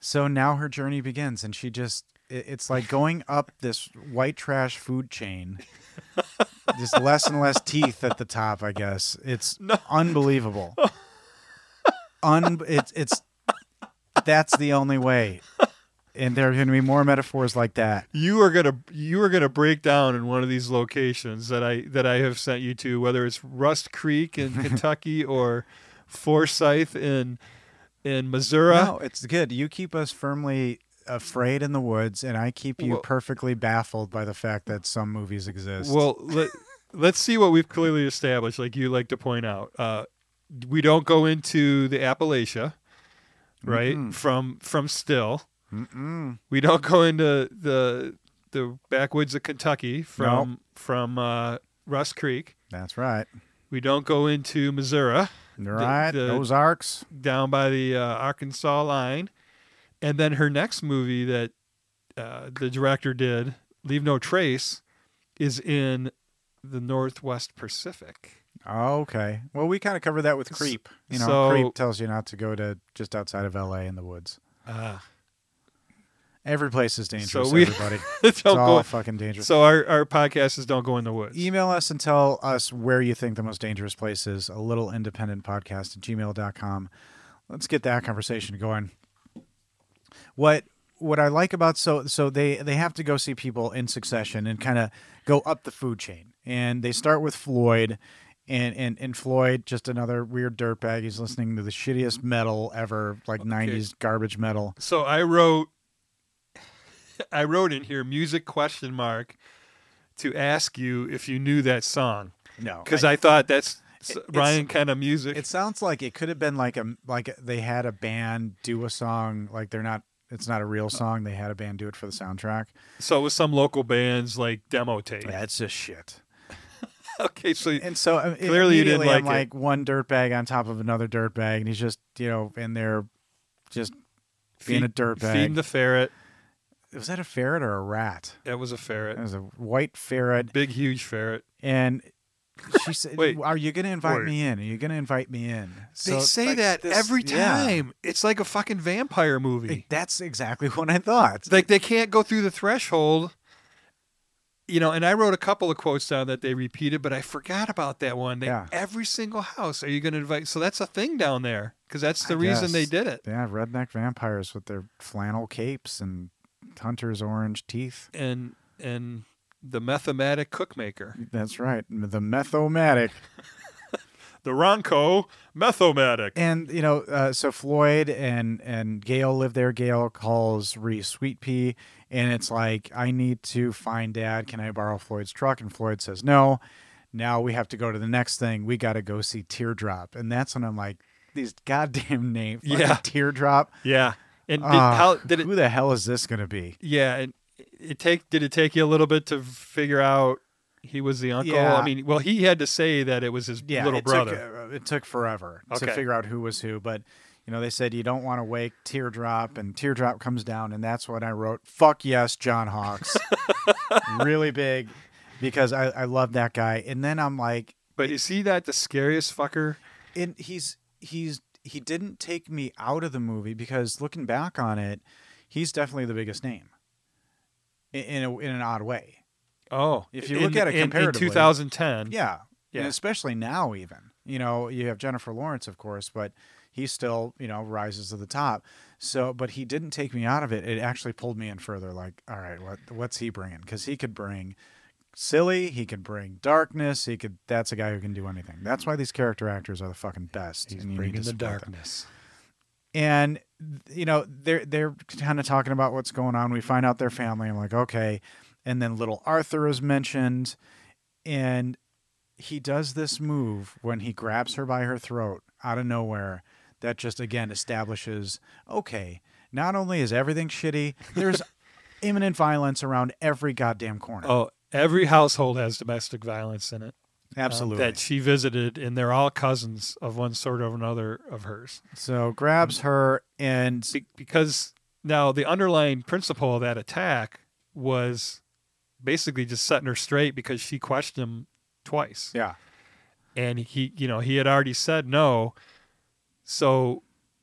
Speaker 4: So now her journey begins, and she just it- it's like going up this white trash
Speaker 5: [LAUGHS]
Speaker 4: food chain. Just less and less teeth at the top, I guess. It's
Speaker 5: [LAUGHS]
Speaker 4: unbelievable. Un it's it's that's the only way. And there are gonna be more metaphors like that.
Speaker 5: You are gonna you are gonna break down in one of these locations that I that I have sent you to, whether it's Rust Creek [LAUGHS] in Kentucky or Forsyth in in Missouri.
Speaker 4: No, it's good. You keep us firmly afraid in the woods, and I keep you
Speaker 5: Well-
Speaker 4: perfectly baffled by the fact that some movies exist.
Speaker 5: Well, let, let's see what we've clearly established. Like you like to point out, uh, we don't go into the Appalachia, right? From from still,
Speaker 4: Mm-mm.
Speaker 5: we don't go into the the backwoods of Kentucky from from uh, Rust Creek.
Speaker 4: that's right.
Speaker 5: We don't go into Missouri
Speaker 4: Right,
Speaker 5: the-
Speaker 4: those arcs.
Speaker 5: down by the uh, Arkansas line, and then her next movie that uh, the director did, Leave No Trace, is in the Northwest Pacific.
Speaker 4: Oh, Okay. Well, we kind of covered that with Creep. You know,
Speaker 5: so-
Speaker 4: Creep tells you not to go to just outside of L.A. in the woods.
Speaker 5: Ah.
Speaker 4: Every place is dangerous.
Speaker 5: So we-
Speaker 4: everybody,
Speaker 5: [LAUGHS] don't
Speaker 4: it's all
Speaker 5: go.
Speaker 4: fucking dangerous.
Speaker 5: So our our podcast is don't go in the woods.
Speaker 4: Email us and tell us where you think the most dangerous place is. A little independent podcast at gmail.com. Let's get that conversation going. What what I like about so so they they have to go see people in succession and kind of go up the food chain. And they start with Floyd and and, and Floyd, just another weird dirtbag. He's listening to the shittiest metal ever, like nineties garbage metal.
Speaker 5: So I wrote I wrote in here music question mark to ask you if you knew that song
Speaker 4: No.
Speaker 5: because I, thought that's s-
Speaker 4: Oh, It- it's-
Speaker 5: Ryan kind of music.
Speaker 4: It sounds like it could have been like a like they had a band do a song like they're not it's not a
Speaker 5: Oh.
Speaker 4: real song they had a band do it for the soundtrack.
Speaker 5: so it was some local band's like demo tape.
Speaker 4: it's just shit.
Speaker 5: [LAUGHS] Okay, so
Speaker 4: And so um, I mean,
Speaker 5: Clearly you didn't
Speaker 4: immediately I'm
Speaker 5: like it.
Speaker 4: like one dirtbag on top of another dirtbag and he's just you know in there just being a dirtbag.
Speaker 5: feeding the ferret.
Speaker 4: was that a ferret or a rat?
Speaker 5: That was a
Speaker 4: It
Speaker 5: ferret,
Speaker 4: was a white ferret
Speaker 5: big huge ferret.
Speaker 4: and.
Speaker 5: [LAUGHS]
Speaker 4: She said,
Speaker 5: Wait.
Speaker 4: "Are you going to invite
Speaker 5: Wait.
Speaker 4: me in? Are you going to invite me in?"
Speaker 5: they
Speaker 4: So,
Speaker 5: say
Speaker 4: like,
Speaker 5: that
Speaker 4: this-
Speaker 5: every
Speaker 4: yeah.
Speaker 5: time. It's like a fucking vampire movie.
Speaker 4: that's exactly [LAUGHS] what I thought.
Speaker 5: It's like they can't go through the threshold. You know, and I wrote a couple of quotes down that they repeated, but I forgot about that one. They,
Speaker 4: Yeah.
Speaker 5: Every single house, are you going to invite? So that's a thing down there because that's the
Speaker 4: I
Speaker 5: reason they
Speaker 4: guess.
Speaker 5: did it.
Speaker 4: Yeah, redneck vampires with their flannel capes and hunter's orange teeth.
Speaker 5: And and the mathematic cookmaker,
Speaker 4: That's right, the methomatic.
Speaker 5: the Ronco methomatic.
Speaker 4: And you know, uh, so Floyd and and Gail live there. Gail calls Reese Sweet Pea, and it's like, I need to find Dad. Can I borrow Floyd's truck? And Floyd says no. Now we have to go to the next thing. We got to go see Teardrop, and that's when I'm like, these goddamn names.
Speaker 5: Yeah.
Speaker 4: Teardrop.
Speaker 5: Yeah, and did,
Speaker 4: Ah,
Speaker 5: how did it?
Speaker 4: who the hell is this going to be?
Speaker 5: Yeah, and it take did it take you a little bit to figure out he was the uncle?
Speaker 4: Yeah.
Speaker 5: I mean, well, he had to say that it was his
Speaker 4: yeah,
Speaker 5: little
Speaker 4: it
Speaker 5: brother.
Speaker 4: Took, uh, it took forever to
Speaker 5: Okay.
Speaker 4: figure out who was who, but you know they said you don't want to wake Teardrop, and Teardrop comes down, and that's when I wrote "fuck yes, John
Speaker 5: [LAUGHS]
Speaker 4: Hawks," really big, because I I love that guy. And then I'm like,
Speaker 5: But is he that the scariest fucker?
Speaker 4: and he's he's he didn't take me out of the movie because looking back on it, he's definitely the biggest name. In in, a, in an odd way,
Speaker 5: Oh,
Speaker 4: If you
Speaker 5: in-
Speaker 4: look at it
Speaker 5: in-
Speaker 4: comparatively-
Speaker 5: in 2010,
Speaker 4: Yeah. And
Speaker 5: Yeah.
Speaker 4: especially now, even. You know, you have Jennifer Lawrence, of course, but he still, you know, rises to the top. So, but he didn't take me out of it. It actually pulled me in further. Like, all right, what what's he bringing? Because he could bring silly, he could bring darkness. He could. That's a guy who can do anything. That's why these character actors are the fucking best. and you need to support them and you know they're they're kind of talking about what's going on we find out their family i'm like okay and then little arthur is mentioned and he does this move when he grabs her by her throat out of nowhere that just again establishes okay not only is everything shitty there's imminent violence around every goddamn corner
Speaker 5: Oh, every household has domestic violence in it. um,
Speaker 4: absolutely
Speaker 5: that she visited, and they're all cousins of one sort or another of hers.
Speaker 4: so grabs her and
Speaker 5: Be- because now the underlying principle of that attack was basically just setting her straight because she questioned him twice.
Speaker 4: yeah
Speaker 5: and he you know he had already said no so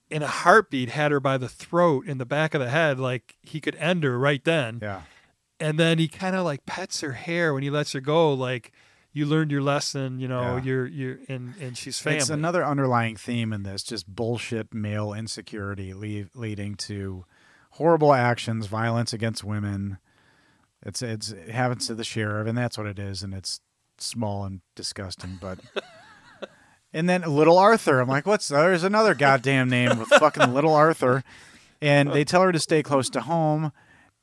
Speaker 5: in a heartbeat had her by the throat in the back of the head like he could end her right then
Speaker 4: yeah
Speaker 5: and then he kind of like pets her hair when he lets her go like you learned your lesson you know
Speaker 4: Yeah.
Speaker 5: you're you're and and she's family
Speaker 4: It's another underlying theme in this just bullshit male insecurity leave, leading to horrible actions, violence against women. It's it's it happens to the sheriff, and that's what it is, and it's small and disgusting, but. And then little Arthur, I'm like, what's there's another goddamn name with fucking little Arthur, and they tell her to stay close to home,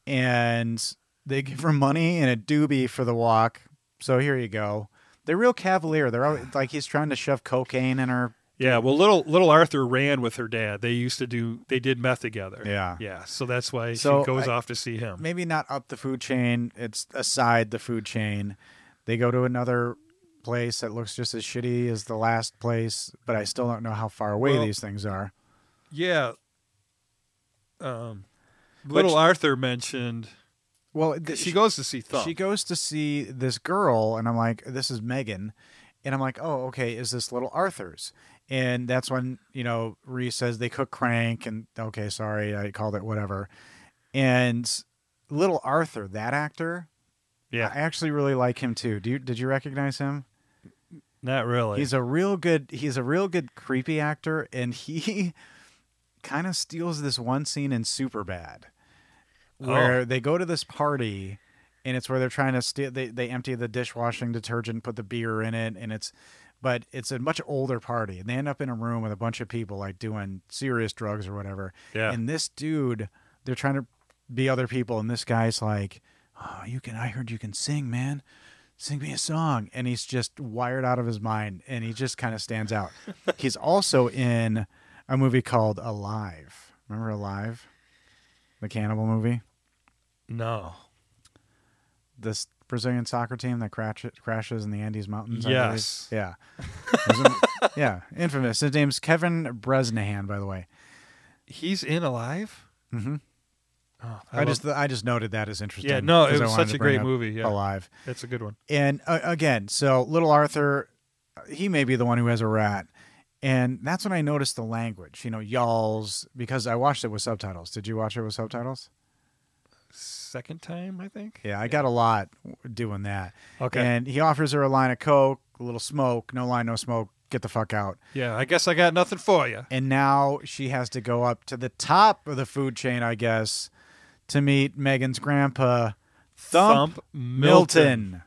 Speaker 4: and they [LAUGHS] give her money and a doobie for the walk. So here you go. They're real cavalier. They're always, like he's trying to shove cocaine in her.
Speaker 5: yeah well little little arthur ran with her dad they used to do they did meth together
Speaker 4: Yeah.
Speaker 5: yeah so that's why
Speaker 4: So
Speaker 5: she goes
Speaker 4: I-
Speaker 5: off to see him
Speaker 4: Maybe not up the food chain. It's aside the food chain. They go to another place that looks just as shitty as the last place, but I still don't know how far away
Speaker 5: Well-
Speaker 4: these things are.
Speaker 5: yeah um little
Speaker 4: Which-
Speaker 5: arthur mentioned
Speaker 4: Well,
Speaker 5: she goes to see thump
Speaker 4: She goes to see this girl, and I'm like, this is Megan. And I'm like, oh, okay, is this Little Arthur's? And that's when, you know, Reese says they cook crank and okay, sorry, I called it whatever. And Little Arthur, that actor,
Speaker 5: Yeah,
Speaker 4: I actually really like him too. Do you, did you recognize him?
Speaker 5: not really.
Speaker 4: He's a real good he's a real good creepy actor and he [LAUGHS] kind of steals this one scene in Superbad where they go to this party and it's where they're trying to steal they, they empty the dishwashing detergent, put the beer in it, and it's but it's a much older party and they end up in a room with a bunch of people like doing serious drugs or whatever.
Speaker 5: Yeah.
Speaker 4: And this dude, they're trying to be other people, and this guy's like, oh, you can I heard you can sing, man sing me a song and he's just wired out of his mind and he just kind of
Speaker 5: [LAUGHS]
Speaker 4: stands out he's also in a movie called alive remember alive the cannibal movie
Speaker 5: no.
Speaker 4: this brazilian soccer team that crash- crashes in the andes mountains I believe.
Speaker 5: Yes. [LAUGHS]
Speaker 4: yeah It was in- yeah infamous his name's kevin bresnahan by the way
Speaker 5: He's in Alive.
Speaker 4: Mhm.
Speaker 5: Oh,
Speaker 4: i,
Speaker 5: love-
Speaker 4: just i just noted that as interesting
Speaker 5: yeah no, it
Speaker 4: 'cause I
Speaker 5: was
Speaker 4: wanted
Speaker 5: such
Speaker 4: to
Speaker 5: a
Speaker 4: bring
Speaker 5: great
Speaker 4: up
Speaker 5: movie. Yeah,
Speaker 4: alive
Speaker 5: that's a good one.
Speaker 4: And uh, again, so little Arthur, he may be the one who has a rat. And that's when I noticed the language, you know, y'all's, because I watched it with subtitles. Did you watch it with subtitles?
Speaker 5: Second time, I think.
Speaker 4: Yeah, I got a lot doing that.
Speaker 5: Okay.
Speaker 4: And he offers her a line of Coke, a little smoke, no line, no smoke, get the fuck out.
Speaker 5: yeah, I guess I got nothing for you.
Speaker 4: And now she has to go up to the top of the food chain, I guess, to meet Megan's grandpa, Thump, Milton.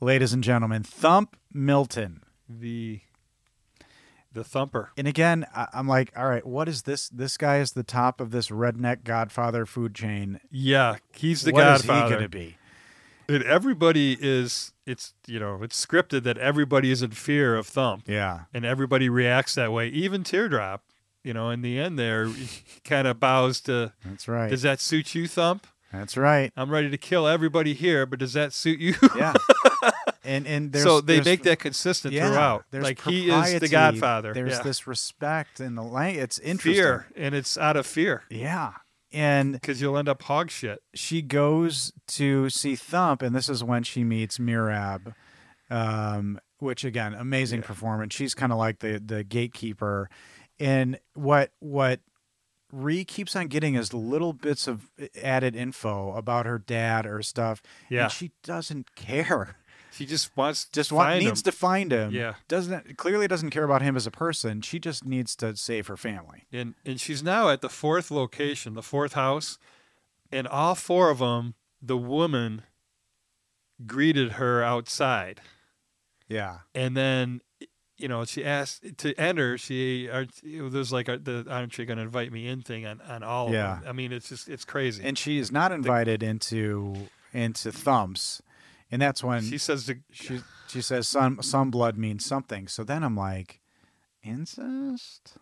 Speaker 4: Ladies and gentlemen, Thump Milton.
Speaker 5: the the thumper.
Speaker 4: And again, I- I'm like, all right, what is this? This guy is the top of this redneck Godfather food chain.
Speaker 5: Yeah, he's the
Speaker 4: What is he
Speaker 5: Godfather.
Speaker 4: going to be?
Speaker 5: Dude, everybody is. It's you know, it's scripted that everybody is in fear of Thump,
Speaker 4: Yeah,
Speaker 5: and everybody reacts that way. Even Teardrop, you know, in the end there, [LAUGHS] kind of bows to.
Speaker 4: that's right.
Speaker 5: Does that suit you, Thump?
Speaker 4: That's right.
Speaker 5: I'm ready to kill everybody here, but does that suit you? [LAUGHS]
Speaker 4: Yeah. and and there's,
Speaker 5: so they
Speaker 4: there's-
Speaker 5: make that consistent
Speaker 4: yeah,
Speaker 5: throughout.
Speaker 4: There's
Speaker 5: Like he is the
Speaker 4: propriety.
Speaker 5: Godfather.
Speaker 4: There's
Speaker 5: yeah.
Speaker 4: this respect in the language. It's interesting.
Speaker 5: fear, and it's out of fear
Speaker 4: Yeah. And
Speaker 5: because you'll end up hog shit.
Speaker 4: she goes to see Thump, and this is when she meets Mirab, um, which again, amazing performance. She's kind of like the the gatekeeper, and what what Ree keeps on getting is little bits of uh, added info about her dad or stuff.
Speaker 5: Yeah.
Speaker 4: and she doesn't care. [LAUGHS]
Speaker 5: She just wants
Speaker 4: Just
Speaker 5: to
Speaker 4: want,
Speaker 5: find
Speaker 4: needs
Speaker 5: him.
Speaker 4: to find him.
Speaker 5: Yeah.
Speaker 4: doesn't clearly doesn't care about him as a person. She just needs to save her family.
Speaker 5: and and she's now at the fourth location, the fourth house, and all four of them, the woman greeted her outside,
Speaker 4: Yeah,
Speaker 5: and then you know she asked to enter. She are, there's like a, the "Aren't you going to invite me in?" thing on on all.
Speaker 4: Yeah.
Speaker 5: of them. I mean it's just it's crazy.
Speaker 4: and she is not invited into into Thump's, and that's when
Speaker 5: she says to
Speaker 4: she she says some some blood means something. So then I'm like, incest,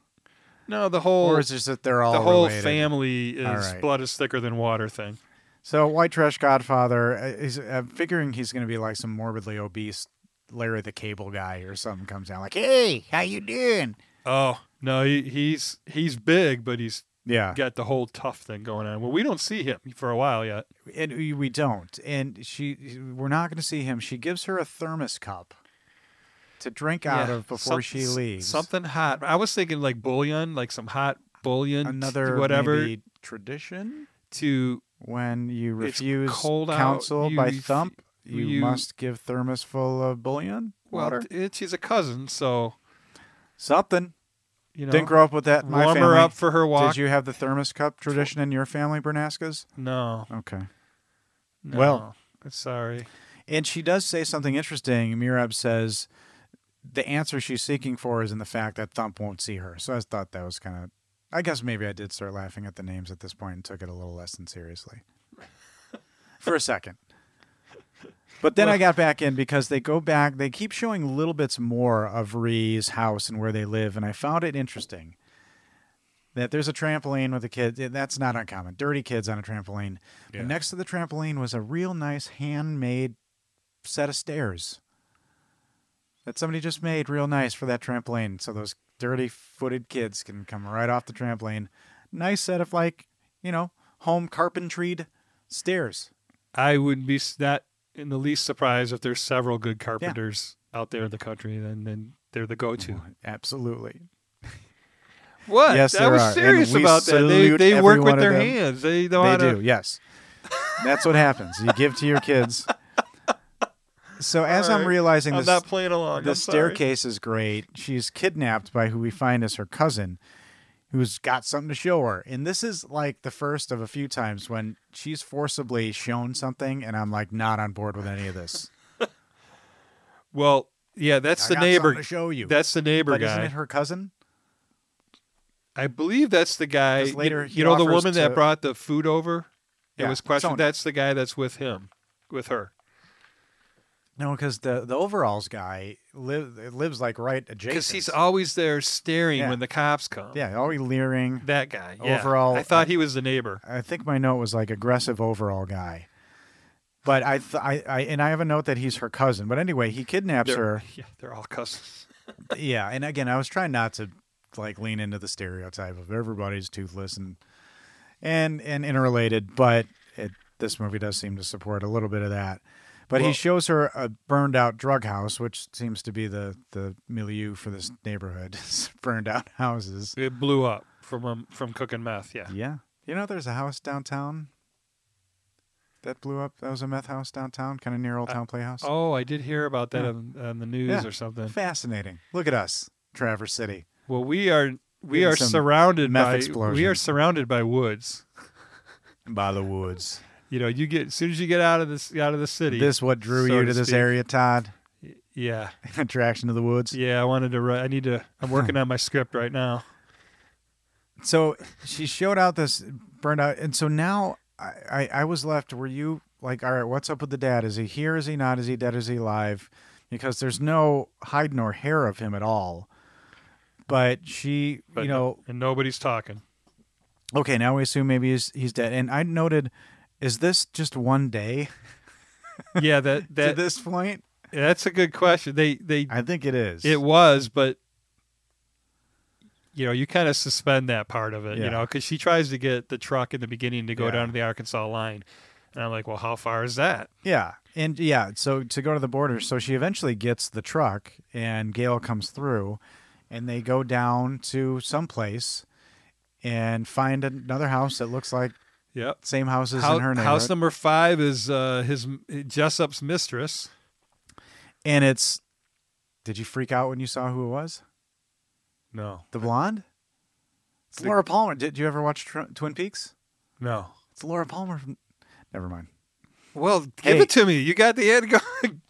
Speaker 5: no the whole
Speaker 4: or is it just that they're all
Speaker 5: the whole
Speaker 4: related?
Speaker 5: family is
Speaker 4: All right.
Speaker 5: blood is thicker than water thing.
Speaker 4: So white trash Godfather. uh, He's I'm figuring he's gonna be like some morbidly obese Larry the Cable Guy or something. Comes down like, hey, how you doing?
Speaker 5: Oh no, he, he's he's big, but he's
Speaker 4: Yeah,
Speaker 5: got the whole tough thing going on. Well, we don't see him for a while yet.
Speaker 4: and we, we don't, and she we're not gonna see him. She gives her a thermos cup to drink out
Speaker 5: Yeah,
Speaker 4: of before
Speaker 5: some-
Speaker 4: she
Speaker 5: s-
Speaker 4: leaves.
Speaker 5: Something hot. I was thinking like bouillon, like some hot bouillon, t-
Speaker 4: another
Speaker 5: whatever
Speaker 4: maybe tradition.
Speaker 5: to
Speaker 4: when you
Speaker 5: It's
Speaker 4: refuse
Speaker 5: cold out,
Speaker 4: counsel
Speaker 5: you
Speaker 4: by
Speaker 5: refu-
Speaker 4: thump, you,
Speaker 5: you-
Speaker 4: must give thermos full of bullion
Speaker 5: well,
Speaker 4: water.
Speaker 5: t- it, she's a cousin, so
Speaker 4: Something.
Speaker 5: you know,
Speaker 4: Didn't grow up with that. in My
Speaker 5: warm her
Speaker 4: family.
Speaker 5: up for her walk.
Speaker 4: Did you have the thermos cup tradition in your family, Bernascas?
Speaker 5: No,
Speaker 4: Okay.
Speaker 5: no.
Speaker 4: Well.
Speaker 5: sorry.
Speaker 4: And she does say something interesting. Mirab says the answer she's seeking for is in the fact that Thump won't see her. So I thought that was kind of. I guess maybe I did start laughing at the names at this point and took it a little less than seriously for a second. But then I got back in because they go back, they keep showing little bits more of Ree's house and where they live. And I found it interesting that there's a trampoline with a kid. That's not uncommon. Dirty kids on a trampoline. But next to the trampoline was a real nice handmade set of stairs that somebody just made real nice for that trampoline. So those dirty footed kids can come right off the trampoline. Nice set of, like, you know, home carpentried stairs.
Speaker 5: I would be s- not in the least surprised if there's several good carpenters out there in the country, then then they're the go-to.
Speaker 4: Absolutely.
Speaker 5: What?
Speaker 4: Yes,
Speaker 5: I
Speaker 4: there
Speaker 5: was
Speaker 4: are, and
Speaker 5: serious
Speaker 4: we
Speaker 5: about that. They,
Speaker 4: salute
Speaker 5: they
Speaker 4: every
Speaker 5: work
Speaker 4: one
Speaker 5: with
Speaker 4: of
Speaker 5: their
Speaker 4: them.
Speaker 5: hands. They know
Speaker 4: They
Speaker 5: how to.
Speaker 4: do, yes. That's what happens. You give to your kids. So as I'm
Speaker 5: right.
Speaker 4: realizing
Speaker 5: I'm
Speaker 4: this,
Speaker 5: not playing along.
Speaker 4: the
Speaker 5: I'm sorry.
Speaker 4: staircase is great. She's kidnapped by who we find is her cousin, who's got something to show her. And this is like the first of a few times when she's forcibly shown something, and I'm like not on board with any
Speaker 5: [LAUGHS]
Speaker 4: of this.
Speaker 5: Well, yeah, that's
Speaker 4: I
Speaker 5: the
Speaker 4: got something
Speaker 5: neighbor.
Speaker 4: to show you.
Speaker 5: That's the neighbor
Speaker 4: but
Speaker 5: guy.
Speaker 4: isn't it her cousin?
Speaker 5: I believe that's the guy.
Speaker 4: 'Cause
Speaker 5: you-
Speaker 4: later
Speaker 5: you,
Speaker 4: he
Speaker 5: know, the
Speaker 4: offers
Speaker 5: woman that
Speaker 4: to-
Speaker 5: brought the food over. It
Speaker 4: Yeah,
Speaker 5: was questioned.
Speaker 4: Sonia.
Speaker 5: That's the guy that's with him, with her.
Speaker 4: No, because the the overalls guy live lives like right adjacent.
Speaker 5: Because he's always there staring
Speaker 4: Yeah.
Speaker 5: when the cops come.
Speaker 4: yeah, always leering.
Speaker 5: that guy. yeah.
Speaker 4: Overall, uh,
Speaker 5: I thought he was the
Speaker 4: [LAUGHS]
Speaker 5: neighbor.
Speaker 4: I think my note was like aggressive overall guy. But I, th- I, I, and I have a note that he's her cousin. But anyway, he kidnaps
Speaker 5: They're-
Speaker 4: her.
Speaker 5: Yeah, they're all cousins.
Speaker 4: Yeah, and again, I was trying not to like lean into the stereotype of everybody's toothless and and and interrelated, but it, this movie does seem to support a little bit of that. But he
Speaker 5: Well-
Speaker 4: shows her a burned out drug house, which seems to be the the milieu for this neighborhood, [LAUGHS] is burned out houses.
Speaker 5: It blew up from um, from cooking meth. Yeah.
Speaker 4: Yeah, you know, there's a house downtown that blew up. That was a meth house downtown, kind of near Old Town Playhouse.
Speaker 5: Oh, I did hear about that
Speaker 4: Yeah.
Speaker 5: on, on the news
Speaker 4: Yeah.
Speaker 5: or something.
Speaker 4: Fascinating. Look at us, Traverse City.
Speaker 5: Well, we are we
Speaker 4: Getting
Speaker 5: are
Speaker 4: some
Speaker 5: surrounded
Speaker 4: meth
Speaker 5: by we
Speaker 4: explosion.
Speaker 5: are surrounded by woods.
Speaker 4: By the woods.
Speaker 5: You know, you get as soon as you get out of this out of the city.
Speaker 4: This what drew
Speaker 5: so
Speaker 4: you
Speaker 5: to
Speaker 4: to this
Speaker 5: speak.
Speaker 4: area, Todd? [LAUGHS]
Speaker 5: yeah,
Speaker 4: attraction to the woods.
Speaker 5: yeah. I wanted to write. I need to. I'm working on my script right now.
Speaker 4: So she showed out this burnout, and so now I, I, I was left. Were you like, all right, what's up with the dad? Is he here? Is he not? Is he dead? Is he alive? Because there's no hide nor hair of him at all. But she,
Speaker 5: But
Speaker 4: you
Speaker 5: no-
Speaker 4: know,
Speaker 5: and nobody's
Speaker 4: [LAUGHS]
Speaker 5: talking.
Speaker 4: okay, now we assume maybe he's he's dead. And I noted, is this just one day
Speaker 5: Yeah, that
Speaker 4: to
Speaker 5: that
Speaker 4: this point?
Speaker 5: that's a good question. They they
Speaker 4: I think it is.
Speaker 5: it was, but you know, you kind of suspend that part of it.
Speaker 4: Yeah.
Speaker 5: You know, because she tries to get the truck in the beginning to go
Speaker 4: Yeah.
Speaker 5: down to the Arkansas line, and I'm like, well, how far is that?
Speaker 4: Yeah. And yeah, so to go to the border, so she eventually gets the truck and Gail comes through and they go down to someplace and find another house that looks like
Speaker 5: Yep.
Speaker 4: same houses
Speaker 5: Hou-
Speaker 4: in her neighborhood.
Speaker 5: house number five is uh, his Jessup's mistress.
Speaker 4: and it's Did you freak out when you saw who it was?
Speaker 5: No,
Speaker 4: The blonde? It's
Speaker 5: The-
Speaker 4: Laura Palmer. Did you ever watch Tr- Twin Peaks?
Speaker 5: no.
Speaker 4: It's Laura Palmer from Never mind.
Speaker 5: Well, give
Speaker 4: Hey.
Speaker 5: it to me. You got the end. [LAUGHS] Go-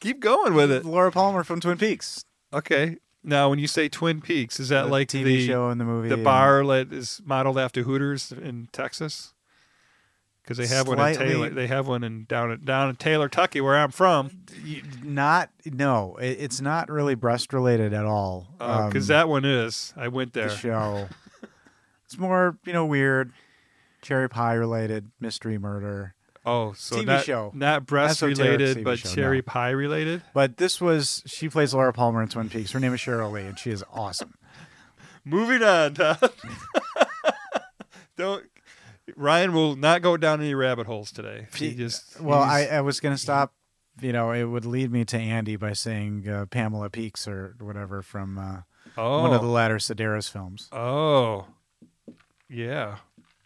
Speaker 5: Keep going with it.
Speaker 4: Laura Palmer from Twin Peaks.
Speaker 5: Okay. Now, when you say Twin Peaks, is that
Speaker 4: the
Speaker 5: like
Speaker 4: TV
Speaker 5: the
Speaker 4: show and the movie.
Speaker 5: the
Speaker 4: and-
Speaker 5: bar that is modeled after Hooters in Texas? Because they have one in
Speaker 4: Slightly-
Speaker 5: Taylor. They have one in down at down in Taylor, Tucky, where I'm from.
Speaker 4: You- not no, it, it's not really breast related at all.
Speaker 5: Because
Speaker 4: Um,
Speaker 5: Uh, that one is. I went there.
Speaker 4: the [LAUGHS] show. it's more you know weird, cherry pie related mystery murder.
Speaker 5: Oh, so
Speaker 4: TV
Speaker 5: not,
Speaker 4: show.
Speaker 5: not breast
Speaker 4: Esoteric
Speaker 5: related,
Speaker 4: TV
Speaker 5: but
Speaker 4: show, no.
Speaker 5: cherry pie related.
Speaker 4: But this was she plays Laura Palmer in Twin Peaks. Her name is Cheryl Lee, and she is awesome.
Speaker 5: Moving on, [LAUGHS] Todd. Don't. Ryan will not go down any rabbit holes today. He just
Speaker 4: Well, I,
Speaker 5: he's-
Speaker 4: I was gonna stop. You know, it would lead me to Andy by saying uh, Pamela Peaks or whatever from uh,
Speaker 5: oh
Speaker 4: one of the latter Sedaris films.
Speaker 5: oh yeah,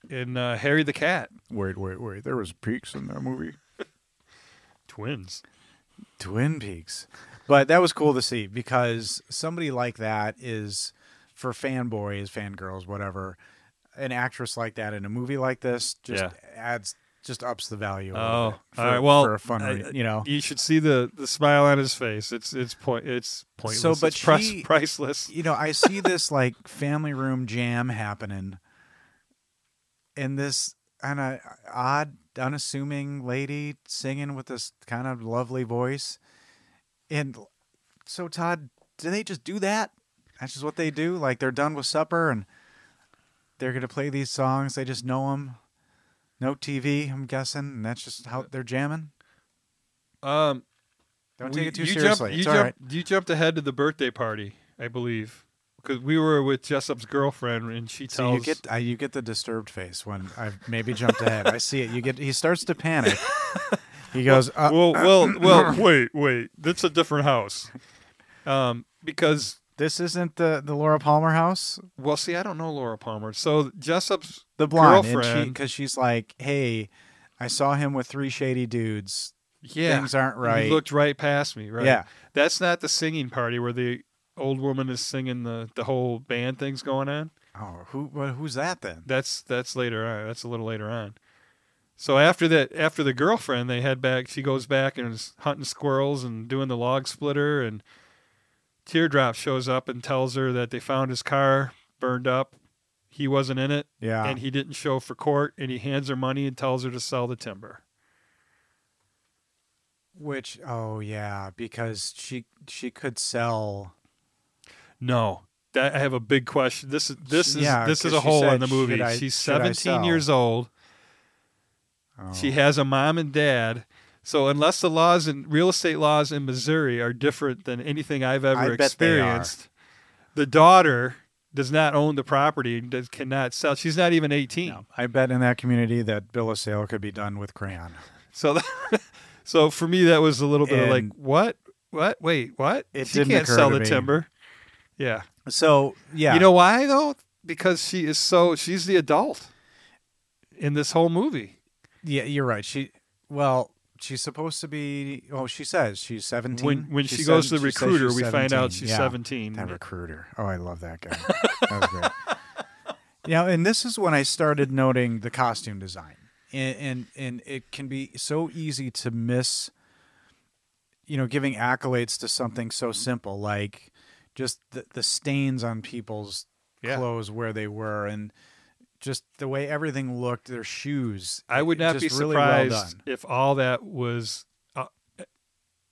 Speaker 5: and uh, Harry the cat
Speaker 4: Wait, wait, wait! There was Peaks in that movie.
Speaker 5: twins.
Speaker 4: Twin Peaks. But that was cool to see because somebody like that is for fanboys, fangirls, whatever. An actress like that in a movie like this just
Speaker 5: Yeah.
Speaker 4: adds just ups the value.
Speaker 5: Oh,
Speaker 4: of it for,
Speaker 5: all right. Well,
Speaker 4: for a fun,
Speaker 5: I-
Speaker 4: re- you know.
Speaker 5: You should see the the smile on his face. It's it's point it's pointless.
Speaker 4: So, but
Speaker 5: it's price-
Speaker 4: she-
Speaker 5: priceless.
Speaker 4: You know, I see this like family room jam happening, and this kind of odd, unassuming lady singing with this kind of lovely voice. And so, Todd, do they just do that? That's just what they do. Like they're done with supper and they're gonna play these songs. They just know them. No TV, I'm guessing, and that's just how they're jamming.
Speaker 5: Um,
Speaker 4: Don't
Speaker 5: we-
Speaker 4: take it too
Speaker 5: you jumped-
Speaker 4: seriously.
Speaker 5: you
Speaker 4: it's all right.
Speaker 5: jumped- You jumped ahead to the birthday party, I believe, because we were with Jessup's girlfriend, and she
Speaker 4: So you
Speaker 5: tells [CLEARS THROAT]
Speaker 4: get uh, you get the disturbed face when I've maybe jumped ahead. I see it. You get he starts to panic. He goes, uh, [COUGHS]
Speaker 5: well, well, well. wait, wait. That's a different house. um, because
Speaker 4: This isn't the the Laura Palmer house.
Speaker 5: well, see, I don't know Laura Palmer, so Jessup's
Speaker 4: The blonde, and she
Speaker 5: Girlfriend.
Speaker 4: because she's like, hey, I saw him with three shady dudes.
Speaker 5: yeah
Speaker 4: Things aren't
Speaker 5: you
Speaker 4: right.
Speaker 5: looked right past me, right?
Speaker 4: Yeah,
Speaker 5: that's not the singing party where the old woman is singing the the whole band thing's going on.
Speaker 4: Oh, who well, who's that then?
Speaker 5: That's that's later on. That's a little later on. So after that, after the girlfriend, they head back. She goes back and is hunting squirrels and doing the log splitter. And Teardrop shows up and tells her that they found his car burned up. He wasn't in it,
Speaker 4: Yeah,
Speaker 5: and he didn't show for court. And he hands her money and tells her to sell the timber.
Speaker 4: which oh yeah, because she she could sell.
Speaker 5: No, that, I have a big question. This is this is
Speaker 4: Yeah,
Speaker 5: this is
Speaker 4: 'cause
Speaker 5: a
Speaker 4: she
Speaker 5: hole in
Speaker 4: said,
Speaker 5: the movie.
Speaker 4: "Should I-
Speaker 5: She's
Speaker 4: should I
Speaker 5: 17
Speaker 4: sell?"
Speaker 5: years old.
Speaker 4: Oh,
Speaker 5: She has a mom and dad. So unless the laws in real estate laws in Missouri are different than anything I've ever
Speaker 4: I bet they are.
Speaker 5: experienced, the daughter does not own the property and does, cannot sell. She's not even 18.
Speaker 4: no. I bet in that community that bill of sale could be done with crayon.
Speaker 5: So [LAUGHS] that, so for me that was a little bit of like
Speaker 4: And-
Speaker 5: what? What? Wait, what?
Speaker 4: It
Speaker 5: she
Speaker 4: didn't
Speaker 5: can't
Speaker 4: occur
Speaker 5: sell
Speaker 4: to
Speaker 5: the
Speaker 4: me.
Speaker 5: timber. Yeah.
Speaker 4: So yeah,
Speaker 5: You know why though? Because she is so she's the adult in this whole movie.
Speaker 4: yeah, you're right. She well, she's supposed to be. Oh, she says Mm-hmm. she's seventeen.
Speaker 5: When when she, goes
Speaker 4: says-
Speaker 5: to the
Speaker 4: she says
Speaker 5: recruiter,
Speaker 4: she's
Speaker 5: we find out
Speaker 4: 17.
Speaker 5: she's
Speaker 4: Yeah.
Speaker 5: 17.
Speaker 4: That recruiter. Oh, I love that guy. That was great.
Speaker 5: [LAUGHS]
Speaker 4: Now, and this is when I started noting the costume design, and and, and it can be so easy to miss, you know, giving accolades to something so simple like just the, the stains on people's
Speaker 5: Yeah.
Speaker 4: clothes where they were, and just the way everything looked, their shoes.
Speaker 5: I would not
Speaker 4: just
Speaker 5: be
Speaker 4: really well
Speaker 5: surprised
Speaker 4: done.
Speaker 5: if all that was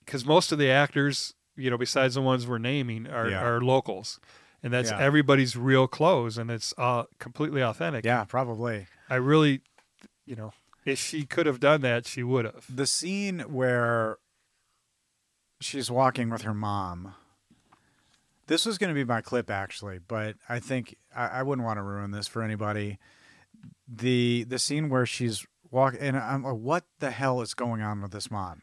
Speaker 5: because most of the actors, you know, besides the ones we're naming, are,
Speaker 4: Yeah.
Speaker 5: are locals, and that's
Speaker 4: Yeah.
Speaker 5: everybody's real clothes, and it's uh, completely authentic.
Speaker 4: Yeah, probably.
Speaker 5: I really, you know, if she could have done that, she would have.
Speaker 4: the scene where she's walking with her mom. This was going to be my clip actually, but I think I, I wouldn't want to ruin this for anybody. The the scene where she's walking, and I'm like, what the hell is going on with this mom?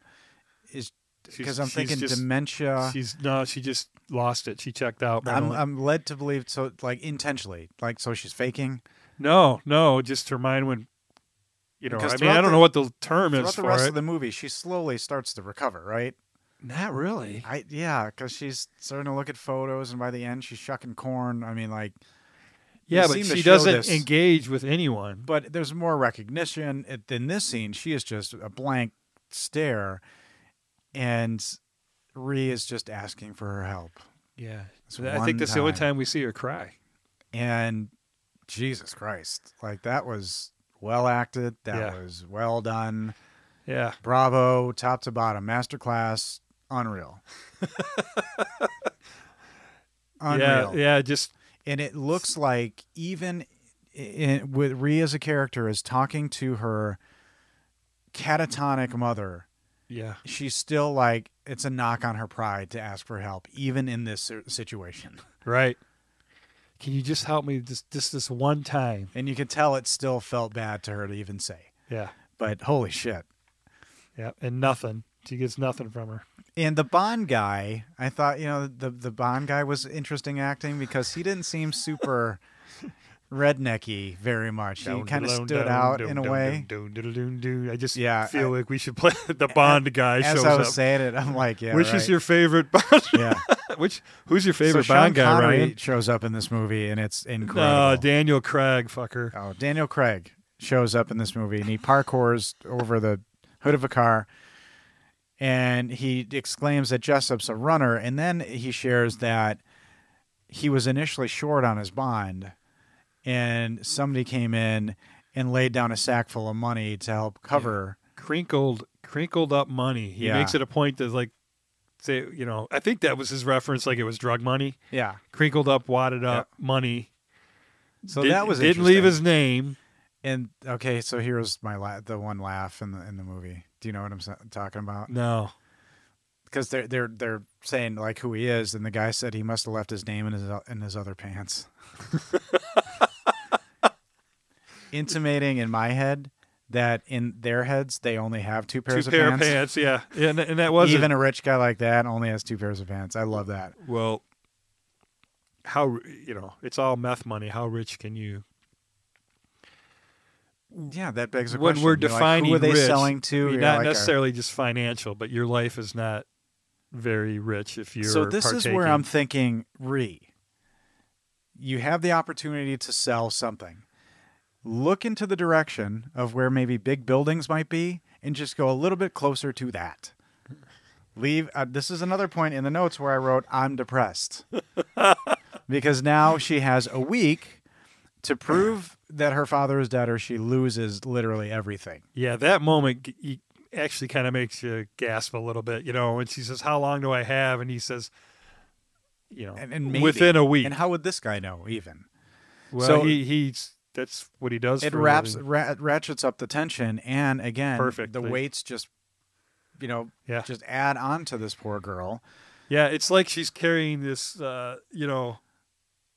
Speaker 4: Is
Speaker 5: She's-
Speaker 4: because I'm
Speaker 5: she's
Speaker 4: thinking
Speaker 5: just-
Speaker 4: dementia.
Speaker 5: She's no, she just lost it. She checked out.
Speaker 4: I'm uh,
Speaker 5: mentally.
Speaker 4: I'm led to believe so, like intentionally, like so she's faking.
Speaker 5: no, no, just her mind went. You know,
Speaker 4: Because
Speaker 5: I mean, I
Speaker 4: throughout
Speaker 5: don't know
Speaker 4: the-
Speaker 5: what the term is
Speaker 4: Throughout the
Speaker 5: for
Speaker 4: rest
Speaker 5: it.
Speaker 4: of the movie, she slowly starts to recover, right?
Speaker 5: Not really.
Speaker 4: I yeah, because she's starting to look at photos, and by the end, she's shucking corn. I mean, like,
Speaker 5: Yeah,
Speaker 4: They
Speaker 5: but
Speaker 4: seem to
Speaker 5: she
Speaker 4: show
Speaker 5: doesn't
Speaker 4: this.
Speaker 5: engage with anyone.
Speaker 4: but there's more recognition at- in this scene. She is just a blank stare, and Ree is just asking for her help.
Speaker 5: Yeah.
Speaker 4: It's
Speaker 5: I
Speaker 4: one
Speaker 5: think that's the only
Speaker 4: time.
Speaker 5: time we see her cry.
Speaker 4: And Jesus Christ, like that was well acted. That
Speaker 5: Yeah.
Speaker 4: was well done.
Speaker 5: Yeah.
Speaker 4: Bravo, top to bottom, masterclass, unreal. unreal.
Speaker 5: [LAUGHS] Yeah. Yeah. Just,
Speaker 4: and it looks like even in, with Rhea as a character is talking to her catatonic mother,
Speaker 5: yeah.
Speaker 4: she's still like it's a knock on her pride to ask for help, even in this si- situation.
Speaker 5: Right. Can you just help me just, just this one time?
Speaker 4: And you could tell it still felt bad to her to even say.
Speaker 5: Yeah.
Speaker 4: But holy shit!
Speaker 5: Yeah. And nothing. She gets nothing from her.
Speaker 4: And the Bond guy, I thought you know the the Bond guy was interesting acting because he didn't
Speaker 5: [LAUGHS]
Speaker 4: seem super rednecky very much. He
Speaker 5: Dun,
Speaker 4: kind of
Speaker 5: dun,
Speaker 4: stood
Speaker 5: dun,
Speaker 4: out
Speaker 5: dun,
Speaker 4: in a
Speaker 5: dun,
Speaker 4: way.
Speaker 5: dun, dun, dun, dun, dun. I just
Speaker 4: Yeah,
Speaker 5: feel
Speaker 4: I-
Speaker 5: like we should play [LAUGHS] the Bond guy
Speaker 4: As
Speaker 5: shows
Speaker 4: I was
Speaker 5: up.
Speaker 4: saying it, I'm like, yeah.
Speaker 5: Which
Speaker 4: right.
Speaker 5: is your favorite Bond? [LAUGHS]
Speaker 4: [LAUGHS] yeah.
Speaker 5: Which who's your
Speaker 4: so
Speaker 5: favorite
Speaker 4: Sean
Speaker 5: Bond guy,
Speaker 4: Connery
Speaker 5: Ryan? Oh,
Speaker 4: shows up in this movie, and it's incredible.
Speaker 5: No, Daniel Craig, fucker.
Speaker 4: oh, Daniel Craig shows up in this movie, and he parkours over the hood of a car, and he exclaims that Jessup's a runner, and then he shares that he was initially short on his bond, and somebody came in and laid down a sack full of money to help cover.
Speaker 5: Crinkled, crinkled up money. He
Speaker 4: Yeah.
Speaker 5: makes it a point to like say, you know, I think that was his reference, like it was drug money.
Speaker 4: Yeah,
Speaker 5: crinkled up, wadded up money.
Speaker 4: so
Speaker 5: Did-
Speaker 4: that was
Speaker 5: didn't leave
Speaker 4: interesting.
Speaker 5: his name.
Speaker 4: And okay, so here's my la- the one laugh in the in the movie. Do you know what I'm sa- talking about?
Speaker 5: No,
Speaker 4: Because they're they're they're saying like who he is, and the guy said he must have left his name in his o- in his other [LAUGHS] pants, intimating in my head that in their heads they only have two pairs
Speaker 5: two
Speaker 4: of
Speaker 5: pair
Speaker 4: pants.
Speaker 5: of pants. Yeah, yeah and, and that wasn't
Speaker 4: Even a rich guy like that only has two pairs of pants. I love that.
Speaker 5: well. How you know it's all meth money. How rich can you?
Speaker 4: Yeah, that begs the
Speaker 5: When
Speaker 4: question.
Speaker 5: we're
Speaker 4: You're like,
Speaker 5: defining
Speaker 4: who are they
Speaker 5: rich,
Speaker 4: selling to?
Speaker 5: I mean,
Speaker 4: You're
Speaker 5: not
Speaker 4: like, are-
Speaker 5: necessarily just financial, but your life is not very rich if you're.
Speaker 4: So this is where
Speaker 5: partaking.
Speaker 4: I'm thinking, re. You have the opportunity to sell something. Look into the direction of where maybe big buildings might be, and just go a little bit closer to that. Leave. Uh, this is another point in the notes where I wrote,
Speaker 5: [LAUGHS]
Speaker 4: "I'm depressed," because now she has a week to prove that her father is dead, or she loses literally everything.
Speaker 5: Yeah, that moment g- you- actually kind of makes you gasp a little bit, you know. And she says, "How long do I have?" And he says, "You know,
Speaker 4: And, and maybe.
Speaker 5: within a week."
Speaker 4: And how would this guy know even?
Speaker 5: well,
Speaker 4: so-
Speaker 5: he, he's that's what he does.
Speaker 4: it
Speaker 5: for a
Speaker 4: wraps
Speaker 5: living.
Speaker 4: ra- ratchets up the tension and again the
Speaker 5: Perfectly.
Speaker 4: weights just you know
Speaker 5: Yeah,
Speaker 4: just add on to this poor girl
Speaker 5: yeah. It's like she's carrying this, uh, you know,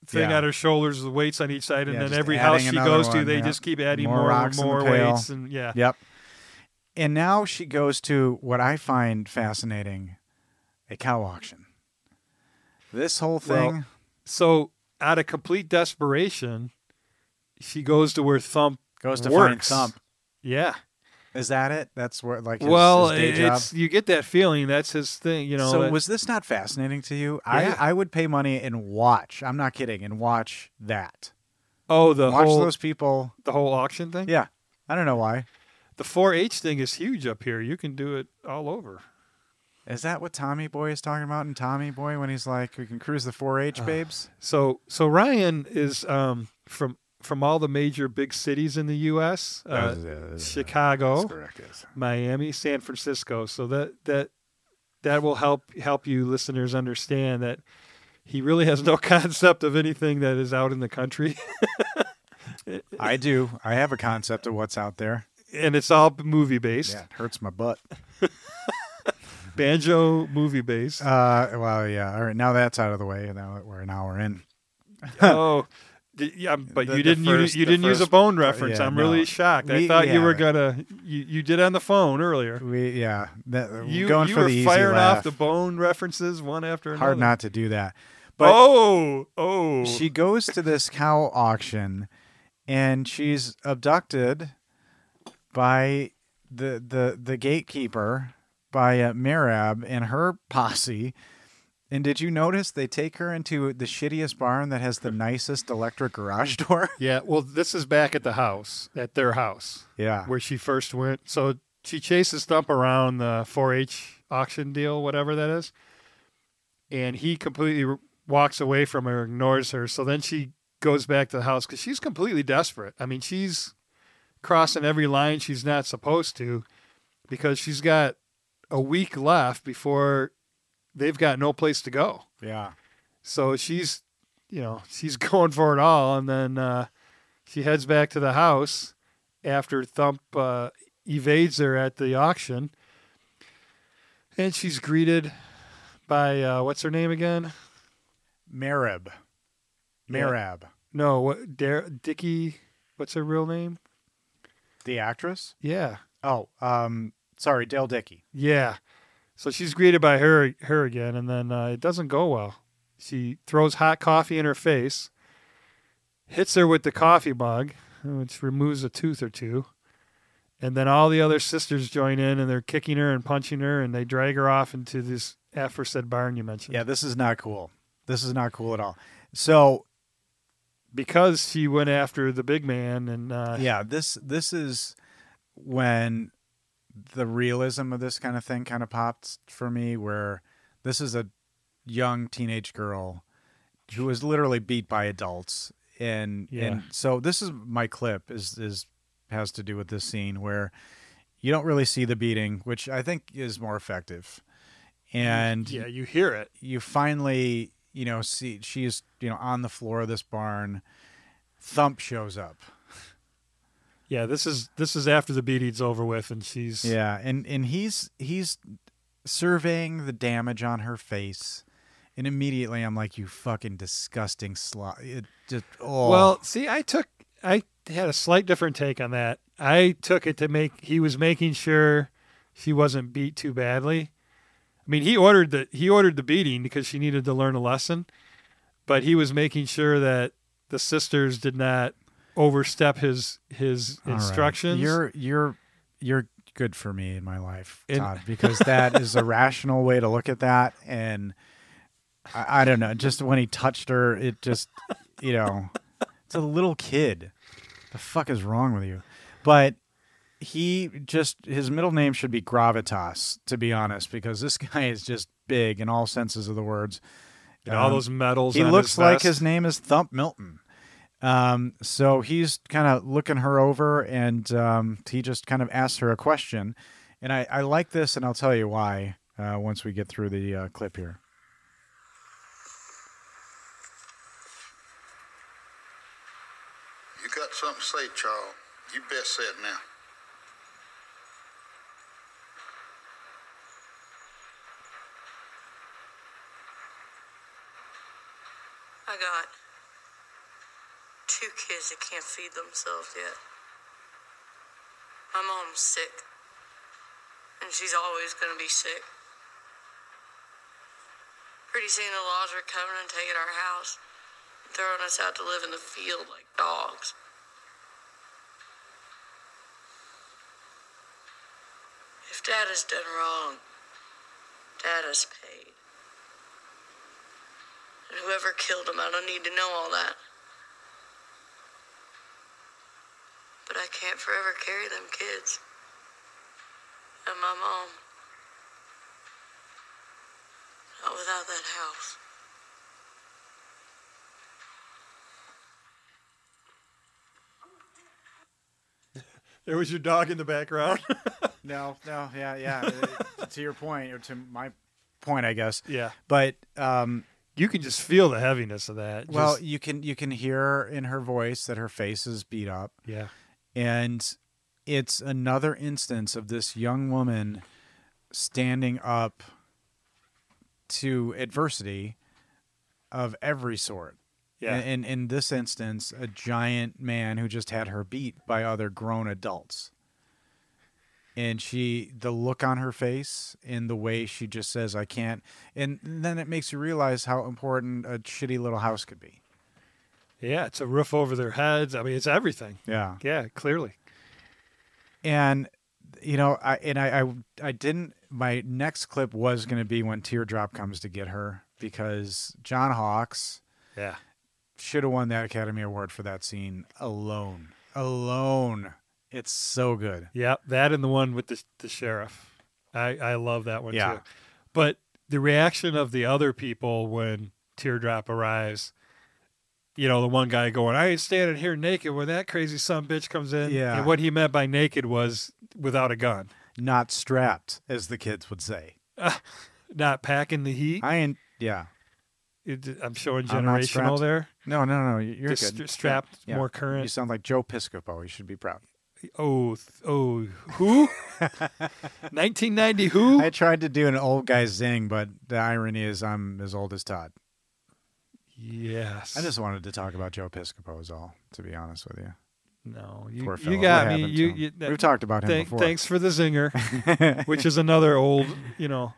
Speaker 5: thing
Speaker 4: Yeah.
Speaker 5: on her shoulders, the weights on each side, and
Speaker 4: Yeah,
Speaker 5: then
Speaker 4: just
Speaker 5: every
Speaker 4: adding
Speaker 5: house she
Speaker 4: another
Speaker 5: goes to,
Speaker 4: one,
Speaker 5: they
Speaker 4: yeah.
Speaker 5: just keep adding
Speaker 4: More
Speaker 5: more, and
Speaker 4: rocks in the
Speaker 5: more
Speaker 4: pail.
Speaker 5: weights, and yeah,
Speaker 4: yep and now she goes to what i find fascinating a cow auction this whole
Speaker 5: Well,
Speaker 4: thing
Speaker 5: So out of complete desperation, she goes to where Thump
Speaker 4: goes to find
Speaker 5: works.
Speaker 4: thump
Speaker 5: Yeah.
Speaker 4: is that it that's where like his,
Speaker 5: well,
Speaker 4: his day job?
Speaker 5: it's you get that feeling. That's his thing, you know.
Speaker 4: so
Speaker 5: that-
Speaker 4: was this not fascinating to you
Speaker 5: Yeah.
Speaker 4: i i would pay money and watch i'm not kidding and watch that
Speaker 5: oh the
Speaker 4: watch
Speaker 5: whole
Speaker 4: those people
Speaker 5: the whole auction thing.
Speaker 4: yeah i don't know why
Speaker 5: The 4-H thing is huge up here. You can do it all over.
Speaker 4: Is that what Tommy Boy is talking about in Tommy Boy when he's like, we can cruise the
Speaker 5: Uh,
Speaker 4: 4-H babes?
Speaker 5: So so Ryan is um from from all the major big cities in the U.S. Uh,
Speaker 4: Oh.
Speaker 5: Chicago,
Speaker 2: correct, yes.
Speaker 5: Miami, San Francisco. So that that that will help help you listeners understand that he really has no [LAUGHS] concept of anything that is out in the country, [LAUGHS]
Speaker 4: I do. I have a concept of what's out there.
Speaker 5: and it's all movie based,
Speaker 4: Yeah, it hurts my butt.
Speaker 5: banjo movie
Speaker 4: [LAUGHS]
Speaker 5: based.
Speaker 4: Uh, well, yeah. All right, now that's out of the way. Now that we're now we're in.
Speaker 5: oh, d- yeah, but
Speaker 4: The- the
Speaker 5: you didn't you-
Speaker 4: first-
Speaker 5: you,
Speaker 4: the
Speaker 5: didn't use a
Speaker 4: first
Speaker 5: bone
Speaker 4: part,
Speaker 5: reference.
Speaker 4: yeah,
Speaker 5: I'm
Speaker 4: no.
Speaker 5: really shocked.
Speaker 4: We-
Speaker 5: I thought
Speaker 4: we
Speaker 5: you were
Speaker 4: haven't.
Speaker 5: gonna you, you did on the phone earlier.
Speaker 4: We yeah, that,
Speaker 5: You
Speaker 4: going
Speaker 5: you
Speaker 4: for
Speaker 5: were
Speaker 4: the easy
Speaker 5: firing
Speaker 4: laugh.
Speaker 5: off the bone references one after another.
Speaker 4: Hard not to do that. But
Speaker 5: oh oh
Speaker 4: she goes to this cow auction and she's abducted by the the the gatekeeper by uh, Mirab and her posse and did you notice they take her into the shittiest barn that has the nicest electric garage door [LAUGHS]
Speaker 5: yeah. Well, this is back at the house at their house.
Speaker 4: yeah
Speaker 5: where she first went. So she chases Thump around the 4-H auction deal, whatever that is, and he completely r- walks away from her, ignores her. So then she goes back to the house because she's completely desperate. I mean, she's crossing every line she's not supposed to because she's got a week left before they've got no place to go.
Speaker 4: yeah
Speaker 5: So she's, you know, she's [LAUGHS] going for it all, and then uh, she heads back to the house after Thump uh, evades her at the auction, and she's greeted by uh, what's her name again?
Speaker 4: Merib
Speaker 5: Yeah.
Speaker 4: Merab
Speaker 5: No, what Dar- Dickie? What's her real name?
Speaker 4: the actress
Speaker 5: Yeah,
Speaker 4: oh um sorry Dale Dickey
Speaker 5: yeah. So she's greeted by her her again, and then uh, it doesn't go well. She throws hot coffee in her face, hits her with the coffee mug, which removes a tooth or two. And then all the other sisters join in and they're kicking her and punching her and they drag her off into this aforesaid barn you mentioned.
Speaker 4: yeah this is not cool this is not cool at all so
Speaker 5: Because she went after the big man and uh,
Speaker 4: yeah this this is when the realism of this kind of thing kind of popped for me where this is a young teenage girl who was literally beat by adults and
Speaker 5: Yeah.
Speaker 4: and so this is my clip is is has to do with this scene where you don't really see the beating which i think is more effective and
Speaker 5: yeah, you hear it.
Speaker 4: you finally you know see she's you know on the floor of this barn thump shows up
Speaker 5: Yeah, this is this is after the beating's over with and she's
Speaker 4: Yeah, and and he's he's surveying the damage on her face, and immediately I'm like, "You fucking disgusting slut!" It just oh
Speaker 5: Well, see, I took I had a slight different take on that. I took it to make he was making sure she wasn't beat too badly. I mean, he ordered the he ordered the beating because she needed to learn a lesson, but he was making sure that the sisters did not overstep his his
Speaker 4: All right.
Speaker 5: instructions.
Speaker 4: You're you're you're good for me in my life,
Speaker 5: And-
Speaker 4: Todd, because that is a rational way to look at that. And I, I don't know, just when he touched her, it just you know, it's a little kid. The fuck is wrong with you? But he just his middle name should be Gravitas, to be honest, because this [LAUGHS] guy is just big in all senses of the words.
Speaker 5: And all
Speaker 4: Um,
Speaker 5: those medals.
Speaker 4: He
Speaker 5: on
Speaker 4: looks
Speaker 5: his
Speaker 4: like
Speaker 5: vest.
Speaker 4: his name is Thump Milton. Um, so he's kind of looking her over, and um, he just kind of asks her a question. And I, I like this, and I'll tell you why uh, once we get through the uh, clip here.
Speaker 6: You got something to say, Charles. You best say it now.
Speaker 7: I got two kids that can't feed themselves yet. My mom's sick, and she's always gonna be sick. Pretty soon, the laws are coming and taking our house, throwing us out to live in the field like dogs. If dad has done wrong, dad has paid. And whoever killed him, I don't need to know all that. But I can't forever carry them kids. And my mom. Not without that house.
Speaker 5: There was your dog in the background. [LAUGHS]
Speaker 4: No, no, yeah, yeah. to your point, or to my point, I guess.
Speaker 5: yeah,
Speaker 4: But um,
Speaker 5: you can just feel the heaviness of that.
Speaker 4: well,
Speaker 5: Just-
Speaker 4: you can you can hear in her voice that her face is beat up.
Speaker 5: yeah,
Speaker 4: And it's another instance of this young woman standing up to adversity of every sort.
Speaker 5: yeah.
Speaker 4: And, and in this instance, a giant man who just had her beat by other grown adults. And she, the look on her face and the way she just says, I can't. And then it makes you realize how important a shitty little house could be.
Speaker 5: Yeah, it's a roof over their heads. I mean, it's everything.
Speaker 4: Yeah.
Speaker 5: Yeah, clearly.
Speaker 4: and you know i and i i, I didn't my next clip was going to be when teardrop comes to get her because john hawks
Speaker 5: Yeah.
Speaker 4: should have won that academy award for that scene alone alone it's so good
Speaker 5: Yeah, that and the one with the, the sheriff. I, I love that one
Speaker 4: Yeah.
Speaker 5: too. But the reaction of the other people when Teardrop arrives, you know, the one guy going, I ain't standing here naked when that crazy son of a bitch comes in.
Speaker 4: Yeah.
Speaker 5: And what he meant by naked was without a gun,
Speaker 4: not strapped as the kids would say
Speaker 5: not packing the heat.
Speaker 4: i ain't yeah
Speaker 5: It- I'm showing
Speaker 4: I'm not
Speaker 5: generational
Speaker 4: strapped.
Speaker 5: there.
Speaker 4: no no no you're
Speaker 5: Just
Speaker 4: good
Speaker 5: stra- strapped,
Speaker 4: Yeah.
Speaker 5: more
Speaker 4: you
Speaker 5: current.
Speaker 4: sound like joe piscopo you should be proud
Speaker 5: Oh, th- oh, who?
Speaker 4: [LAUGHS]
Speaker 5: 1990 who?
Speaker 4: i tried to do an old guy zing but the irony is i'm as old as todd
Speaker 5: Yes.
Speaker 4: i just wanted to talk about joe piscopo is all to be honest with you
Speaker 5: no. You, you
Speaker 4: Poor fellow. What
Speaker 5: got me.
Speaker 4: happened to
Speaker 5: You,
Speaker 4: him?
Speaker 5: you that-
Speaker 4: We've talked about him
Speaker 5: thank-
Speaker 4: before.
Speaker 5: Thanks for the zinger,
Speaker 4: [LAUGHS]
Speaker 5: which is another old. You know,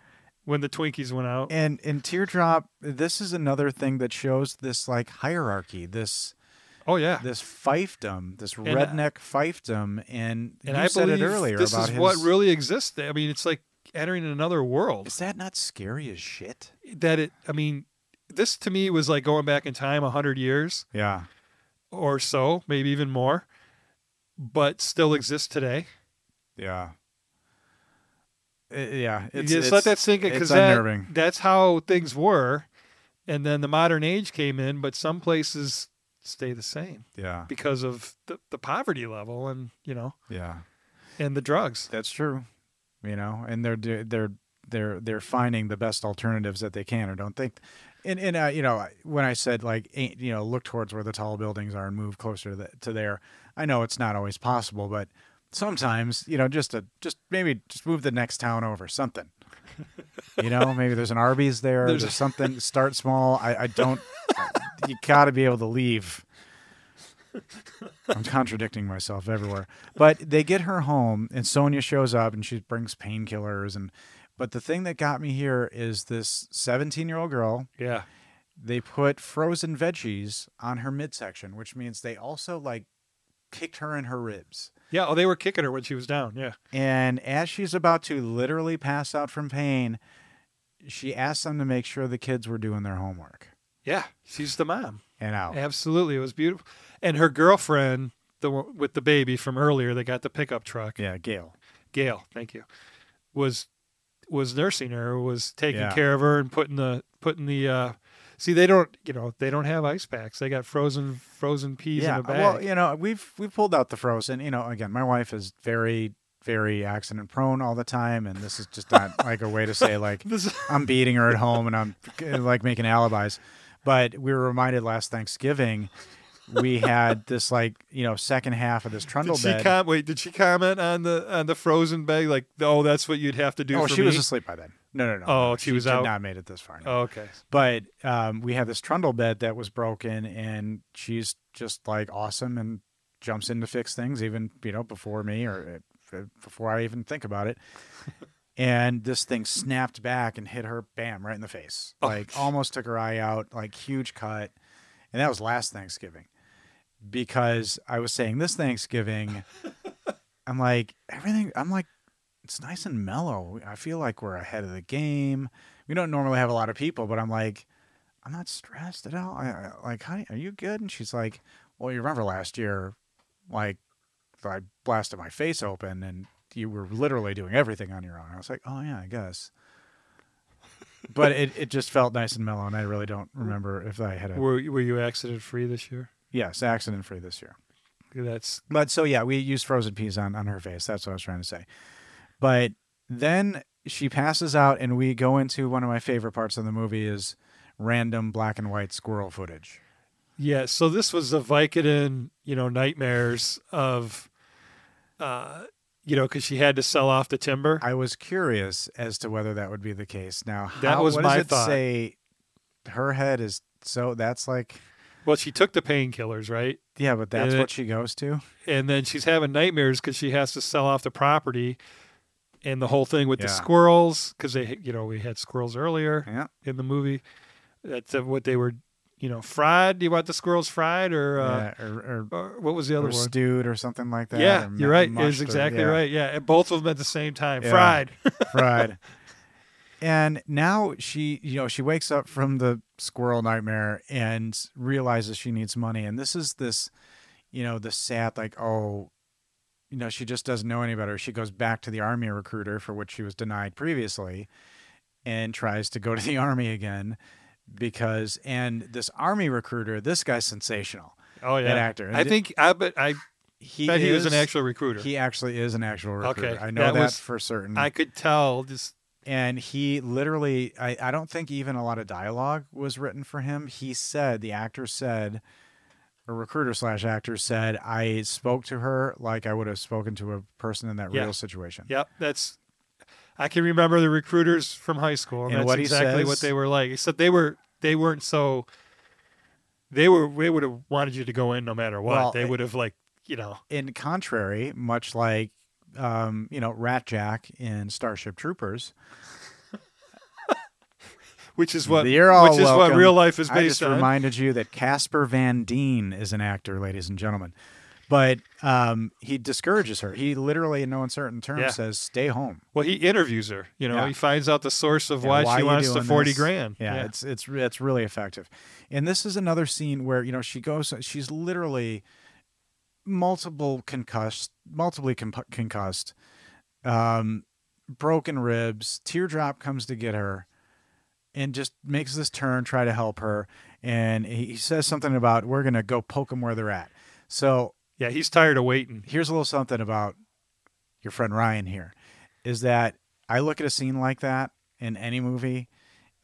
Speaker 5: when the Twinkies went out.
Speaker 4: and and teardrop. This is another thing that shows this like hierarchy, this
Speaker 5: oh yeah.
Speaker 4: this fiefdom, this
Speaker 5: uh,
Speaker 4: redneck fiefdom. And,
Speaker 5: and
Speaker 4: you
Speaker 5: I
Speaker 4: said it
Speaker 5: believe
Speaker 4: earlier
Speaker 5: this
Speaker 4: about
Speaker 5: is
Speaker 4: his,
Speaker 5: what really exists. I mean, it's like entering another world.
Speaker 4: is that not scary as shit?
Speaker 5: That it. I mean, this to me was like going back in time a hundred years
Speaker 4: Yeah,
Speaker 5: or so, maybe even more, but still exists today.
Speaker 4: yeah, I- Uh, yeah. It's,
Speaker 5: Just let that sink in
Speaker 4: it's
Speaker 5: because
Speaker 4: unnerving.
Speaker 5: that's how things were, and then the modern age came in, but some places stay the same
Speaker 4: yeah,
Speaker 5: because of the, the poverty level and you know
Speaker 4: yeah.
Speaker 5: and the drugs.
Speaker 4: That's true. You know, and they're do- they're they're they're finding the best alternatives that they can or don't think. And and uh, you know, when I said like ain't- you know look towards where the tall buildings are and move closer to, the, to there, I know it's not always possible, but sometimes you know just to just maybe just move the next town over [LAUGHS] something. You know, maybe there's an Arby's there. There's,
Speaker 5: There's-
Speaker 4: [LAUGHS] something. Start small. I, I don't. you got to be able to leave. I'm contradicting myself everywhere. But they get her home, and Sonia shows up, and she brings painkillers. And but the thing that got me here is this 17 year old girl.
Speaker 5: Yeah.
Speaker 4: They put frozen veggies on her midsection, which means they also like kicked her in her ribs.
Speaker 5: Yeah. Oh, they were kicking her when she was down. Yeah.
Speaker 4: And as she's about to literally pass out from pain, she asked them to make sure the kids were doing their homework
Speaker 5: Yeah. She's the mom.
Speaker 4: and out.
Speaker 5: Eh. Absolutely. It was beautiful. And her girlfriend, the one with the baby from earlier, they got the pickup truck.
Speaker 4: Yeah, Gail.
Speaker 5: Gail, thank you, was was nursing her, was taking
Speaker 4: Yeah.
Speaker 5: care of her, and putting the putting the. Uh, see, they don't, you know, they don't have ice packs. They got frozen frozen peas in a bag. [LAUGHS]
Speaker 4: Well, you know, we've we've pulled out the frozen. You know, again, my wife is very very accident prone all the time, and this is
Speaker 5: [LAUGHS]
Speaker 4: just not like a way to say like
Speaker 5: This-
Speaker 4: I'm beating her at home and I'm like making alibis. But we were reminded last Thanksgiving we had this like you know second half of this trundle
Speaker 5: did she
Speaker 4: bed.
Speaker 5: com- wait? Did she comment on the on the frozen bag? Like, oh, that's what you'd have to do.
Speaker 4: oh,
Speaker 5: for
Speaker 4: she was
Speaker 5: me?"
Speaker 4: asleep by then. No, no, no.
Speaker 5: Oh,
Speaker 4: no.
Speaker 5: she was
Speaker 4: had
Speaker 5: out?
Speaker 4: Not made it this far. no.
Speaker 5: Oh, okay.
Speaker 4: But um, we had this trundle bed that was broken, and she's just like awesome and jumps in to fix things, even you know before me or uh, before I even think about it. and this thing snapped back and hit her, bam, right in the face. Like almost took her eye out, like huge cut. And that was last Thanksgiving, because I was saying this Thanksgiving, I'm like everything. I'm like it's nice and mellow. I feel like we're ahead of the game we don't normally have a lot of people, but I'm like, I'm not stressed at all. I, I, like, honey, are you good? And she's like, Well, you remember last year, like, I blasted my face open and you were literally doing everything on your own. I was like, Oh, yeah, I guess. But it, it just felt nice and mellow, and I really don't remember if I had a
Speaker 5: Were were you accident free this year?
Speaker 4: yes accident free this year.
Speaker 5: That's
Speaker 4: But so yeah, we used frozen peas on on her face. That's what I was trying to say. But then she passes out, and we go into one of my favorite parts of the movie is random black and white squirrel footage.
Speaker 5: Yeah, so this was the Vicodin, you know, nightmares of, uh, you know, because she had to sell off the timber.
Speaker 4: I was curious as to whether that would be the case. Now, how,
Speaker 5: That was
Speaker 4: what does
Speaker 5: my
Speaker 4: it
Speaker 5: thought.
Speaker 4: say? Her head is so that's like
Speaker 5: Well, she took the painkillers, right?
Speaker 4: yeah, but that's
Speaker 5: Uh,
Speaker 4: what she goes to.
Speaker 5: And then she's having nightmares because she has to sell off the property, and the whole thing with the
Speaker 4: Yeah.
Speaker 5: squirrels because they, you know, we had squirrels earlier
Speaker 4: Yeah,
Speaker 5: in the movie. That's uh, what they were, you know, fried. Do you want the squirrels fried or, uh,
Speaker 4: yeah, or,
Speaker 5: or what was the
Speaker 4: or,
Speaker 5: other
Speaker 4: or
Speaker 5: one?
Speaker 4: stewed or something like that.
Speaker 5: yeah,
Speaker 4: or
Speaker 5: you're right.
Speaker 4: mushed
Speaker 5: It's
Speaker 4: or-
Speaker 5: exactly
Speaker 4: yeah.
Speaker 5: right. Yeah, and both of them at the same time,
Speaker 4: Yeah. [LAUGHS]
Speaker 5: fried.
Speaker 4: fried. And now she, you know, she wakes up from the squirrel nightmare and realizes she needs money. And this is this, you know, the sad, like, oh, you know, she just doesn't know any better. She goes back to the army recruiter for which she was denied previously and tries to go to the [LAUGHS] army again because, and this army recruiter, this guy's sensational.
Speaker 5: oh yeah,
Speaker 4: That actor.
Speaker 5: I think I bet I
Speaker 4: He,
Speaker 5: bet he was
Speaker 4: is-
Speaker 5: an actual recruiter.
Speaker 4: He actually is an actual recruiter.
Speaker 5: Okay,
Speaker 4: I know
Speaker 5: that
Speaker 4: that,
Speaker 5: was-
Speaker 4: for certain.
Speaker 5: I could tell. Just
Speaker 4: and he literally I, I don't think even a lot of dialogue was written for him he said the actor said a recruiter slash actor said i spoke to her like i would have spoken to a person in that
Speaker 5: Yeah.
Speaker 4: real situation
Speaker 5: yep. That's I can remember the recruiters from high school, and,
Speaker 4: And
Speaker 5: that's
Speaker 4: what he
Speaker 5: exactly what
Speaker 4: says-
Speaker 5: they were like. Except they were they weren't so. They were they would have wanted you to go in no matter what.
Speaker 4: Well,
Speaker 5: they
Speaker 4: it-
Speaker 5: would have like you know
Speaker 4: in contrary much like um, you know rat jack in starship troopers
Speaker 5: which is what
Speaker 4: You're all
Speaker 5: which is what
Speaker 4: welcome.
Speaker 5: real life is
Speaker 4: I just
Speaker 5: based on.
Speaker 4: reminded you that Casper Van Deen is an actor, ladies and gentlemen. But um, he discourages her. He literally, in no uncertain terms,
Speaker 5: Yeah.
Speaker 4: says, "Stay home."
Speaker 5: well, he interviews her. You know,
Speaker 4: Yeah.
Speaker 5: he finds out the source of
Speaker 4: Yeah,
Speaker 5: why,
Speaker 4: why
Speaker 5: she
Speaker 4: you
Speaker 5: wants the
Speaker 4: doing
Speaker 5: forty
Speaker 4: this?
Speaker 5: grand.
Speaker 4: Yeah, it's it's re- it's really effective. And this is another scene where you know she goes, she's literally multiple concussed, multiply comp- concussed, um, broken ribs. Teardrop comes to get her, and just makes this turn, try to help her, and he he says something about we're gonna go poke them where they're at. So
Speaker 5: yeah. He's tired of waiting.
Speaker 4: here's a little something about your friend Ryan here is that I look at a scene like that in any movie,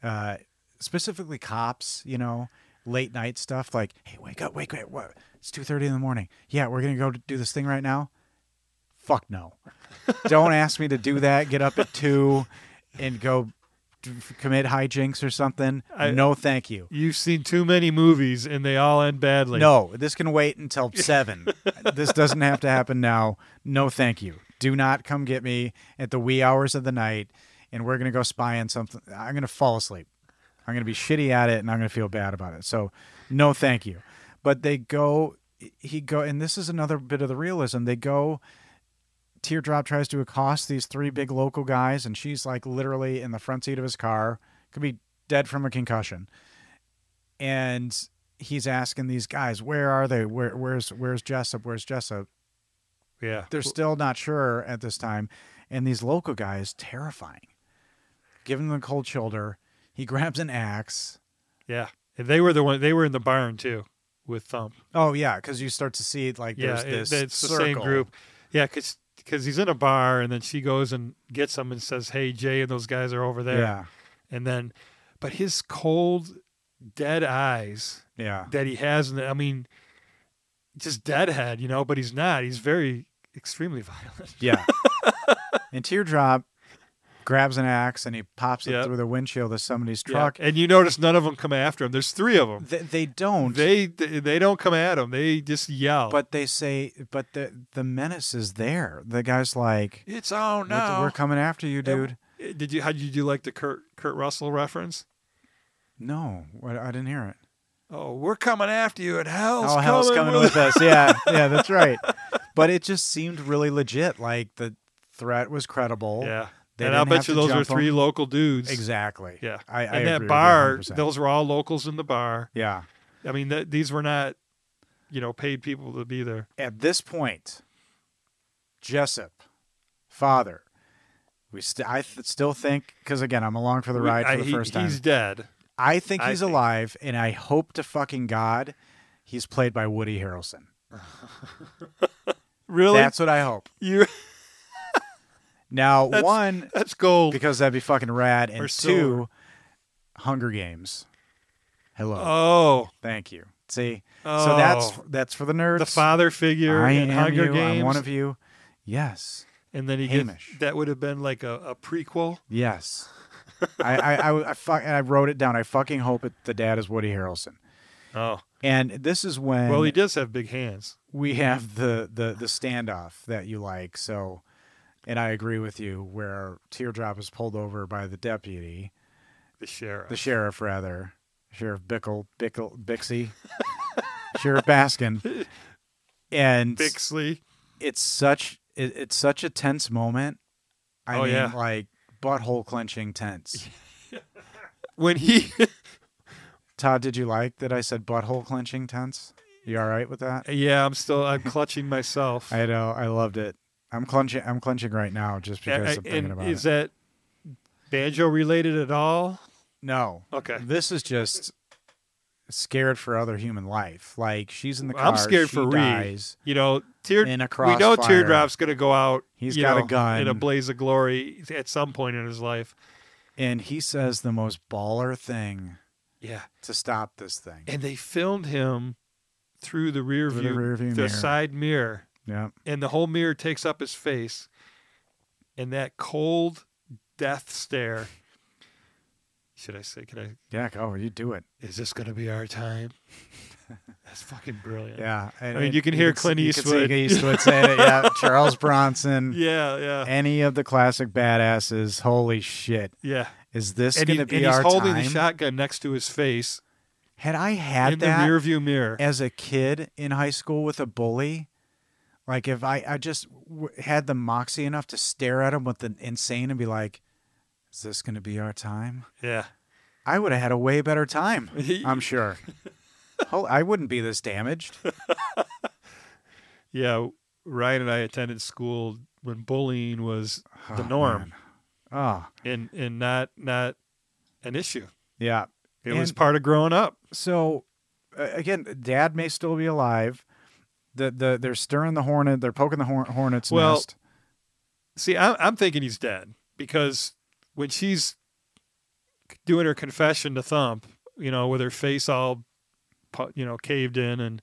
Speaker 4: uh, specifically cops, you know, late night stuff like, hey, wake up, wake up, what? It's 2.30 in the morning. Yeah, we're going to go to do this thing right now. Fuck no. Don't ask me to do that. Get up at 2 and go commit hijinks or something.
Speaker 5: I-
Speaker 4: no, thank you.
Speaker 5: You've seen too many movies and they all end badly.
Speaker 4: No, this can wait until seven. this doesn't have to happen now. No, thank you. Do not come get me at the wee hours of the night, and we're gonna go spy on something. I'm gonna fall asleep. I'm gonna be shitty at it, and I'm gonna feel bad about it. So, no, thank you. But they go. He go, and this is another bit of the realism. They go. Teardrop tries to accost these three big local guys, and she's like literally in the front seat of his car. Could be dead from a concussion. And he's asking these guys, "Where are they? Where, where's where's Jessup? Where's Jessup?"
Speaker 5: Yeah.
Speaker 4: They're still not sure at this time, and these local guys terrifying, giving them the cold shoulder. He grabs an axe.
Speaker 5: Yeah. And they were the one. They were in the barn too, with Thump.
Speaker 4: Oh yeah, because you start to see like
Speaker 5: Yeah,
Speaker 4: there's this
Speaker 5: it, it's the
Speaker 4: circle.
Speaker 5: same group. Yeah, because he's in a bar and then she goes and gets him and says, "Hey, Jay and those guys are over there."
Speaker 4: Yeah,
Speaker 5: And then, but his cold, dead eyes
Speaker 4: yeah,
Speaker 5: that he has, and I mean, just deadhead, you know. But he's not. He's very extremely [LAUGHS] violent.
Speaker 4: yeah. and teardrop grabs an axe and he pops it
Speaker 5: Yep.
Speaker 4: through the windshield of somebody's truck.
Speaker 5: Yeah. And you notice none of them come after him. There's three of them.
Speaker 4: They, they don't.
Speaker 5: They they don't come at him. They just yell.
Speaker 4: but they say, but the the menace is there. The guy's like,
Speaker 5: it's oh
Speaker 4: "We're-
Speaker 5: no.
Speaker 4: we're coming after you, dude."
Speaker 5: Uh, Did you how did you like the Kurt Kurt Russell reference?
Speaker 4: No, what, I didn't hear it.
Speaker 5: Oh, we're coming after you, and hell's,
Speaker 4: oh,
Speaker 5: coming,
Speaker 4: hell's coming
Speaker 5: with, [LAUGHS]
Speaker 4: with us. Yeah, yeah, that's right. But it just seemed really legit. Like the threat was credible.
Speaker 5: Yeah,
Speaker 4: They
Speaker 5: and I'll
Speaker 4: didn't have
Speaker 5: bet you
Speaker 4: to
Speaker 5: those
Speaker 4: jump
Speaker 5: are three
Speaker 4: them.
Speaker 5: local dudes.
Speaker 4: Exactly.
Speaker 5: Yeah,
Speaker 4: I, I
Speaker 5: and
Speaker 4: agree with
Speaker 5: that
Speaker 4: you
Speaker 5: bar,
Speaker 4: 100%.
Speaker 5: those were all locals in the bar.
Speaker 4: Yeah.
Speaker 5: I mean, th- these were not, you know, paid people to be there.
Speaker 4: At this point, Jessup, father, we st- I th- still think because again I'm along for the
Speaker 5: We-
Speaker 4: ride
Speaker 5: I-
Speaker 4: for the
Speaker 5: he-
Speaker 4: first time.
Speaker 5: He's dead.
Speaker 4: I think
Speaker 5: I
Speaker 4: he's
Speaker 5: think-
Speaker 4: alive, and I hope to fucking God, he's played by Woody Harrelson.
Speaker 5: Really?
Speaker 4: That's what I hope.
Speaker 5: you. [LAUGHS]
Speaker 4: Now,
Speaker 5: That's-
Speaker 4: one,
Speaker 5: That's gold.
Speaker 4: because that'd be fucking rad. And
Speaker 5: Or
Speaker 4: two,
Speaker 5: silver.
Speaker 4: Hunger Games. Hello,
Speaker 5: oh,
Speaker 4: thank you. See,
Speaker 5: oh.
Speaker 4: so that's that's for the nerds.
Speaker 5: the father figure
Speaker 4: I
Speaker 5: in
Speaker 4: am
Speaker 5: Hunger
Speaker 4: you.
Speaker 5: Games.
Speaker 4: I'm one of you. Yes,
Speaker 5: and then he gets-
Speaker 4: Hamish.
Speaker 5: that would have been like a, a prequel.
Speaker 4: yes. I I I, I, fuck, and I wrote it down. I fucking hope it, the dad is Woody Harrelson.
Speaker 5: Oh,
Speaker 4: And this is when
Speaker 5: well, he does have big hands.
Speaker 4: we have the the the standoff that you like. So, and I agree with you where Teardrop is pulled over by the deputy.
Speaker 5: The sheriff.
Speaker 4: the sheriff rather sheriff bickle bickle bixie [LAUGHS] sheriff baskin and
Speaker 5: Bixley.
Speaker 4: it's such it, it's such a tense moment i
Speaker 5: Oh,
Speaker 4: mean
Speaker 5: yeah.
Speaker 4: like butthole
Speaker 5: [LAUGHS]
Speaker 4: clenching tense
Speaker 5: When he [LAUGHS]
Speaker 4: todd did you like that i said butthole clenching tense you all right with that
Speaker 5: Yeah, I'm still I'm clutching myself.
Speaker 4: i know i loved it i'm clenching i'm clenching right now just
Speaker 5: Yeah, I-
Speaker 4: because I, am thinking
Speaker 5: and
Speaker 4: about
Speaker 5: is
Speaker 4: it
Speaker 5: that banjo related at all?
Speaker 4: no
Speaker 5: Okay.
Speaker 4: this is just scared for other human life like she's in the car
Speaker 5: I'm scared
Speaker 4: she
Speaker 5: for Reed.
Speaker 4: dies
Speaker 5: You know, tear
Speaker 4: in a
Speaker 5: we know
Speaker 4: crossfire.
Speaker 5: Teardrop's gonna go out
Speaker 4: He's
Speaker 5: you
Speaker 4: got a
Speaker 5: know,
Speaker 4: gun.
Speaker 5: in a blaze of glory at some point in his life.
Speaker 4: and he says the most baller thing
Speaker 5: Yeah.
Speaker 4: to stop this thing.
Speaker 5: And they filmed him through the rear
Speaker 4: Through the
Speaker 5: view
Speaker 4: rear view
Speaker 5: the
Speaker 4: mirror.
Speaker 5: side mirror.
Speaker 4: Yep.
Speaker 5: And the whole mirror takes up his face. And that cold death stare. Should I say, can I
Speaker 4: Yeah. Oh, you do it.
Speaker 5: is this going to be our
Speaker 4: [LAUGHS]
Speaker 5: time? That's fucking brilliant.
Speaker 4: Yeah. And,
Speaker 5: I mean,
Speaker 4: and
Speaker 5: you can hear
Speaker 4: s-
Speaker 5: Clint
Speaker 4: you
Speaker 5: Eastwood. [LAUGHS]
Speaker 4: Can see Eastwood saying it. Yeah. Charles Bronson.
Speaker 5: Yeah, yeah,
Speaker 4: Any of the classic badasses. Holy shit!
Speaker 5: yeah.
Speaker 4: Is this
Speaker 5: And, he-
Speaker 4: going to
Speaker 5: and
Speaker 4: be
Speaker 5: he's
Speaker 4: our
Speaker 5: holding
Speaker 4: time?
Speaker 5: the shotgun next to his face
Speaker 4: Had I had
Speaker 5: in
Speaker 4: that
Speaker 5: the rearview mirror.
Speaker 4: as a kid in high school with a bully, like if I I just w- had the moxie enough to stare at him with the insane and be like, "Is this going to be our time?"
Speaker 5: yeah,
Speaker 4: I would have had a way better
Speaker 5: [LAUGHS]
Speaker 4: time. I'm sure. Oh, I wouldn't be this damaged.
Speaker 5: yeah. Ryan and I attended school when bullying was [LAUGHS] the
Speaker 4: Oh,
Speaker 5: norm
Speaker 4: Oh,
Speaker 5: and and not not an issue.
Speaker 4: yeah.
Speaker 5: It was
Speaker 4: And-
Speaker 5: part of growing up.
Speaker 4: So, uh, again, Dad may still be alive. The the they're stirring the hornet. They're poking the hor- hornet's
Speaker 5: Well-
Speaker 4: nest.
Speaker 5: See, I'm, I'm thinking he's dead because when she's doing her confession to Thump, you know, with her face all, pu- you know, caved in, and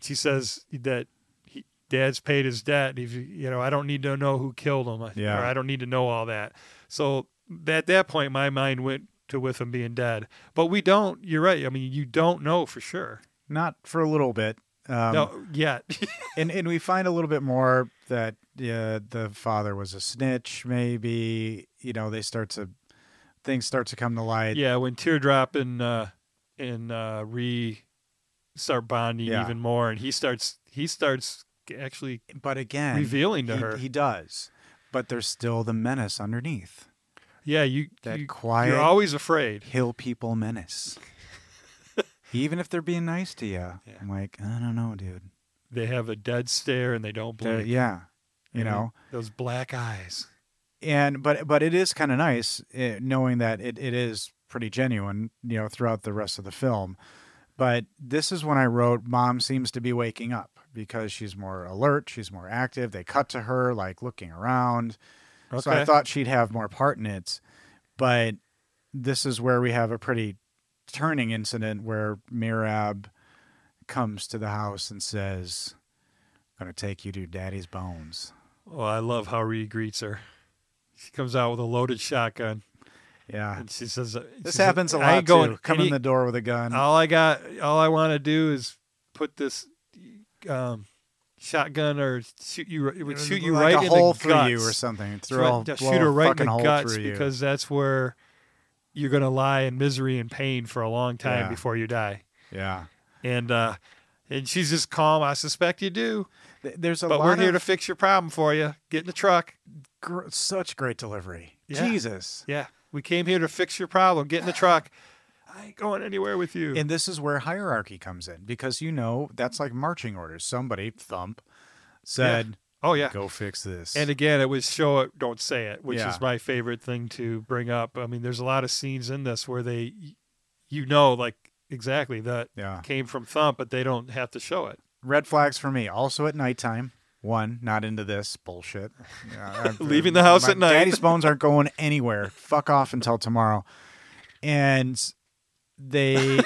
Speaker 5: she says that he, Dad's paid his debt. If you, you know, I don't need to know who killed him.
Speaker 4: Yeah.
Speaker 5: Or I don't need to know all that. So at that point, my mind went to with him being dead. But we don't. You're right. I mean, you don't know for sure.
Speaker 4: Not for a little bit. Um,
Speaker 5: no, yet. [LAUGHS]
Speaker 4: and and we find a little bit more that yeah, the father was a snitch. Maybe you know they start to things start to come to light.
Speaker 5: yeah, when Teardrop and uh, and uh, Ree start bonding
Speaker 4: Yeah.
Speaker 5: even more, and he starts he starts actually
Speaker 4: But again,
Speaker 5: Revealing to
Speaker 4: he-
Speaker 5: her.
Speaker 4: he does. But there's still the menace underneath.
Speaker 5: yeah you
Speaker 4: That
Speaker 5: you,
Speaker 4: quiet-
Speaker 5: you're always afraid.
Speaker 4: hill
Speaker 5: [LAUGHS]
Speaker 4: people menace. Even if they're being nice to you,
Speaker 5: Yeah.
Speaker 4: I'm like, I don't know, dude.
Speaker 5: They have a dead stare and they don't
Speaker 4: They're-
Speaker 5: blink.
Speaker 4: yeah, you
Speaker 5: And
Speaker 4: know.
Speaker 5: those black eyes.
Speaker 4: And but but it is kind of nice eh, knowing that it, it is pretty genuine, you know, throughout the rest of the film. But this is when I wrote, Mom seems to be waking up because she's more alert, she's more active. They cut to her like looking around. So I
Speaker 5: Okay.
Speaker 4: thought she'd have more part in it, but this is where we have a pretty turning incident where Mirab comes to the house and says, "I'm gonna take you to Daddy's bones."
Speaker 5: Well, Oh, I love how Ree greets her. She comes out with a loaded shotgun
Speaker 4: Yeah,
Speaker 5: and she says, uh, she
Speaker 4: this
Speaker 5: says,
Speaker 4: happens a
Speaker 5: "I
Speaker 4: lot
Speaker 5: ain't
Speaker 4: too.
Speaker 5: going
Speaker 4: Come
Speaker 5: any-
Speaker 4: in the door with a gun.
Speaker 5: All I got, all I want to do is put this um, shotgun or shoot you, it would shoot you
Speaker 4: like
Speaker 5: right
Speaker 4: a
Speaker 5: in
Speaker 4: hole
Speaker 5: the
Speaker 4: through
Speaker 5: guts.
Speaker 4: you or something.
Speaker 5: Throw-
Speaker 4: Throw,
Speaker 5: yeah,
Speaker 4: a, blow
Speaker 5: shoot her
Speaker 4: a
Speaker 5: right in
Speaker 4: fucking
Speaker 5: the
Speaker 4: hole
Speaker 5: guts
Speaker 4: through you.
Speaker 5: because that's where you're gonna lie in misery and pain for a long time
Speaker 4: Yeah.
Speaker 5: before you die.
Speaker 4: yeah,
Speaker 5: And uh, and she's just calm. I suspect you do,
Speaker 4: Th- there's a
Speaker 5: but
Speaker 4: lot
Speaker 5: we're here
Speaker 4: of
Speaker 5: to fix your problem for you. Get in the truck.
Speaker 4: gr- such great delivery.
Speaker 5: Yeah.
Speaker 4: Jesus.
Speaker 5: Yeah, we came here to fix your problem. Get in the truck. I ain't going anywhere with you.
Speaker 4: And this is where hierarchy comes in because you know that's like marching orders. Somebody thump said,
Speaker 5: oh yeah.
Speaker 4: "Go fix this."
Speaker 5: And again, it was show it, don't say it, which
Speaker 4: Yeah.
Speaker 5: is my favorite thing to bring up. I mean, there's a lot of scenes in this where they, you know, like exactly that
Speaker 4: yeah,
Speaker 5: came from Thump, but they don't have to show it.
Speaker 4: red flags for me. Also at nighttime. One, not into this bullshit.
Speaker 5: [LAUGHS]
Speaker 4: Yeah, I-
Speaker 5: Leaving the house
Speaker 4: my
Speaker 5: at night.
Speaker 4: Daddy's bones aren't going anywhere. Fuck off until tomorrow. And
Speaker 5: [LAUGHS]
Speaker 4: they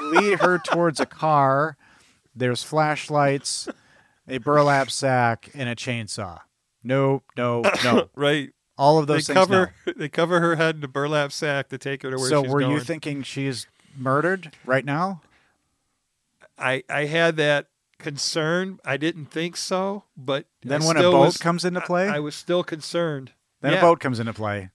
Speaker 4: lead her towards a car. There's flashlights, a burlap sack, and a chainsaw. No, no,
Speaker 5: [COUGHS]
Speaker 4: no.
Speaker 5: Right.
Speaker 4: All of those
Speaker 5: they
Speaker 4: things. no.
Speaker 5: cover they cover her head in a burlap sack to take her to where
Speaker 4: so
Speaker 5: she's
Speaker 4: were you
Speaker 5: going.
Speaker 4: thinking she's murdered right now?
Speaker 5: I I had that concern. I didn't think so, but I
Speaker 4: Then when a
Speaker 5: still
Speaker 4: boat
Speaker 5: was-
Speaker 4: comes into
Speaker 5: I-
Speaker 4: play,
Speaker 5: I, was still concerned.
Speaker 4: then
Speaker 5: yeah. Uh,
Speaker 4: a boat comes into play.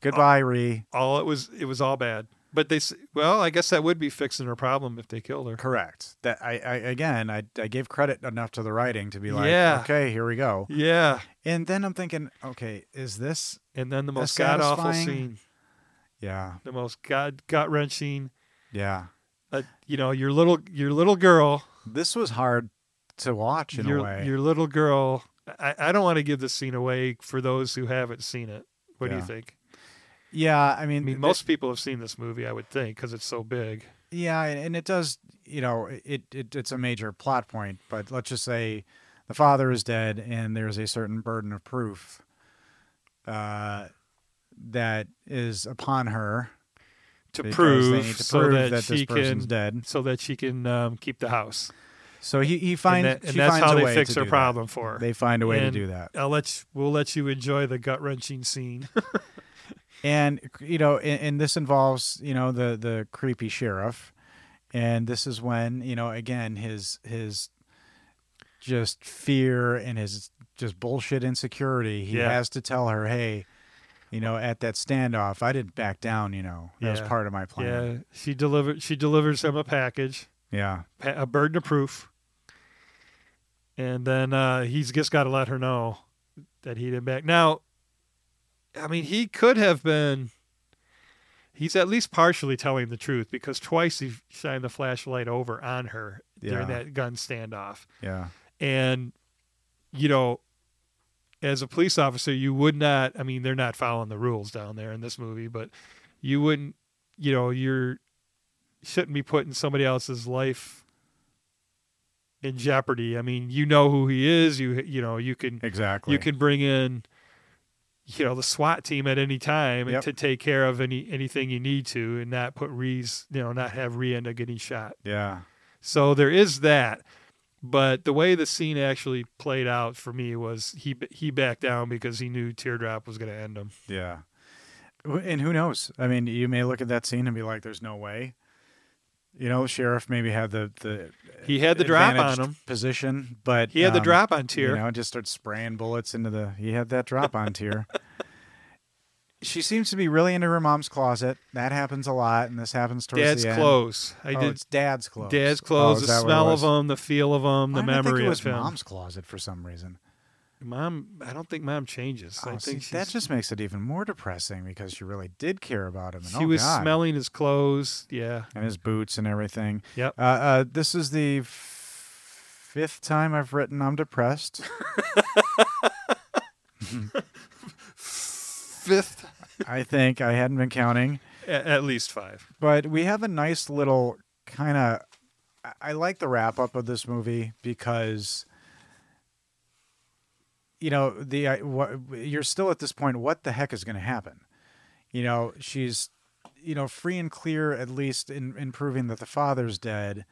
Speaker 4: Goodbye, Ree.
Speaker 5: All it was it was all bad. But they s- well, I guess that would be fixing her problem if they killed her.
Speaker 4: Correct. That I, I again, I, I gave credit enough to the writing to be like,
Speaker 5: Yeah.
Speaker 4: okay, here we go.
Speaker 5: Yeah.
Speaker 4: And then I'm thinking, okay, is this?
Speaker 5: And then the
Speaker 4: That's
Speaker 5: most god awful
Speaker 4: satisfying.
Speaker 5: scene,
Speaker 4: Yeah,
Speaker 5: the most god gut wrenching.
Speaker 4: yeah.
Speaker 5: Uh, you know, your little your little girl,
Speaker 4: This was hard to watch in a
Speaker 5: your
Speaker 4: way.
Speaker 5: your little girl. I, I don't want to give this scene away for those who haven't seen it. What do
Speaker 4: Yeah.
Speaker 5: you think?
Speaker 4: yeah, I
Speaker 5: I
Speaker 4: mean,
Speaker 5: mean, most people have seen this movie, I would think, because it's so big.
Speaker 4: Yeah, and and it does. You know, it, it it's a major plot point. But let's just say the father is dead, and there's a certain burden of proof uh, that is upon her
Speaker 5: To
Speaker 4: because
Speaker 5: prove,
Speaker 4: they need to
Speaker 5: so
Speaker 4: prove
Speaker 5: that,
Speaker 4: this
Speaker 5: she
Speaker 4: person's
Speaker 5: can,
Speaker 4: dead.
Speaker 5: so that she can um, keep the house.
Speaker 4: So he he finds
Speaker 5: and that, and
Speaker 4: she
Speaker 5: that's
Speaker 4: finds
Speaker 5: how
Speaker 4: a
Speaker 5: they
Speaker 4: way
Speaker 5: fix
Speaker 4: to
Speaker 5: her
Speaker 4: do that.
Speaker 5: problem for her.
Speaker 4: They find a way
Speaker 5: And-
Speaker 4: to do that.
Speaker 5: I'll let you, we'll let you enjoy the gut wrenching scene.
Speaker 4: and you know and, and this involves you know the the creepy sheriff and this is when you know again his his just fear and his just bullshit insecurity he
Speaker 5: Yeah.
Speaker 4: has to tell her hey you know at that standoff i didn't back down you know that was
Speaker 5: Yeah.
Speaker 4: part of my plan
Speaker 5: yeah, she delivered. She delivers him a package.
Speaker 4: yeah
Speaker 5: pa- a burden of proof. And then uh, he's just got to let her know that he didn't back. Now, I mean, he could have been. He's at least partially telling the truth because twice he shined the flashlight over on her
Speaker 4: Yeah.
Speaker 5: during that gun standoff.
Speaker 4: yeah
Speaker 5: And, you know, as a police officer, you would not, I mean, they're not following the rules down there in this movie, but you wouldn't, you know, you're, shouldn't be putting somebody else's life in jeopardy. I mean, you know who he is. You, you know, you can,
Speaker 4: exactly
Speaker 5: you can bring in, you know, the SWAT team at any time
Speaker 4: Yep.
Speaker 5: to take care of any, anything you need to and not put Ree's, you know, not have Ree end up getting shot.
Speaker 4: yeah
Speaker 5: So there is that. But the way the scene actually played out for me was he he backed down because he knew Teardrop was going to end him.
Speaker 4: yeah Wh- And who knows? I mean, you may look at that scene and be like, "There's no way." You know, sheriff maybe had the the
Speaker 5: He had the drop on
Speaker 4: advantaged
Speaker 5: him.
Speaker 4: position, but
Speaker 5: He had the
Speaker 4: um,
Speaker 5: drop on tier.
Speaker 4: You know, just started spraying bullets into the. He had that drop
Speaker 5: [LAUGHS]
Speaker 4: on tier. She seems to be really into her mom's closet. That happens a lot, and this happens towards
Speaker 5: Dad's
Speaker 4: the end.
Speaker 5: clothes. I
Speaker 4: oh,
Speaker 5: did
Speaker 4: it's dad's clothes.
Speaker 5: dad's
Speaker 4: Oh,
Speaker 5: clothes. the
Speaker 4: is that what it
Speaker 5: smell of
Speaker 4: was?
Speaker 5: them, the feel of them,
Speaker 4: Why
Speaker 5: the
Speaker 4: did I think
Speaker 5: memory
Speaker 4: it was
Speaker 5: of him.
Speaker 4: mom's closet for some reason.
Speaker 5: Mom, I don't think mom changes.
Speaker 4: Oh,
Speaker 5: I think
Speaker 4: see, that
Speaker 5: she's-
Speaker 4: just makes it even more depressing because she really did care about him. And,
Speaker 5: she
Speaker 4: oh,
Speaker 5: was
Speaker 4: God.
Speaker 5: smelling his clothes. Yeah.
Speaker 4: and his boots and everything.
Speaker 5: Yep.
Speaker 4: Uh, uh, this is the f- fifth time I've written I'm depressed. [LAUGHS]
Speaker 5: Fifth,
Speaker 4: I think I hadn't been counting,
Speaker 5: at, at least five.
Speaker 4: but we have a nice little kind of. I- I like the wrap up of this movie because. You know the I, what, you're still at this point. What the heck is going to happen? You know she's, you know, free and clear at least in, in proving that the father's dead.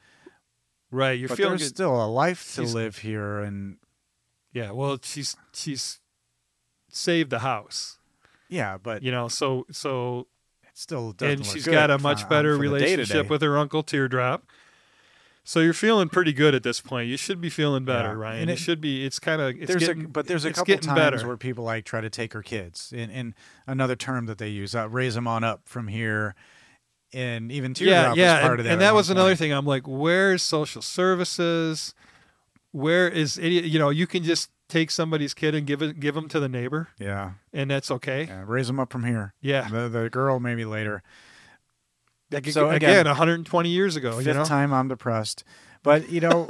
Speaker 5: Right. You're
Speaker 4: but
Speaker 5: feeling
Speaker 4: there's
Speaker 5: good.
Speaker 4: still a life to
Speaker 5: She's-
Speaker 4: live here, and
Speaker 5: yeah. Well, she's she's saved the house.
Speaker 4: yeah, but
Speaker 5: You know. So so
Speaker 4: it still doesn't
Speaker 5: and
Speaker 4: look
Speaker 5: she's
Speaker 4: good
Speaker 5: got a
Speaker 4: for-
Speaker 5: much
Speaker 4: on-
Speaker 5: better
Speaker 4: for the day-to-day.
Speaker 5: relationship with her uncle Teardrop. So you're feeling pretty good at this point. You should be feeling better,
Speaker 4: Yeah.
Speaker 5: Ryan.
Speaker 4: And
Speaker 5: it,
Speaker 4: it-
Speaker 5: should be. It's kind of.
Speaker 4: there's
Speaker 5: getting,
Speaker 4: a but there's a
Speaker 5: it's
Speaker 4: couple
Speaker 5: getting
Speaker 4: times
Speaker 5: better.
Speaker 4: where people like try to take her kids in, in another term that they use uh, raise them on up from here and even
Speaker 5: yeah,
Speaker 4: teardrop
Speaker 5: yeah,
Speaker 4: was part
Speaker 5: and,
Speaker 4: of that
Speaker 5: and
Speaker 4: at
Speaker 5: that
Speaker 4: one
Speaker 5: was another
Speaker 4: point.
Speaker 5: thing. I'm like, where's social services? Where is idiot? You know, you can just take somebody's kid and give it, give them to the neighbor,
Speaker 4: yeah,
Speaker 5: and that's okay.
Speaker 4: yeah raise them up from here
Speaker 5: Yeah.
Speaker 4: the, the girl maybe later
Speaker 5: Like,
Speaker 4: So
Speaker 5: again,
Speaker 4: again,
Speaker 5: 120 years ago,
Speaker 4: fifth
Speaker 5: you know.
Speaker 4: time I'm depressed but
Speaker 5: [LAUGHS]
Speaker 4: you know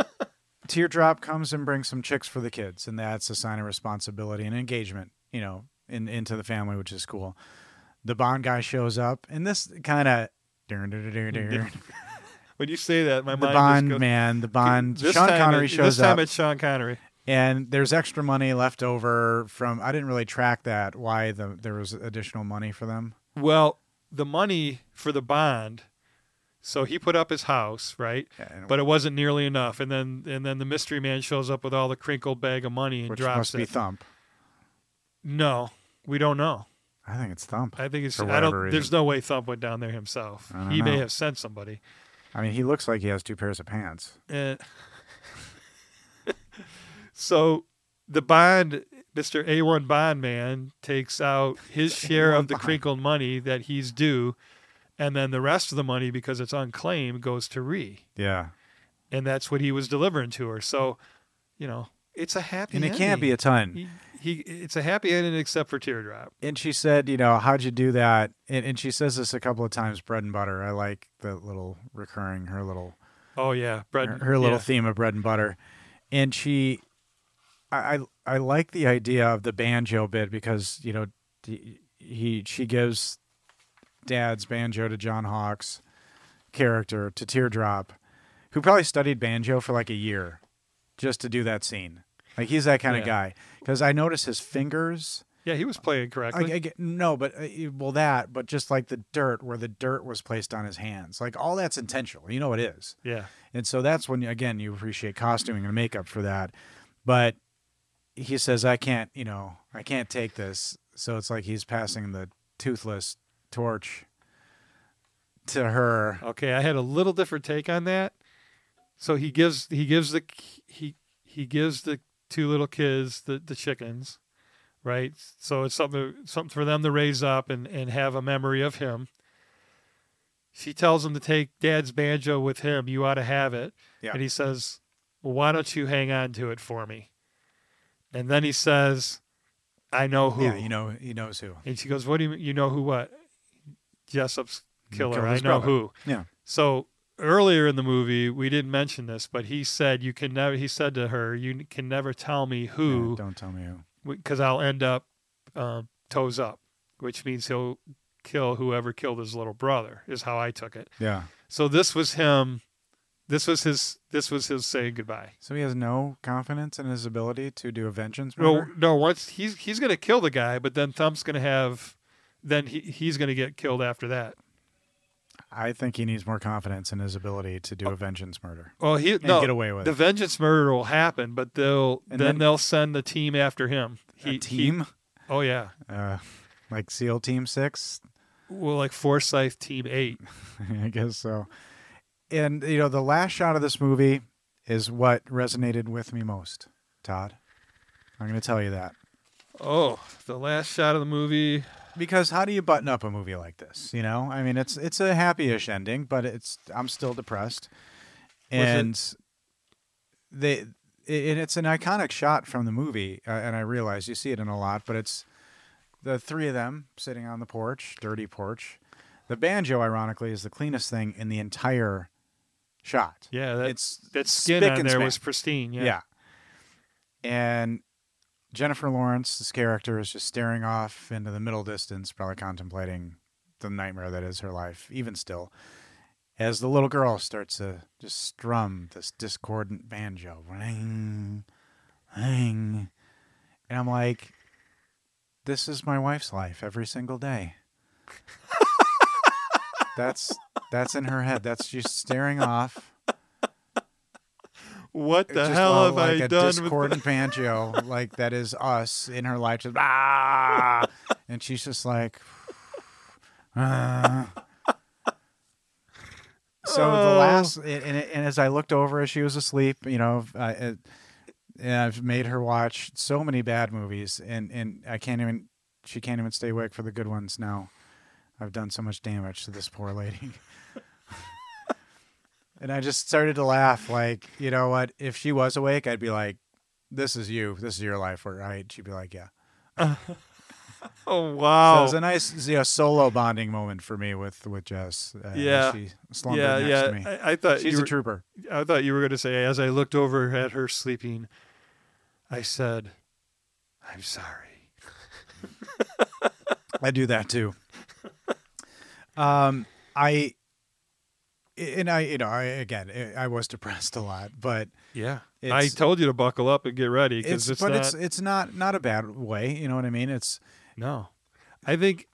Speaker 4: teardrop comes and brings some chicks for the kids and that's a sign of responsibility and engagement you know in into the family which is cool the bond guy shows up and this kind of
Speaker 5: When you say that, my
Speaker 4: the
Speaker 5: mind
Speaker 4: Bond
Speaker 5: just goes,
Speaker 4: man, the Bond.
Speaker 5: This
Speaker 4: Sean
Speaker 5: time
Speaker 4: Connery
Speaker 5: it-
Speaker 4: shows
Speaker 5: This time
Speaker 4: up,
Speaker 5: it's Sean Connery.
Speaker 4: and there's extra money left over from. I didn't really track that why the, there was additional money for them.
Speaker 5: Well, the money for the bond, so he put up his house, right?
Speaker 4: and-
Speaker 5: But it wasn't nearly enough. And then and then the mystery man shows up with all the crinkled bag of money and
Speaker 4: Which
Speaker 5: drops
Speaker 4: must
Speaker 5: it.
Speaker 4: be Thump.
Speaker 5: no, we don't know.
Speaker 4: I think it's Thump. I,
Speaker 5: I think it's.
Speaker 4: For
Speaker 5: I
Speaker 4: whatever
Speaker 5: don't.
Speaker 4: reason.
Speaker 5: There's no way Thump went down there himself.
Speaker 4: I don't
Speaker 5: He may
Speaker 4: know.
Speaker 5: have sent somebody.
Speaker 4: mean, he looks like he has two pairs of pants.
Speaker 5: Uh, so the bond, Mister A One Bond Man, takes out
Speaker 4: [LAUGHS]
Speaker 5: his share
Speaker 4: A1
Speaker 5: of the
Speaker 4: Bond.
Speaker 5: crinkled money that he's due, and then the rest of the money because it's unclaimed goes to Ree,
Speaker 4: Yeah,
Speaker 5: and that's what he was delivering to her. So, you know, it's a happy.
Speaker 4: and it can't be a
Speaker 5: ending.
Speaker 4: ton.
Speaker 5: He, he, it's a happy ending except for teardrop.
Speaker 4: And she said, you know, how'd you do that? And, and she says this a couple of times. Bread and butter. I like the little recurring her little
Speaker 5: Oh yeah, bread.
Speaker 4: her, her little
Speaker 5: yeah.
Speaker 4: theme of bread and butter and she I, I i like the idea of the banjo bit because you know d- he she gives dad's banjo to john hawk's character to teardrop who probably studied banjo for like a year just to do that scene like he's that kind
Speaker 5: Yeah.
Speaker 4: of guy because i notice his fingers
Speaker 5: Yeah, he was playing
Speaker 4: I,
Speaker 5: correctly.
Speaker 4: I get- no but uh, well that but just like the dirt where the dirt was placed on his hands like all that's intentional you know it is
Speaker 5: yeah,
Speaker 4: and so that's when, again, you appreciate costuming and makeup for that. But he says, I can't, you know, I can't take this. So it's like he's passing the toothless torch to her.
Speaker 5: Okay, I had a little different take on that. So he gives he gives the he he gives the two little kids the the chickens, right? So it's something something for them to raise up and and have a memory of him. She tells him to take dad's banjo with him. You ought to have it.
Speaker 4: Yeah.
Speaker 5: And he says, "Well, why don't you hang on to it for me?" And then he says, "I know who."
Speaker 4: Yeah, you know, he knows who.
Speaker 5: And she goes, "What do you mean? You know who? What? Jessup's killer.
Speaker 4: killed
Speaker 5: I know
Speaker 4: his brother."
Speaker 5: who."
Speaker 4: Yeah.
Speaker 5: So earlier in the movie, we didn't mention this, but he said, "You can never." He said to her, "You can never tell me
Speaker 4: Yeah,
Speaker 5: who,
Speaker 4: don't tell me who.
Speaker 5: because I'll end up um, toes up, which means he'll kill whoever killed his little brother." Is how I took it.
Speaker 4: Yeah.
Speaker 5: So this was him. This was his. This was his saying goodbye.
Speaker 4: So he has no confidence in his ability to do a vengeance
Speaker 5: No,
Speaker 4: murder?
Speaker 5: no. Once he's he's gonna kill the guy, but then Thump's gonna have, then he he's gonna get killed after that.
Speaker 4: I think he needs more confidence in his ability to do a vengeance murder.
Speaker 5: Well, he no,
Speaker 4: get away with
Speaker 5: the
Speaker 4: it.
Speaker 5: vengeance murder will happen, but they'll then,
Speaker 4: And then-
Speaker 5: they'll send the team after him. He,
Speaker 4: a
Speaker 5: he-
Speaker 4: team?
Speaker 5: oh yeah,
Speaker 4: uh, like SEAL Team 6?
Speaker 5: well, like Forsyth Team Eight.
Speaker 4: [LAUGHS] I guess so. And you know, the last shot of this movie is what resonated with me most, Todd. I'm going to tell you that.
Speaker 5: Oh, the last shot of the movie.
Speaker 4: Because how do you button up a movie like this, you know? I mean, it's it's a happy-ish ending, but it's I'm still depressed. And they it, and it's an iconic shot from the movie, uh, and I realize you see it in a lot, but it's the three of them sitting on the porch, dirty porch. The banjo, ironically, is the cleanest thing in the entire shot.
Speaker 5: Yeah, that,
Speaker 4: It's
Speaker 5: that skin
Speaker 4: spick
Speaker 5: on
Speaker 4: and
Speaker 5: there
Speaker 4: span.
Speaker 5: was pristine. Yeah.
Speaker 4: Yeah. And Jennifer Lawrence's character is just staring off into the middle distance, probably contemplating the nightmare that is her life, even still, as the little girl starts to just strum this discordant banjo. Ring, ring. And I'm like, this is my wife's life every
Speaker 5: [LAUGHS]
Speaker 4: single day. that's that's in her head. That's just staring off
Speaker 5: What the
Speaker 4: just
Speaker 5: hell
Speaker 4: all
Speaker 5: have
Speaker 4: like
Speaker 5: I
Speaker 4: a
Speaker 5: done with?
Speaker 4: discordant banjo like that is us in her life just ah and she's just like ah. [LAUGHS] so the
Speaker 5: Oh.
Speaker 4: last and, and, and as i looked over as she was asleep you know I, it, and i've made her watch so many bad movies and and i can't even she can't even stay awake for the good ones now i've done so much damage to this poor lady [LAUGHS] and I just started to laugh. Like, you know what? If she was awake, I'd be like, this is you. This is your life, right? She'd be like, yeah. [LAUGHS]
Speaker 5: Oh
Speaker 4: So it
Speaker 5: wow!
Speaker 4: was a nice you know, solo bonding moment for me with, with Jess. Uh, as
Speaker 5: Yeah.
Speaker 4: She slumbered
Speaker 5: yeah,
Speaker 4: next
Speaker 5: yeah.
Speaker 4: to me.
Speaker 5: I, I thought
Speaker 4: She's
Speaker 5: you
Speaker 4: a
Speaker 5: were,
Speaker 4: trooper.
Speaker 5: I thought you were going to say as I looked over at her sleeping, I said, "I'm sorry."
Speaker 4: I do
Speaker 5: [LAUGHS]
Speaker 4: that too. Um, I, and I, you know, I, again, I I was depressed a lot, but
Speaker 5: Yeah, I
Speaker 4: It's-
Speaker 5: told you to buckle up and get ready
Speaker 4: it's,
Speaker 5: because it's,
Speaker 4: but
Speaker 5: not.
Speaker 4: it's, it's not, not a bad way. You know what I mean? It's,
Speaker 5: No, I think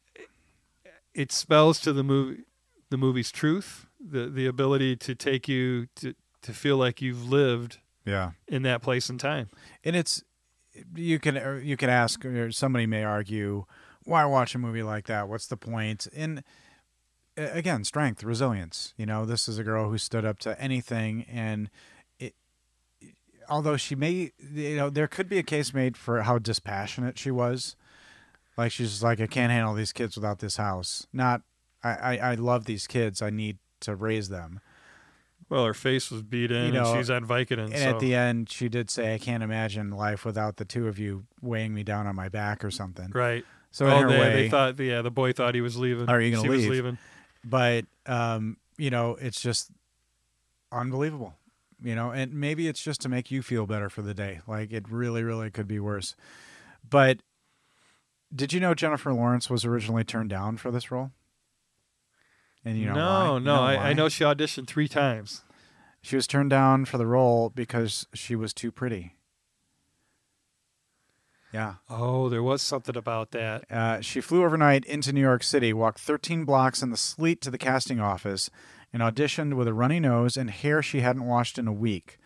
Speaker 5: it spells to the movie, the movie's truth, the the ability to take you to to feel like you've lived
Speaker 4: yeah.
Speaker 5: in that place and time.
Speaker 4: and it's you can or you can ask or somebody may argue why watch a movie like that what's the point and uh, again strength resilience you know this is a girl who stood up to anything and it, although she may you know there could be a case made for how dispassionate she was like she's just like i can't handle these kids without this house not i i, I love these kids i need to raise them
Speaker 5: Well, her face was beat in,
Speaker 4: know,
Speaker 5: and she's on Vicodin.
Speaker 4: and
Speaker 5: so
Speaker 4: at the end, she did say, "I can't imagine life without the two of you weighing me down on my back or something."
Speaker 5: right,
Speaker 4: So
Speaker 5: oh,
Speaker 4: in her
Speaker 5: they,
Speaker 4: way,
Speaker 5: they thought yeah, the boy thought he was leaving.
Speaker 4: Are you gonna
Speaker 5: she
Speaker 4: leave?
Speaker 5: Was leaving.
Speaker 4: but um, you know, it's just unbelievable. You know, and maybe it's just to make you feel better for the day. Like it really, really could be worse. But did you know Jennifer Lawrence was originally turned down for this role? And you know,
Speaker 5: no,
Speaker 4: why? You
Speaker 5: no, I, I
Speaker 4: why?
Speaker 5: know she auditioned three times.
Speaker 4: she was turned down for the role because she was too pretty. Yeah.
Speaker 5: Oh, there was something about that.
Speaker 4: Uh, she flew overnight into New York City, walked 13 blocks in the sleet to the casting office, and auditioned with a runny nose and hair she hadn't washed in a week.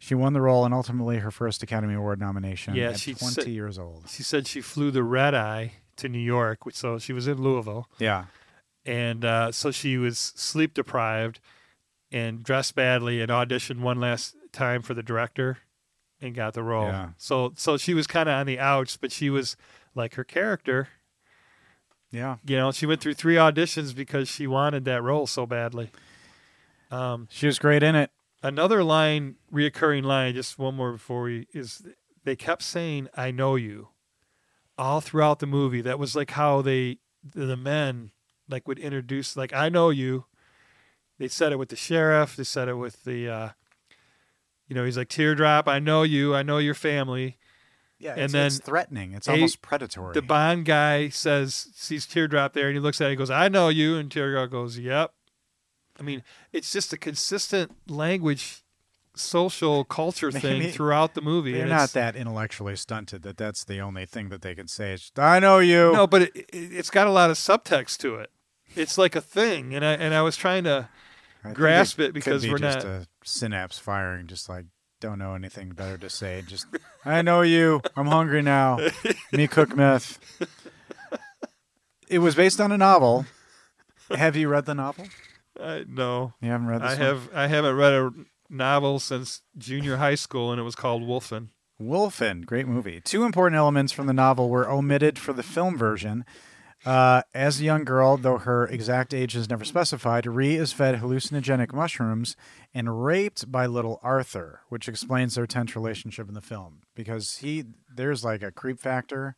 Speaker 4: She won the role and ultimately her first Academy Award nomination
Speaker 5: Yeah,
Speaker 4: at
Speaker 5: she
Speaker 4: 20
Speaker 5: said-
Speaker 4: years old.
Speaker 5: She said she flew the red eye to New York, which so she was in Louisville.
Speaker 4: Yeah.
Speaker 5: and uh, so she was sleep deprived and dressed badly and auditioned one last time for the director and got the role.
Speaker 4: Yeah.
Speaker 5: So so she was kind of on the outs, but she was like her character.
Speaker 4: Yeah.
Speaker 5: You know, she went through three auditions because she wanted that role so badly. Um,
Speaker 4: She was great in it.
Speaker 5: another line, reoccurring line, just one more before we is they kept saying "I know you" all throughout the movie. That was like how they the the men like would introduce like "I know you." They said it with the sheriff. They said it with the uh, you know he's like teardrop. I know you. I know your family.
Speaker 4: Yeah.
Speaker 5: And it's- then it's
Speaker 4: threatening. It's
Speaker 5: eight- almost
Speaker 4: almost predatory.
Speaker 5: The Bond guy says sees teardrop there, and he looks at it and goes, "I know you." And teardrop goes, "Yep." I mean, it's just a consistent language, social culture thing
Speaker 4: [LAUGHS] Maybe-
Speaker 5: throughout the movie.
Speaker 4: They're
Speaker 5: and
Speaker 4: not
Speaker 5: it's-
Speaker 4: that intellectually stunted that that's the only thing that they can say. It's, I know you.
Speaker 5: No, but it, it, it's got a lot of subtext to it. It's like a thing, and I and I was trying to.
Speaker 4: I think
Speaker 5: grasp
Speaker 4: it
Speaker 5: it
Speaker 4: could
Speaker 5: because
Speaker 4: be
Speaker 5: we're
Speaker 4: just
Speaker 5: not-
Speaker 4: a synapse firing, just like don't know anything better to say. Just I know you. I'm hungry now. Me cook meth. It was based on a novel Have you read the novel?
Speaker 5: I, no,
Speaker 4: You haven't read this
Speaker 5: I
Speaker 4: one?
Speaker 5: have I haven't read a novel since junior high school, and it was called Wolfen.
Speaker 4: Wolfen, great movie. Two important elements from the novel were omitted for the film version. Uh, as a young girl, though her exact age is never specified, Ree is fed hallucinogenic mushrooms and raped by little Arthur, which explains their tense relationship in the film because he there's like a creep factor.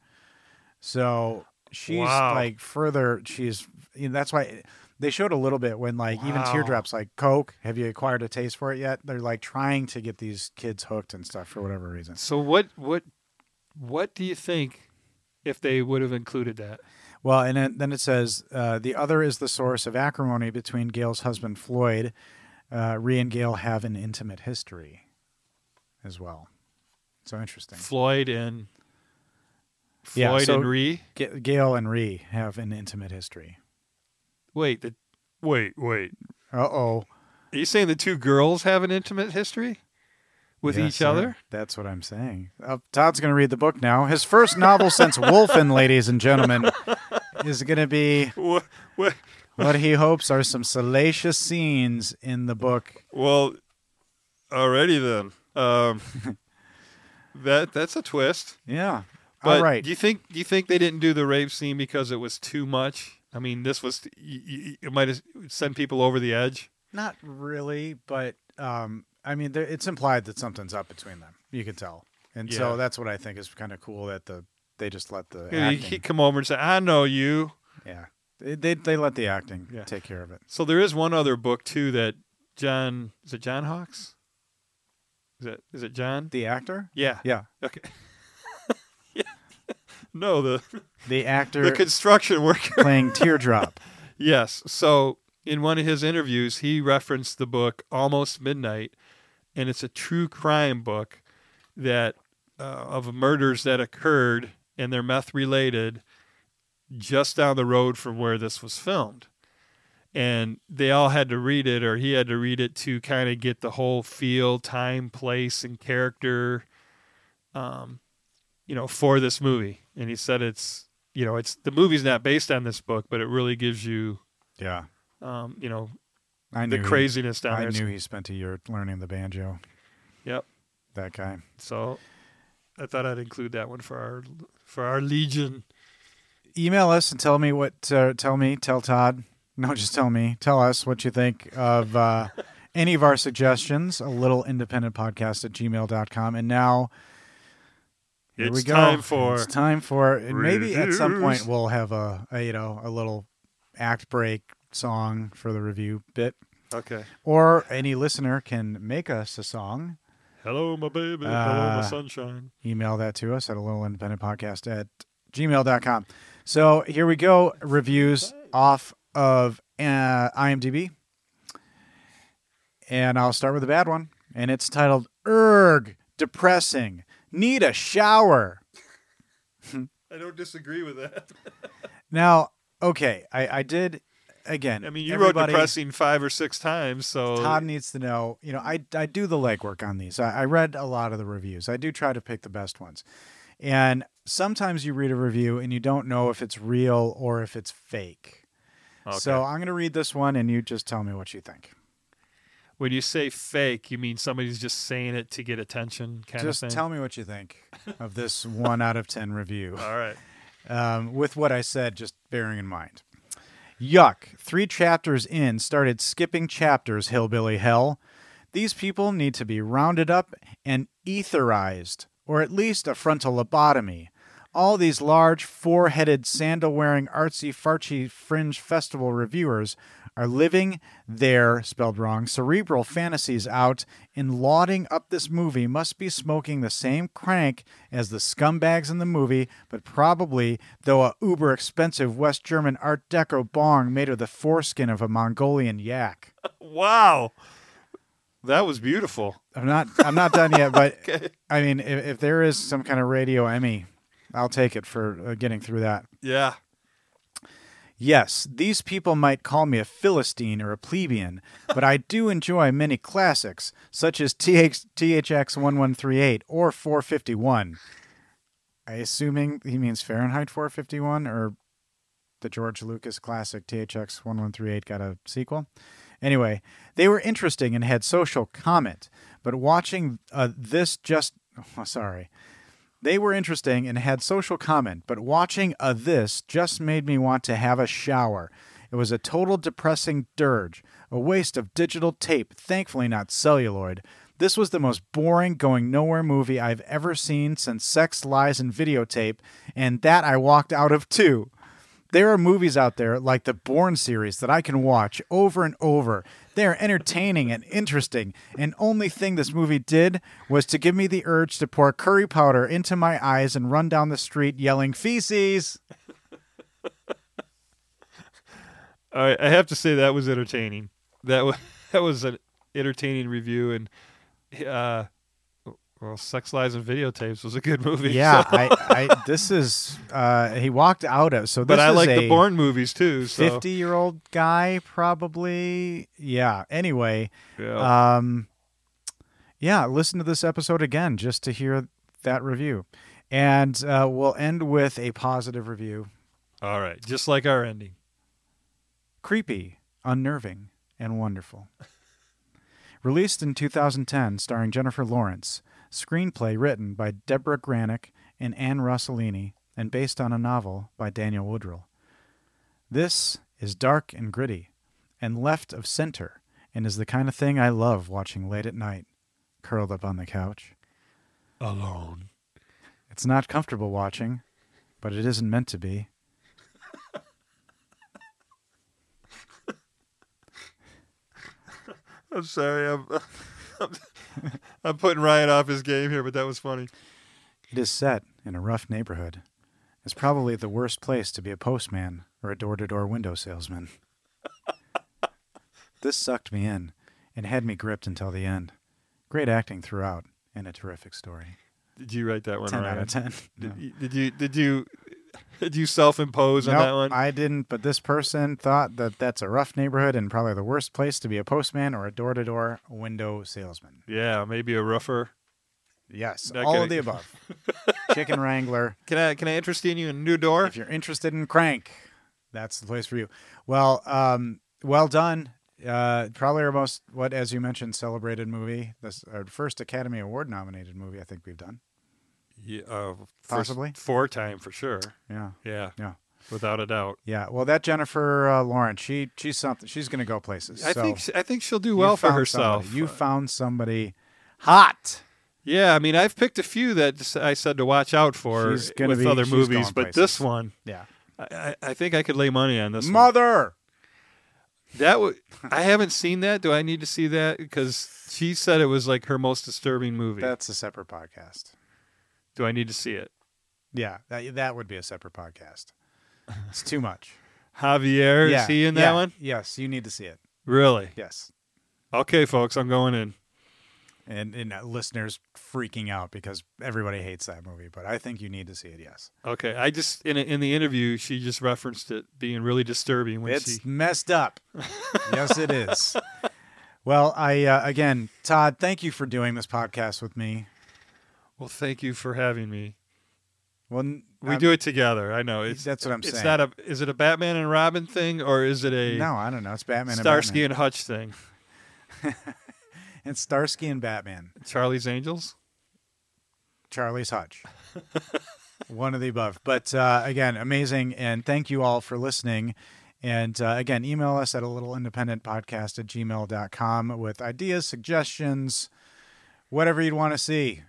Speaker 4: So she's
Speaker 5: Wow.
Speaker 4: like further. She's you know, that's why they showed a little bit when like even
Speaker 5: Wow.
Speaker 4: teardrops like Coke. Have you acquired a taste for it yet? They're like trying to get these kids hooked and stuff for whatever reason.
Speaker 5: So what what what do you think if they would have included that?
Speaker 4: Well, and then, then it says uh, the other is the source of acrimony between Gail's husband Floyd. Uh, Ree and Gail have an intimate history, as well. So interesting.
Speaker 5: Floyd and Floyd
Speaker 4: Yeah, so-
Speaker 5: and Ree.
Speaker 4: Ga- Gail and Ree have an intimate history.
Speaker 5: Wait, the, wait, wait.
Speaker 4: Uh oh.
Speaker 5: Are you saying the two girls have an intimate history with each other?
Speaker 4: That's what I'm saying. Uh, Todd's going to read the book now. His first novel
Speaker 5: [LAUGHS]
Speaker 4: since Wolfen, ladies and gentlemen, is going to be
Speaker 5: What, what,
Speaker 4: what he hopes are some salacious scenes in the book.
Speaker 5: well, already then.
Speaker 4: [LAUGHS]
Speaker 5: Um, that that's a twist.
Speaker 4: Yeah.
Speaker 5: But
Speaker 4: All right.
Speaker 5: do you think do you think they didn't do the rape scene because it was too much? I mean, this was y- y- it might have sent people over the edge.
Speaker 4: Not really, but um, I mean, there, it's implied that something's up between them. You can tell, and
Speaker 5: Yeah.
Speaker 4: so that's what I think is kind of cool that the they just let the
Speaker 5: You know, you
Speaker 4: acting,
Speaker 5: keep- come over and say, "I know you."
Speaker 4: yeah they, they they let the acting
Speaker 5: Yeah.
Speaker 4: take care of it.
Speaker 5: So there is one other book too that John is it John Hawks? Is it is it John?
Speaker 4: The actor,
Speaker 5: Yeah.
Speaker 4: yeah,
Speaker 5: Okay. Yeah. No, the
Speaker 4: the actor
Speaker 5: the [LAUGHS] construction worker.
Speaker 4: playing Teardrop.
Speaker 5: Yes. So in one of his interviews, he referenced the book Almost Midnight, and it's a true crime book that uh, of murders that occurred and they're meth related just down the road from where this was filmed. And they all had to read it, or he had to read it to kind of get the whole feel, time, place, and character, um, you know, for this movie. And he said it's, you know, it's the movie's not based on this book, but it really gives you,
Speaker 4: Yeah,
Speaker 5: um, you know,
Speaker 4: I knew
Speaker 5: the
Speaker 4: he-
Speaker 5: craziness down
Speaker 4: I
Speaker 5: there.
Speaker 4: knew he spent a year learning the banjo.
Speaker 5: Yep.
Speaker 4: That guy.
Speaker 5: So I thought I'd include that one for our for our legion.
Speaker 4: Email us and tell me what. Uh, tell me. Tell Todd. No, just tell me. Tell us what you think of uh, any of our suggestions. A little independent podcast at gmail.com. And now here
Speaker 5: it's
Speaker 4: we go.
Speaker 5: time for
Speaker 4: it's time for and maybe at some point
Speaker 5: reviews.
Speaker 4: we'll have a, a you know a little act break song for the review bit,
Speaker 5: okay.
Speaker 4: or any listener can make us a song.
Speaker 5: Hello, my baby. Hello,
Speaker 4: Uh,
Speaker 5: my sunshine.
Speaker 4: email that to us at a little independent podcast at gmail.com. So here we go. Reviews off of uh, IMDb. And I'll start with a bad one. And it's titled Erg Depressing. Need a shower.
Speaker 5: I don't disagree with that.
Speaker 4: Now, okay, I, I did again.
Speaker 5: I mean, you wrote
Speaker 4: everybody-
Speaker 5: depressing five or six times, so
Speaker 4: Todd needs to know. You know, I I do the legwork on these. I, I read a lot of the reviews. I do try to pick the best ones, and sometimes you read a review and you don't know if it's real or if it's fake.
Speaker 5: Okay.
Speaker 4: So I'm going to read this one, and you just tell me what you think.
Speaker 5: when you say fake, you mean somebody's just saying it to get attention, kind
Speaker 4: just
Speaker 5: of thing.
Speaker 4: tell me what you think of this one out of ten review.
Speaker 5: [LAUGHS] All right.
Speaker 4: um, with what I said, just bearing in mind. Yuck. Three chapters in, started skipping chapters, hillbilly hell. These people need to be rounded up and etherized, or at least a frontal lobotomy. All these large, four headed, sandal wearing, artsy fartsy fringe festival reviewers are living their, spelled wrong, cerebral fantasies out and lauding up this movie must be smoking the same crank as the scumbags in the movie, but probably, though, a uber expensive West German Art Deco bong made of the foreskin of a Mongolian yak.
Speaker 5: Wow, that was beautiful.
Speaker 4: I'm not I'm not done yet, but I mean, if, if there is some kind of radio Emmy, I'll take it for uh, getting through that.
Speaker 5: Yeah.
Speaker 4: Yes, these people might call me a Philistine or a plebeian, but I do enjoy many classics, such as TH- THX 1138 or 451. I assuming he means Fahrenheit 451 or the George Lucas classic THX 1138 got a sequel. Anyway, they were interesting and had social comment, but watching uh, this just. [LAUGHS] Oh, sorry. They were interesting and had social comment, but watching a this just made me want to have a shower. It was a total depressing dirge, a waste of digital tape, thankfully not celluloid. This was the most boring, going nowhere movie I've ever seen since Sex, Lies, and Videotape, and that I walked out of too. There are movies out there like the Bourne series that I can watch over and over. They are entertaining and interesting, and only thing this movie did was to give me the urge to pour curry powder into my eyes and run down the street yelling feces.
Speaker 5: All right, I have to say that was entertaining. That was [LAUGHS] that was an entertaining review, and uh, well, Sex Lies and Videotapes was a good movie. [LAUGHS]
Speaker 4: Yeah,
Speaker 5: so-
Speaker 4: I, I this is uh, he walked out of so. This
Speaker 5: but I
Speaker 4: is
Speaker 5: like
Speaker 4: a,
Speaker 5: the Bourne movies too. So
Speaker 4: 50 year old guy probably yeah anyway
Speaker 5: yeah.
Speaker 4: um yeah listen to this episode again just to hear that review and uh, we'll end with a positive review
Speaker 5: all right, just like our ending.
Speaker 4: creepy unnerving and wonderful [LAUGHS] released in 2010 starring jennifer lawrence screenplay written by deborah granick and anne rossellini and based on a novel by daniel woodrell This is dark and gritty and left of center and is the kind of thing I love watching late at night, curled up on the couch.
Speaker 5: Alone.
Speaker 4: It's not comfortable watching, but it isn't meant to be.
Speaker 5: I'm sorry. I'm I'm, [LAUGHS] I'm putting Ryan off his game here, but that was funny.
Speaker 4: It is set in a rough neighborhood. It's probably the worst place to be a postman or a door to door
Speaker 5: [LAUGHS]
Speaker 4: window salesman. this sucked me in and had me gripped until the end. Great acting throughout and a terrific story.
Speaker 5: Did you write that one?
Speaker 4: 10
Speaker 5: Ryan?
Speaker 4: out of 10.
Speaker 5: Did,
Speaker 4: No.
Speaker 5: you, did you did you did you self-impose on
Speaker 4: Nope,
Speaker 5: that one?
Speaker 4: I didn't, but this person thought that that's a rough neighborhood and probably the worst place to be a postman or a door to door window salesman.
Speaker 5: yeah, maybe a rougher.
Speaker 4: Yes,
Speaker 5: Not
Speaker 4: all
Speaker 5: gonna-
Speaker 4: of the above.
Speaker 5: [LAUGHS]
Speaker 4: Chicken Wrangler.
Speaker 5: Can I can I interest you in a new door?
Speaker 4: If you're interested in crank, that's the place for you. Well, um, well done. Uh, probably our most, what as you mentioned, celebrated movie. This our first Academy Award nominated movie. I think we've done.
Speaker 5: Yeah, uh,
Speaker 4: Possibly.
Speaker 5: four time for sure.
Speaker 4: Yeah,
Speaker 5: Yeah,
Speaker 4: yeah,
Speaker 5: without a doubt.
Speaker 4: yeah. Well, that Jennifer uh, Lawrence, she she's something. She's gonna go places.
Speaker 5: I
Speaker 4: So
Speaker 5: think sh- I think she'll do
Speaker 4: you
Speaker 5: well for
Speaker 4: found somebody.
Speaker 5: herself.
Speaker 4: You found somebody hot.
Speaker 5: yeah, I mean, I've picked a few that s- I said to watch out for
Speaker 4: She's gonna
Speaker 5: with
Speaker 4: be-
Speaker 5: other
Speaker 4: she's
Speaker 5: movies,
Speaker 4: going
Speaker 5: but
Speaker 4: places.
Speaker 5: this one,
Speaker 4: Yeah.
Speaker 5: I, I I think I could lay money on this. one.
Speaker 4: Mother.
Speaker 5: That would I haven't seen that. Do I need to see that? Because she said it was like her most disturbing movie.
Speaker 4: That's a separate podcast.
Speaker 5: do I need to see it?
Speaker 4: Yeah, that, that would be a separate podcast. It's too much.
Speaker 5: Javier
Speaker 4: yeah,
Speaker 5: is he in that
Speaker 4: yeah,
Speaker 5: one?
Speaker 4: Yes, you need to see it.
Speaker 5: Really?
Speaker 4: Yes,
Speaker 5: Okay, folks, I'm going in.
Speaker 4: and, and uh, listeners freaking out because everybody hates that movie, but I think you need to see it. Yes,
Speaker 5: Okay, I just in in the interview she just referenced it being really disturbing when
Speaker 4: it's
Speaker 5: she [LAUGHS]
Speaker 4: messed up. yes, it is. Well, I uh, again, Todd, thank you for doing this podcast with me.
Speaker 5: Well, thank you for having me.
Speaker 4: Well, n-
Speaker 5: We
Speaker 4: uh, I'm-
Speaker 5: do it together. I know. It's
Speaker 4: Um, That's what I'm
Speaker 5: it's
Speaker 4: saying.
Speaker 5: not a is it a Batman and Robin thing or is it a
Speaker 4: No, I don't know. It's Batman
Speaker 5: Starsky
Speaker 4: and
Speaker 5: and Hutch thing?
Speaker 4: Batman. It's Starsky and Batman.
Speaker 5: Charlie's Angels?
Speaker 4: Charlie's Hutch. [LAUGHS] One of the above. But uh, again, amazing. And thank you all for listening. And uh, again, email us at a little independent podcast at gmail.com with ideas, suggestions, whatever you'd want to see.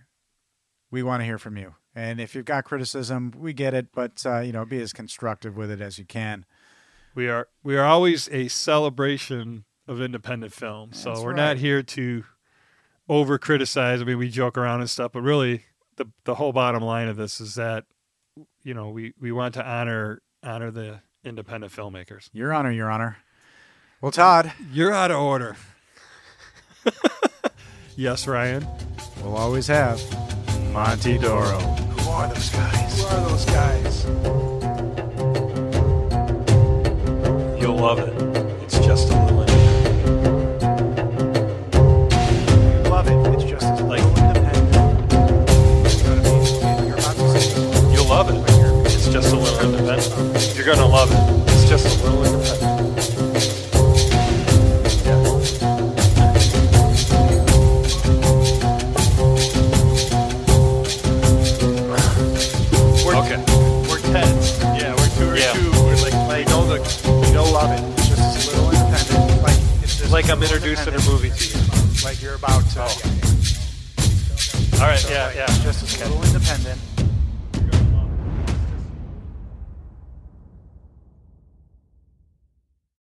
Speaker 4: We want to hear from you. And if you've got criticism, we get it, but uh, you know, be as constructive with it as you can.
Speaker 5: We are we are always a celebration of independent film. So
Speaker 4: That's
Speaker 5: we're
Speaker 4: right.
Speaker 5: not here to over criticize. I mean, we joke around and stuff, but really the the whole bottom line of this is that you know, we we want to honor honor the independent filmmakers.
Speaker 4: Your honor, your honor. Well, Todd,
Speaker 5: You're out of order. [LAUGHS] yes, Ryan.
Speaker 4: we'll always have Monty Doro.
Speaker 2: Who are those guys?
Speaker 1: Who are those guys? You'll love it. It's just a little independent.
Speaker 2: Love it. It's just as
Speaker 1: Like-
Speaker 2: independent.
Speaker 1: You'll love it. It's just a little independent. You're gonna love it.
Speaker 5: just a little independent. Yeah.
Speaker 4: We're,
Speaker 5: Okay.
Speaker 4: We're tense. Yeah, we're two. We're
Speaker 5: Yeah.
Speaker 4: two. We're like, like, no, the, you know, love it. It's just a little independent. Like, it's just
Speaker 5: Like I'm
Speaker 4: a little
Speaker 5: introducing a
Speaker 4: independent.
Speaker 5: movie to you.
Speaker 4: Like you're about to.
Speaker 5: All right, yeah,
Speaker 4: like,
Speaker 5: yeah.
Speaker 4: It's just a little independent.